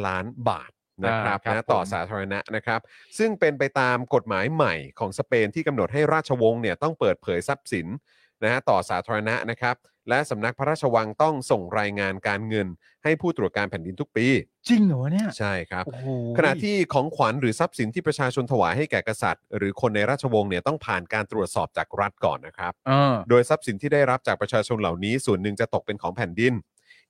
S2: 95 ล้านบาทนะครับ
S3: อ่าครับ
S2: นะต่อ
S3: ผม
S2: สาธารณะนะครับ ซึ่งเป็นไปตามกฎหมายใหม่ของสเปนที่กำหนดให้ราชวงศ์เนี่ยต้องเปิดเผยทรัพย์สินนะฮะต่อสาธารณะนะครับ และสำนักพระราชวังต้องส่งรายงานการเงิน ให้ผู้ตรวจการแผ่นดินทุกปี
S3: จริงเหรอวะเนี่ย
S2: ใช่ครับ
S3: โอ้โห
S2: ขณะที่ของขวัญหรือทรัพย์สินที่ประชาชนถวายให้แก่กษัตริย์ หรือคนในราชวงศ์เนี่ยต้องผ่านการตรวจสอบจากรัฐก่อนนะครับ
S3: เออ
S2: โดยทรัพย์สินที่ได้รับจากประชาชนเหล่านี้ ส่วนหนึ่งจะตกเป็นของแผ่นดิน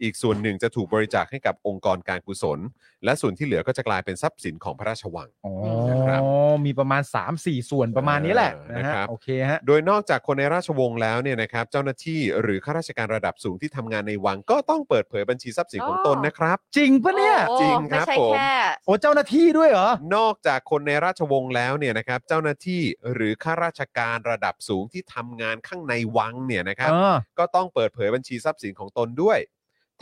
S2: อีกส่วนหนึ่งจะถูกบริจาคให้กับองค์กรการกุศล และส่วนที่เหลือก็จะกลายเป็นทรัพย์สินของพระราชวัง
S3: อ๋อ
S2: นะครับ
S3: มีประมาณ 3 4 ส่วนประมาณนี้แหละ
S2: เออ
S3: นะฮะ
S2: นะครับ
S3: โอเคฮะ
S2: โดยนอกจากคนในราชวงศ์แล้วเนี่ยนะครับ เจ้าหน้าที่หรือข้าราชการระดับสูงที่ทำงานในวัง ก็ต้องเปิดเผยบัญชีทรัพย์สินของตนนะครับ
S3: จริงปะเนี่ย
S4: โอ้
S2: จริงครั
S4: ไม่
S2: บ
S4: ใช่
S2: ผม
S4: แค่
S3: โอ้เจ้าหน้าที่ด้วยเหรอ
S2: นอกจากคนในราชวงศ์แล้วเนี่ยนะครับ เจ้าหน้าที่หรือข้าราชการระดับสูงที่ทำงานข้างในวังเนี่ยนะครับ
S3: เออ
S2: ก็ต้องเปิดเผยบัญชีทรัพย์สินของตนด้วย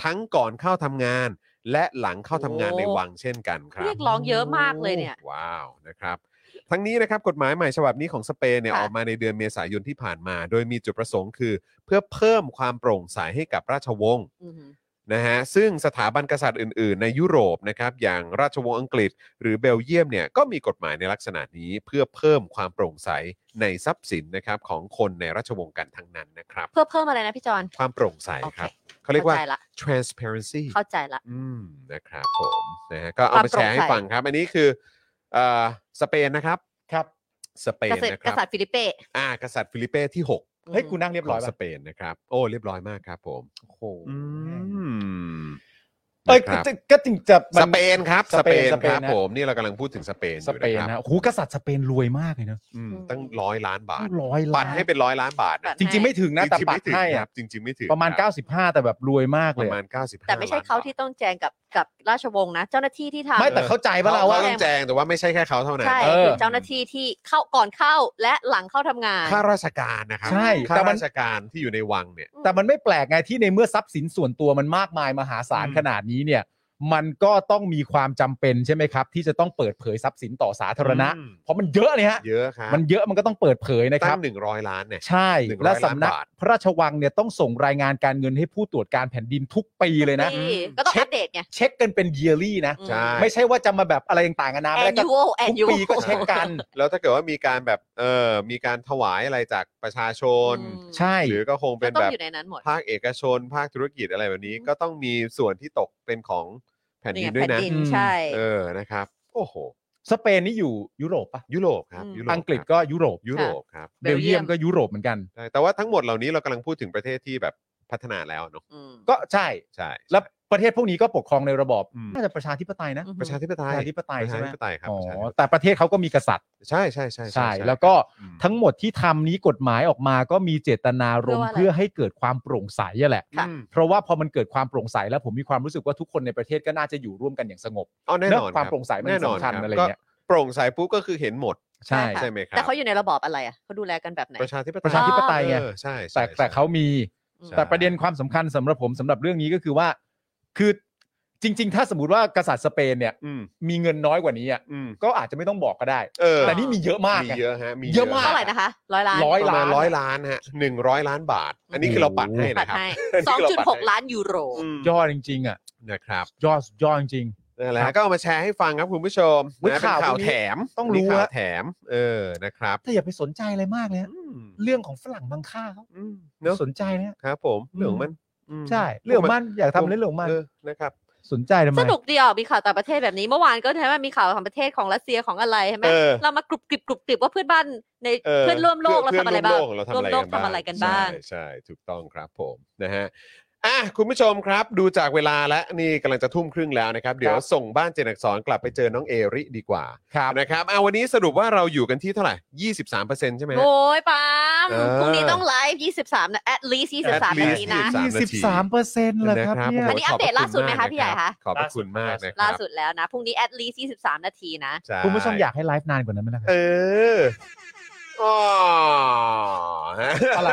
S2: ทั้งก่อนเข้าทำงาน และหลังเข้าทำงานในวังเช่นกันครับ
S4: เรียกร้องเยอะมากเลยเนี่ย
S2: ว้าวนะครับ ทั้งนี้นะครับกฎหมายใหม่ฉบับนี้ของสเปนเนี่ย
S4: ค่ะ
S2: ออกมาในเดือนเมษายนที่ผ่านมา โดยมีจุดประสงค์คือ เพื่อเพิ่มความโปร่งใสให้กับราชวงศ์
S4: อือหือ
S2: นะฮะซึ่งสถาบันกษัตริย์อื่น ๆ ในยุโรปนะครับอย่างราชวงศ์อังกฤษ หรือเบลเยียมเนี่ยก็มีกฎหมายในลักษณะนี้เพื่อเพิ่มความโปร่งใสในทรัพย์สินนะครับของคนในราชวงศ์กันทั้งนั้นนะครับ
S4: เพื่อเพิ่มอะไรนะพี่จอน
S2: ความโปร่งใส
S4: โอเค
S2: ครับเขาเรียกว่า
S4: เข้าใจละ
S2: transparency
S4: เข้าใจละ
S2: อืมนะครับผมนะฮะก็เอามาแชร์ให้
S4: ความโปร่งใส
S2: ฟังครับ อันนี้คือเอ่อสเปนนะครับ
S3: ครับ
S2: สเปน
S4: กษัตริ
S2: นะ
S4: ย์
S2: ค
S4: ก
S2: รับ
S4: ษัตริย์ฟิลิปเป้
S2: อ่ากษัตริย์ฟิลิปเป้ที่6
S3: เฮ้ย กู
S4: นะ
S3: นั่งเรียบ
S2: ข
S3: ร้อ
S2: อย งส
S3: ป่ะ
S2: เปนนะครับ โอ้เรียบร้อยมากครับผม
S3: โอ้โห
S2: อืม
S3: เอ้ย
S2: นะครับ
S3: ก็ก็จริงจะมั
S2: สเปนครับส
S3: ส
S2: เป
S3: เปน
S2: น
S3: สเป
S2: คน รับ
S3: นะ
S2: ผมนี่เรากำลังพูดถึงสเปนอ
S3: ส
S2: ยู่
S3: เปน
S2: นะครั
S3: นะ
S2: บ
S3: โอ้โหกษัตริย์สเปนรวยมากเลยเนอะ
S2: อืมตั้งร้อยล้านบาท
S3: ร้อย
S2: ปั
S3: ล้า
S2: ด
S3: น
S2: ให้เป็นร้อยล้านบาทนะ
S3: จริง ๆ ไม่ถึงนะแต่
S2: จริงๆ
S3: ปัด
S2: ไม่ถึง
S3: ให้
S2: ครั
S3: อะ
S2: บจริง ๆ ไม่ถึง
S3: ประมาณ
S2: คบ
S3: 95 แต่แบบรวยมาก
S2: ป
S3: เล
S2: ระ
S3: ยอะ
S2: มาณ 95
S4: แต่ไม่ใช่เขาที่ต้องแจงกับกับราชวงศ์นะ เจ้าหน้าที่ที่ทำ
S3: ไม่แต่เข้าใจปะเรา
S2: เขา
S3: ว่า
S2: ต้องแจงแต่ว่าไม่ใช่แค่เขาเท่านั้น
S4: ใช่
S3: เออ
S4: คือเจ้าหน้าที่ที่เข้าก่อนเข้าและหลังเข้าทำงาน
S2: ข้าราชการนะครับ
S3: ใช่
S2: ข้า
S3: แต่มัน
S2: ราชการที่อยู่ในวังเนี่ย
S3: แต่มันไม่แปลกไงที่ในเมื่อทรัพย์สินส่วนตัวมันมากมายมหาศาล
S2: อืม
S3: ขนาดนี้เนี่ย มันก็ต้องมีความจำเป็นใช่ไหมครับ ที่จะต้องเปิดเผยทรัพย์สินต่อสาธารณะ
S2: อืม
S3: เพราะมันเยอะเนี่ยฮะ
S2: เยอะครับ
S3: มันเยอะมันก็ต้องเปิดเผยนะค
S2: ตั้
S3: รับ
S2: งหนึ่งร้อยล้านเนี่ย
S3: ใช่
S2: 100
S3: และสำนัก
S2: ล้านบาท
S3: พระราชวังเนี่ยต้องส่งรายงานการเงินให้ผู้ตรวจการแผ่นดินทุกปีเลยนะ
S4: ที่ก็ต้อง
S3: เช็
S4: อั
S3: ค
S4: ปเดตไง
S3: เช็คกันเป็นเย r ลี่นะ
S4: อื
S2: ใช่
S3: ไม่ใช่ว่าจะมาแบบอะไรต่างๆกันานะไม่ได้ก็
S4: annual
S3: ทุก
S4: annual
S3: ปีก็เช็ค กัน
S2: แล้วถ้าเกิดว่ามีการแบบเออมีการถวายอะไรจากประชาชน
S4: อืม
S3: ใช่
S2: หรือก็คงเป็น
S4: ก็ต้
S2: แบ
S4: อง
S2: บ
S4: อยู่ในนั้นหมด
S2: ภาคเอกชน ภาคธุรกิจอะไรแบบนี้ ก็ต้องมีส่วนที่ตกเป็นของแผ่นดินด้วย
S4: แผ่น
S2: นะ
S4: ดิน
S3: อืม
S4: ใช่
S2: เออนะครับ โอ้โห
S3: สเปนนี่อยู่ยุโรปปะ
S2: ยุโรปครับ
S4: อืม
S2: ยุโรป
S3: อังกฤษ
S2: ครับ
S3: ก็ยุโรป
S2: ยุโรปครับ
S3: เบลเยียมก็ยุโรปเหมือนกัน
S2: ใช่แต่ว่าทั้งหมดเหล่านี้เรากำลังพูดถึงประเทศที่แบบพัฒนาแล้วเนาะ
S4: อืม
S3: ก็ใช่
S2: ใช่
S3: และประเทศพวกนี้ก็ปกครองในระบอบ
S2: อืม
S3: น่าจะประชาธิปไตยนะ
S2: ประชาธิปไตย
S3: ประชาธิปไตย
S2: ประ
S3: ใช่
S2: ชา
S3: ไหม
S2: ธิปไตยครับ
S3: อ๋อ
S2: ประชาธิปไตย
S3: แต่ประเทศเขาก็มีกษัตริย์
S2: ใช่ใช่ใช่
S3: ใช่
S2: ครับ
S3: แล้วก็
S2: อืม
S3: ทั้งหมดที่ทำนี้กฎหมายออกมาก็มีเจตนารมณ์เพื่อให้เกิดความโปร่งใสอะแหละ
S4: ค่ะ
S2: อืม
S3: เพราะว่าพอมันเกิดความโปร่งใสแล้วผมมีความรู้สึกว่าทุกคนในประเทศก็น่าจะอยู่ร่วมกันอย่างสงบ
S2: เอาแน่นอน
S3: เนอะความ
S2: บ
S3: โปร่งใสมัน
S2: แอ
S3: สำคัญ
S2: บ
S3: อะไร
S2: ก็
S3: เงี้ย
S2: โปร่งใสปุ๊บก็คือเห็นหมด
S3: ใช่
S4: ค่ะ
S2: ใช่ไหมครับ
S4: แต่เขาอยู่ในระบอบอะไรอ่ะเขาดูแลกันแบบไหน
S2: ประชาธิปไตย
S3: ประชาธิปไตยไง
S2: เออใช่ใช่
S3: แต่แต่เขามี
S4: อืม
S3: แต่ประเด็นความสำคัญสำหรับผมสำหรับเรื่องนี้ก็คือว่า คือจริง ๆ ถ้าสมมติว่ากษัตริย์สเปนเนี่ย
S2: อืม
S3: มีเงินน้อยกว่านี้อ่ะ
S2: อืม
S3: ก็อาจจะไม่ต้องบอกก็ได้
S2: เออ
S3: แต่นี่มีเยอะมาก
S2: มี
S3: ไง
S2: เยอะฮะมี
S3: เยอะมาก
S4: เท่าไหร่นะคะร้อยล้าน
S3: ร้อย
S2: ป
S3: ล้าม
S2: ระาน ณร้อยล้านฮะหนึ่งร้อยล้านบาท อันนี้คือเราปัดให้
S4: ตัด
S2: นะครับ
S4: ให้
S2: อัน
S4: ส
S2: นี้
S4: อง
S2: คือ
S4: จุด
S2: เร
S4: ห
S2: ปั
S4: ก
S2: ให้
S4: ล้านยูโร
S2: อืม
S3: ยอดจริง ๆ อ่ะ
S2: นะครับ
S3: ยอดยอดจริง
S2: นั่นแหละ
S3: ครั
S2: ฮะ
S3: บ
S2: ก็เอามาแชร์ให้ฟังครับคุณผู้ชม
S3: อุ๊ย
S2: นะเป็น
S3: ข่าว
S2: ข่าว
S3: พวกนี้
S2: แถม
S3: ต้อง
S2: นี่
S3: รู้
S2: ข่าว
S3: ฮะ
S2: แถม เออนะครับ
S3: แต่อย่าไปสนใจอะไรมากเลยฮะ
S2: อืม
S3: เรื่องของฝรั่งบางค่าเขา
S2: อืมเนาะ
S3: สนใจนะฮะ
S2: ครับ ผมเรื่องของมันอืม
S3: ใช่เรื่องของมันอยากทำเรื่องของมัน
S2: เออนะครับ
S3: สนใจทำไม
S4: สนุกดีอ่ะมีข่าวต่างประเทศแบบนี้ เมื่อวานก็ใช่ไหมมีข่าวของประเทศของรัสเซียของอะไรใช่ไหม
S2: เออ
S4: เรามากรุบกริบกรุบกริบว่าเพื่อนบ้านใน
S2: เออ
S4: เพื่อนร่วมโลกเราทำอะไรบ้าง
S2: เพื่นร่วมโลกเราทำอะไรกันบ้าง
S4: ร่วมโลกทำอะไรกันบ้าง
S2: ใช่ใช่ถูกต้องครับผมนะฮะ อ่ะคุณผู้ชมครับ ดูจากเวลาแล้วนี่กำลังจะทุ่มครึ่งแล้วนะครับ เดี๋ยวส่งบ้านเจนอักสอนกลับไปเจอน้องเอริดีกว่า
S3: ครับ
S2: นะครับอ่ะวันนี้สรุปว่าเราอยู่กันที่เท่าไหร่ 23%ใช่ไหมฮะ
S4: โอ้ยปาล์ม
S2: เออ
S4: พรุ่งนี้ต้องไลฟ์ 23 นะ at least 23 นา
S2: least
S4: ทีนะ
S2: 23
S3: ยี่สิบสามเปอร์เซ็นต์เหรอครับ
S2: ะ
S3: เนี่ย
S4: อันนี้อัปเดตล่าสุดไหมคะพี่ใหญ่คะ
S2: ขอบพระคุณมากนะครั
S4: ล่า
S2: บ
S4: สุดแล้วนะ พรุ่งนี้ at least 23 นาทีนะ
S2: ใช่
S3: คุณผู้ชมอยากให้ไลฟ์นานกว่านั้นไหมล่ะครับ
S2: เอออ๋อ
S3: อะไร
S4: อะไร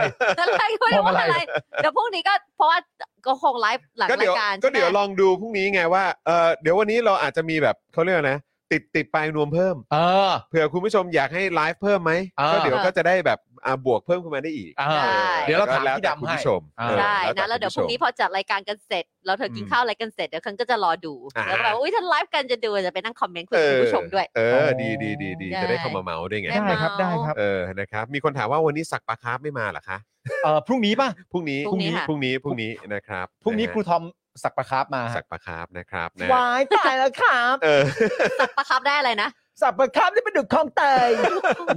S4: ไม่รู้ว่าอะไร เดี๋ยวพรุ่งนี้ก็เพราะว่าก็คงไลฟ์หลัง
S2: ก็เดี๋
S4: รา
S2: ยว
S4: ยการ
S2: ก็เดี๋ยว
S4: ใช่ไหม
S2: ลองดูพรุ่งนี้ไงว่าเออเดี๋ยววันนี้เราอาจจะมีแบบเขาเรียกว่านะ ติดติดปลายนวมเพิ่ม
S3: เออ
S2: เผื่อคุณผู้ชมอยากให้ไลฟ์เพิ่มไหม
S3: เออ
S2: ก็เดี๋ยวก็จะได้แบบอ่าบวกเพิ่มขึ้นมาได้อีก
S3: เออ
S4: ใช่
S3: เดี๋ยวเราถาม
S2: แล้ว
S3: พี่
S2: แต่
S3: ดำ
S2: คุณ
S3: ให้
S2: ผู้ชม
S3: อ่า
S2: เออ
S4: ใช่
S2: แต่
S4: นะแล้วเดี๋ยว
S2: คุณ
S4: พรุ่
S2: ผู้ชม
S4: งนี้พอจัดรายการกันเสร็จ แล้วเธอกิน
S2: อืม
S4: ข้าวอะไรกันเสร็จเดี๋ยวเคนก็จะรอดู
S2: อ่า
S4: แล้วก็แบบอุ้ยท่านไลฟ์กันจะดูจะไปนั่งคอมเมนต์คุยกับคุณผู้ชมด้วย
S2: เออ ดีดีดีดี
S4: ได้
S2: จะได้เข้ามาเมาส์ด้วยไง
S4: ได้
S3: ได้ครับ
S4: เมา
S3: ได้ครับ
S2: เออ นะครับ มีคนถามว่าวันนี้สักปลาคาร์ฟไม่มาเหรอคะ
S3: เอ่อ พรุ่งนี้ป่ะ
S2: พรุ่งนี้
S4: พรุ่งนี้ค่ะ
S2: พรุ่งนี้ พรุ่งนี้นะครับ
S3: พรุ่งนี้
S2: ะ
S3: ค
S2: ฮะ
S3: รูทอมสักประครับมา
S2: สักปลาคาร์ฟนะครับนะ
S3: วายตายแล้วครับ
S2: เออ
S4: ประคับได้อะไรนะ
S3: สับประครับที่เป็นดุกคลองเตย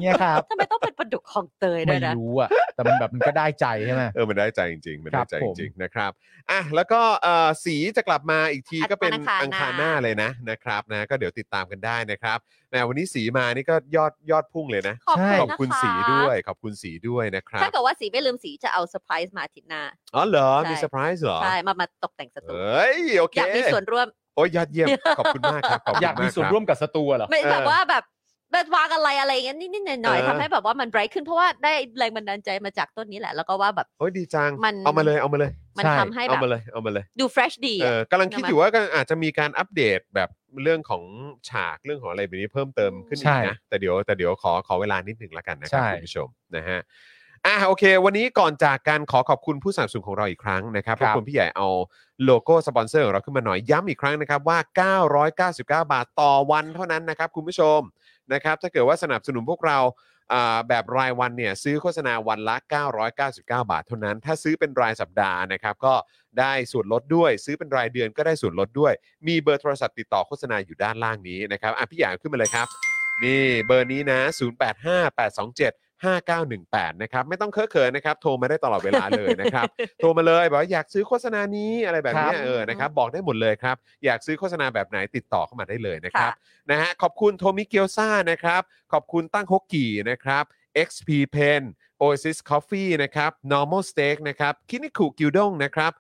S3: เนี่ยครับ
S4: ทำไมต้องเป็นประดุกของเตยด้ว
S3: ไม่
S4: ยนะ
S3: รู้อ่ะ แต่มันแบบมันก็ได้ใจใช่ไหม
S2: เออ มันได้ใจจริงๆ มัน
S3: ครั
S2: ได้
S3: บ
S2: ใจ
S3: ผ
S2: จ
S3: ม
S2: ริงๆ นะครับ อ่ะ แล้วก็เอ่อสีจะกลับมาอีกที
S4: อัง
S2: ก็เป็น
S4: อังคาร
S2: อังคารห
S4: ห
S2: น้า
S4: น้า
S2: เลยนะ นะครับนะ ก็เดี๋ยวติดตามกันได้นะครับแหมวันนี้สีมานี่ก็ยอดยอดพุ่งเลยนะ
S4: ขอบคุณ
S3: ใช่
S2: ข
S4: นะะ
S2: อบคุณสีด้วย ขอบคุณสีด้วยนะครับ
S4: ถ้าเกิดว่าสีไม่ลืมสีจะเอาเซอร์ไพรส์มาอาทิตย์หน้า
S2: อ๋อเหรอ
S4: ใช่
S2: มีเซอร์ไพรส์เหรอ
S4: ใช่มามาตกแต่งสตู
S2: เอ้ย โอเค
S4: อยากมีส่วนร่วม
S2: โอ้ยยอดเยี่ยม ขอบคุณมากครับ ขอบคุณ
S3: อยากมี
S2: มาก
S3: ส่วน
S2: ครับ
S3: ร่วมกับสตูอะเหรอ
S4: ไม่
S2: เออ
S4: แบบว่าแบบแบบวางอะไรอะไรอย่างเงี้ยนิดๆหน่อย
S2: เออ
S4: ๆทำให้แบบว่ามันไบรท์ขึ้นเพราะว่าได้แรงบันดาลใจมาจากต้นนี้แหละ แล้วก็ว่าแบบ
S2: โอ้ยดีจัง
S4: มัน
S2: เอามาเลย เอามาเลย
S4: มัน
S3: ใช่
S4: ทำให้
S2: เอา
S4: แบบ
S2: มาเลย เอามาเลย
S4: ดูเฟรชดี
S2: เอ
S4: อะ
S2: อกำลังคิด
S4: ใช่ไหม
S2: อยู่ว่าก็อาจจะมีการอัปเดตแบบเรื่องของฉากเรื่องของอะไรแบบนี้เพิ่มเติมขึ้นอี
S3: ใช่
S2: กนะแต่เดี๋ยวแต่เดี๋ยวขอขอเวลานิดหนึ่งแล้วกันนะครับ
S3: ใช่
S2: คุณผู้ชมนะฮะอ่ะโอเค วันนี้ก่อนจากการขอขอบคุณผู้สนับสนุนของเราอีกครั้งนะครับขอบคุณพี่ใหญ่เอาโลโก้สปอนเซอร์ของเราขึ้นมาหน่อยย้ำอีกครั้งนะครับว่า 999 บาทต่อวันเท่านั้นนะครับคุณผู้ชมนะครับถ้าเกิดว่าสนับสนุนพวกเรา อ่าแบบรายวันเนี่ยซื้อโฆษณาวันละ 999 บาทเท่านั้น ถ้าซื้อเป็นรายสัปดาห์นะครับก็ได้ส่วนลดด้วย ซื้อเป็นรายเดือนก็ได้ส่วนลดด้วย มีเบอร์โทรศัพท์ติดต่อโฆษณาอยู่ด้านล่างนี้นะครับอ่ะพี่อยากขึ้นมาเลยครับ นี่เบอร์นี้นะ 085827 5918 นะครับไม่ต้องเคอะเขินนะครับ โทรมาได้ตลอดเวลาเลยนะครับ โทรมาเลยบอกว่าอยากซื้อโฆษณานี้อะไรแบบเนี้ย
S3: ครับ
S2: เออนะครับบอกได้หมดเลยครับ อยากซื้อโฆษณาแบบไหนติดต่อเข้ามาได้เลยนะครับ
S4: ค่ะ
S2: นะฮะขอบคุณโทมิเกียวซ่านะครับ ขอบคุณตั้งฮกกี่นะครับ XP Pen Oasis Coffee นะครับ Normal Steak นะครับคินิคุกิวด้งนะครับ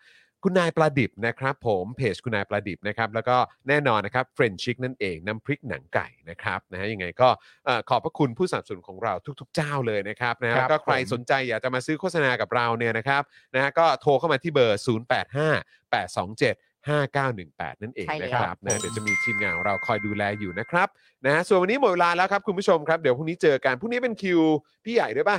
S2: คุณนายปลาดิบนะครับผมเพจคุณนายปลาดิบนะครับ แล้วก็แน่นอนนะครับเฟรนชิกนั่นเองน้ำพริกหนังไก่นะครับนะฮะยังไงก็เอ่อขอบพระคุณผู้สนับสนุนของเราทุก ๆ เจ้าเลยนะครับนะฮะ
S3: ครั
S2: แล้
S3: บ
S2: วก็ใคร
S3: ผม
S2: สนใจอยากจะมาซื้อโฆษณากับเราเนี่ยนะครับนะฮะก็โทรเข้ามาที่เบอร์ 085 827 5918 นั่นเอง
S4: ใช่แล้
S2: นะ
S4: ว
S2: ครับนะเดี๋ยวจะมีทีมงานของเราคอยดูแลอยู่นะครับนะฮะส่วนวันนี้หมดเวลาแล้วครับคุณผู้ชมครับ เดี๋ยวพรุ่งนี้เจอกันพรุ่งนี้เป็นคิวพี่ใหญ่ด้วยป่ะ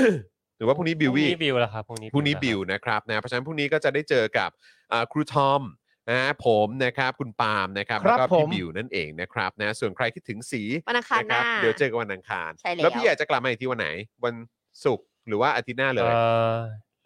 S2: หรือว่าพรุ่งนี้บิววี่
S5: พรุ่งนี้บิวแล้วครับพรุ่งนี้
S2: พรุ่งนี้บิว
S5: แล้
S2: นะครับนะเพราะฉะนั้นพรุ่งนี้ก็จะได้เจอกับอ่าครูทอมนะฮะผมนะครับคุณปาล์มนะครับ
S3: ค
S2: แล้
S3: รั
S2: ว
S3: บ
S2: ก็
S3: ผ
S2: พี่
S3: ม
S2: บิวนั่นเองนะครับนะส่วนใครคิดถึงสี
S4: วันอังคาร
S2: นะค
S4: ห
S2: รั
S4: น้า
S2: เดี๋ยวเจอกันวันอังคาร
S4: ใช่แล้ว
S2: แล้วพี่ใหญ่จะกลับมาอีกทีวันไหน วันศุกร์หรือว่าอาทิตย์หน้าเลย
S5: อ่อ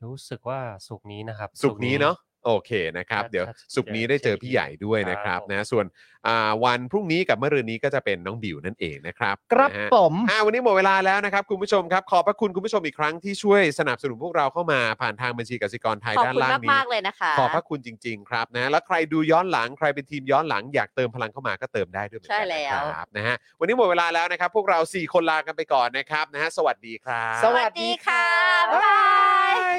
S5: รู้สึกว่าสุกร์นี้นะครับ
S2: สุกร์นี้เนาะโอเคนะครับ
S5: น่าจะ
S2: เดี๋ยวสุกร์นี้ได้เจอพี่ใหญ่ด้วยนะครับ
S5: ครับ
S2: นะส่วนอ่าวันพรุ่งนี้กับเมื่อรืนนี้ก็จะเป็นน้องบิวนั่นเองนะครับ
S3: ครับ
S2: นะฮะ
S3: ผม
S2: อ่าวันนี้หมดเวลาแล้วนะครับ คุณผู้ชมครับ ขอบพระคุณคุณผู้ชมอีกครั้งที่ช่วยสนับสนุนพวกเราเข้ามาผ่านทางบัญชีกสิกรไทย
S4: ขอบ
S2: ด้าน
S4: คุณ
S2: ล่างนี้
S4: มากๆเลยนะคะ
S2: ขอบพระคุณจริง ๆ ครับนะแล้วใครดูย้อนหลังใครเป็นทีมย้อนหลังอยากเติมพลังเข้ามาก็เติมได้ด้วยเหมือนกั
S4: ใช่แล้ว
S2: นะครับนะฮะวันนี้หมดเวลาแล้วนะครับ พวกเรา 4 คนลากันไปก่อนนะครับนะฮะสวัสดีครับ
S3: ส
S4: ส
S3: วั
S4: วัสดีค่ะ บ๊ายบาย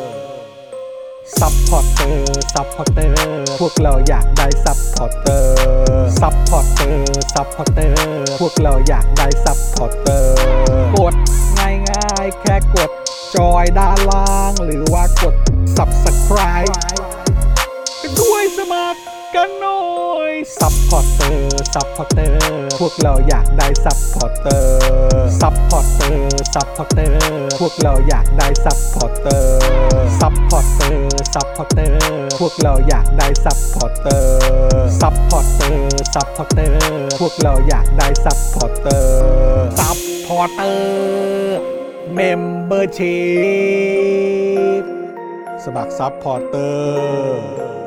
S1: ซัพพอร์เตอร์ ซัพพอร์เตอร์ พวกเราอยากได้ซัพพอร์เตอร์ ซัพพอร์เตอร์ ซัพพอร์เตอร์ พวกเราอยากได้ซัพพอร์เตอร์ กดง่ายง่ายๆแค่กด จอยด้านล่าง หรือว่ากด subscribe ด้วยสมัคร กันหน่อย ซัพพอร์เตอร์ ซัพพอร์เตอร์ พวกเราอยากได้ซัพพอร์เตอร์ ซัพพอร์เตอร์ ซัพพอร์เตอร์ พวกเราอยากได้ซัพพอร์เตอร์ ซัพพอร์เตอร์ ซัพพอร์เตอร์ พวกเราอยากได้ซัพพอร์เตอร์ ซัพพอร์เตอร์ ซัพพอร์เตอร์ พวกเราอยากได้ซัพพอร์เตอร์ ซัพพอร์เตอร์ เมมเบอร์ชีพสมัครซัพพอร์เตอร์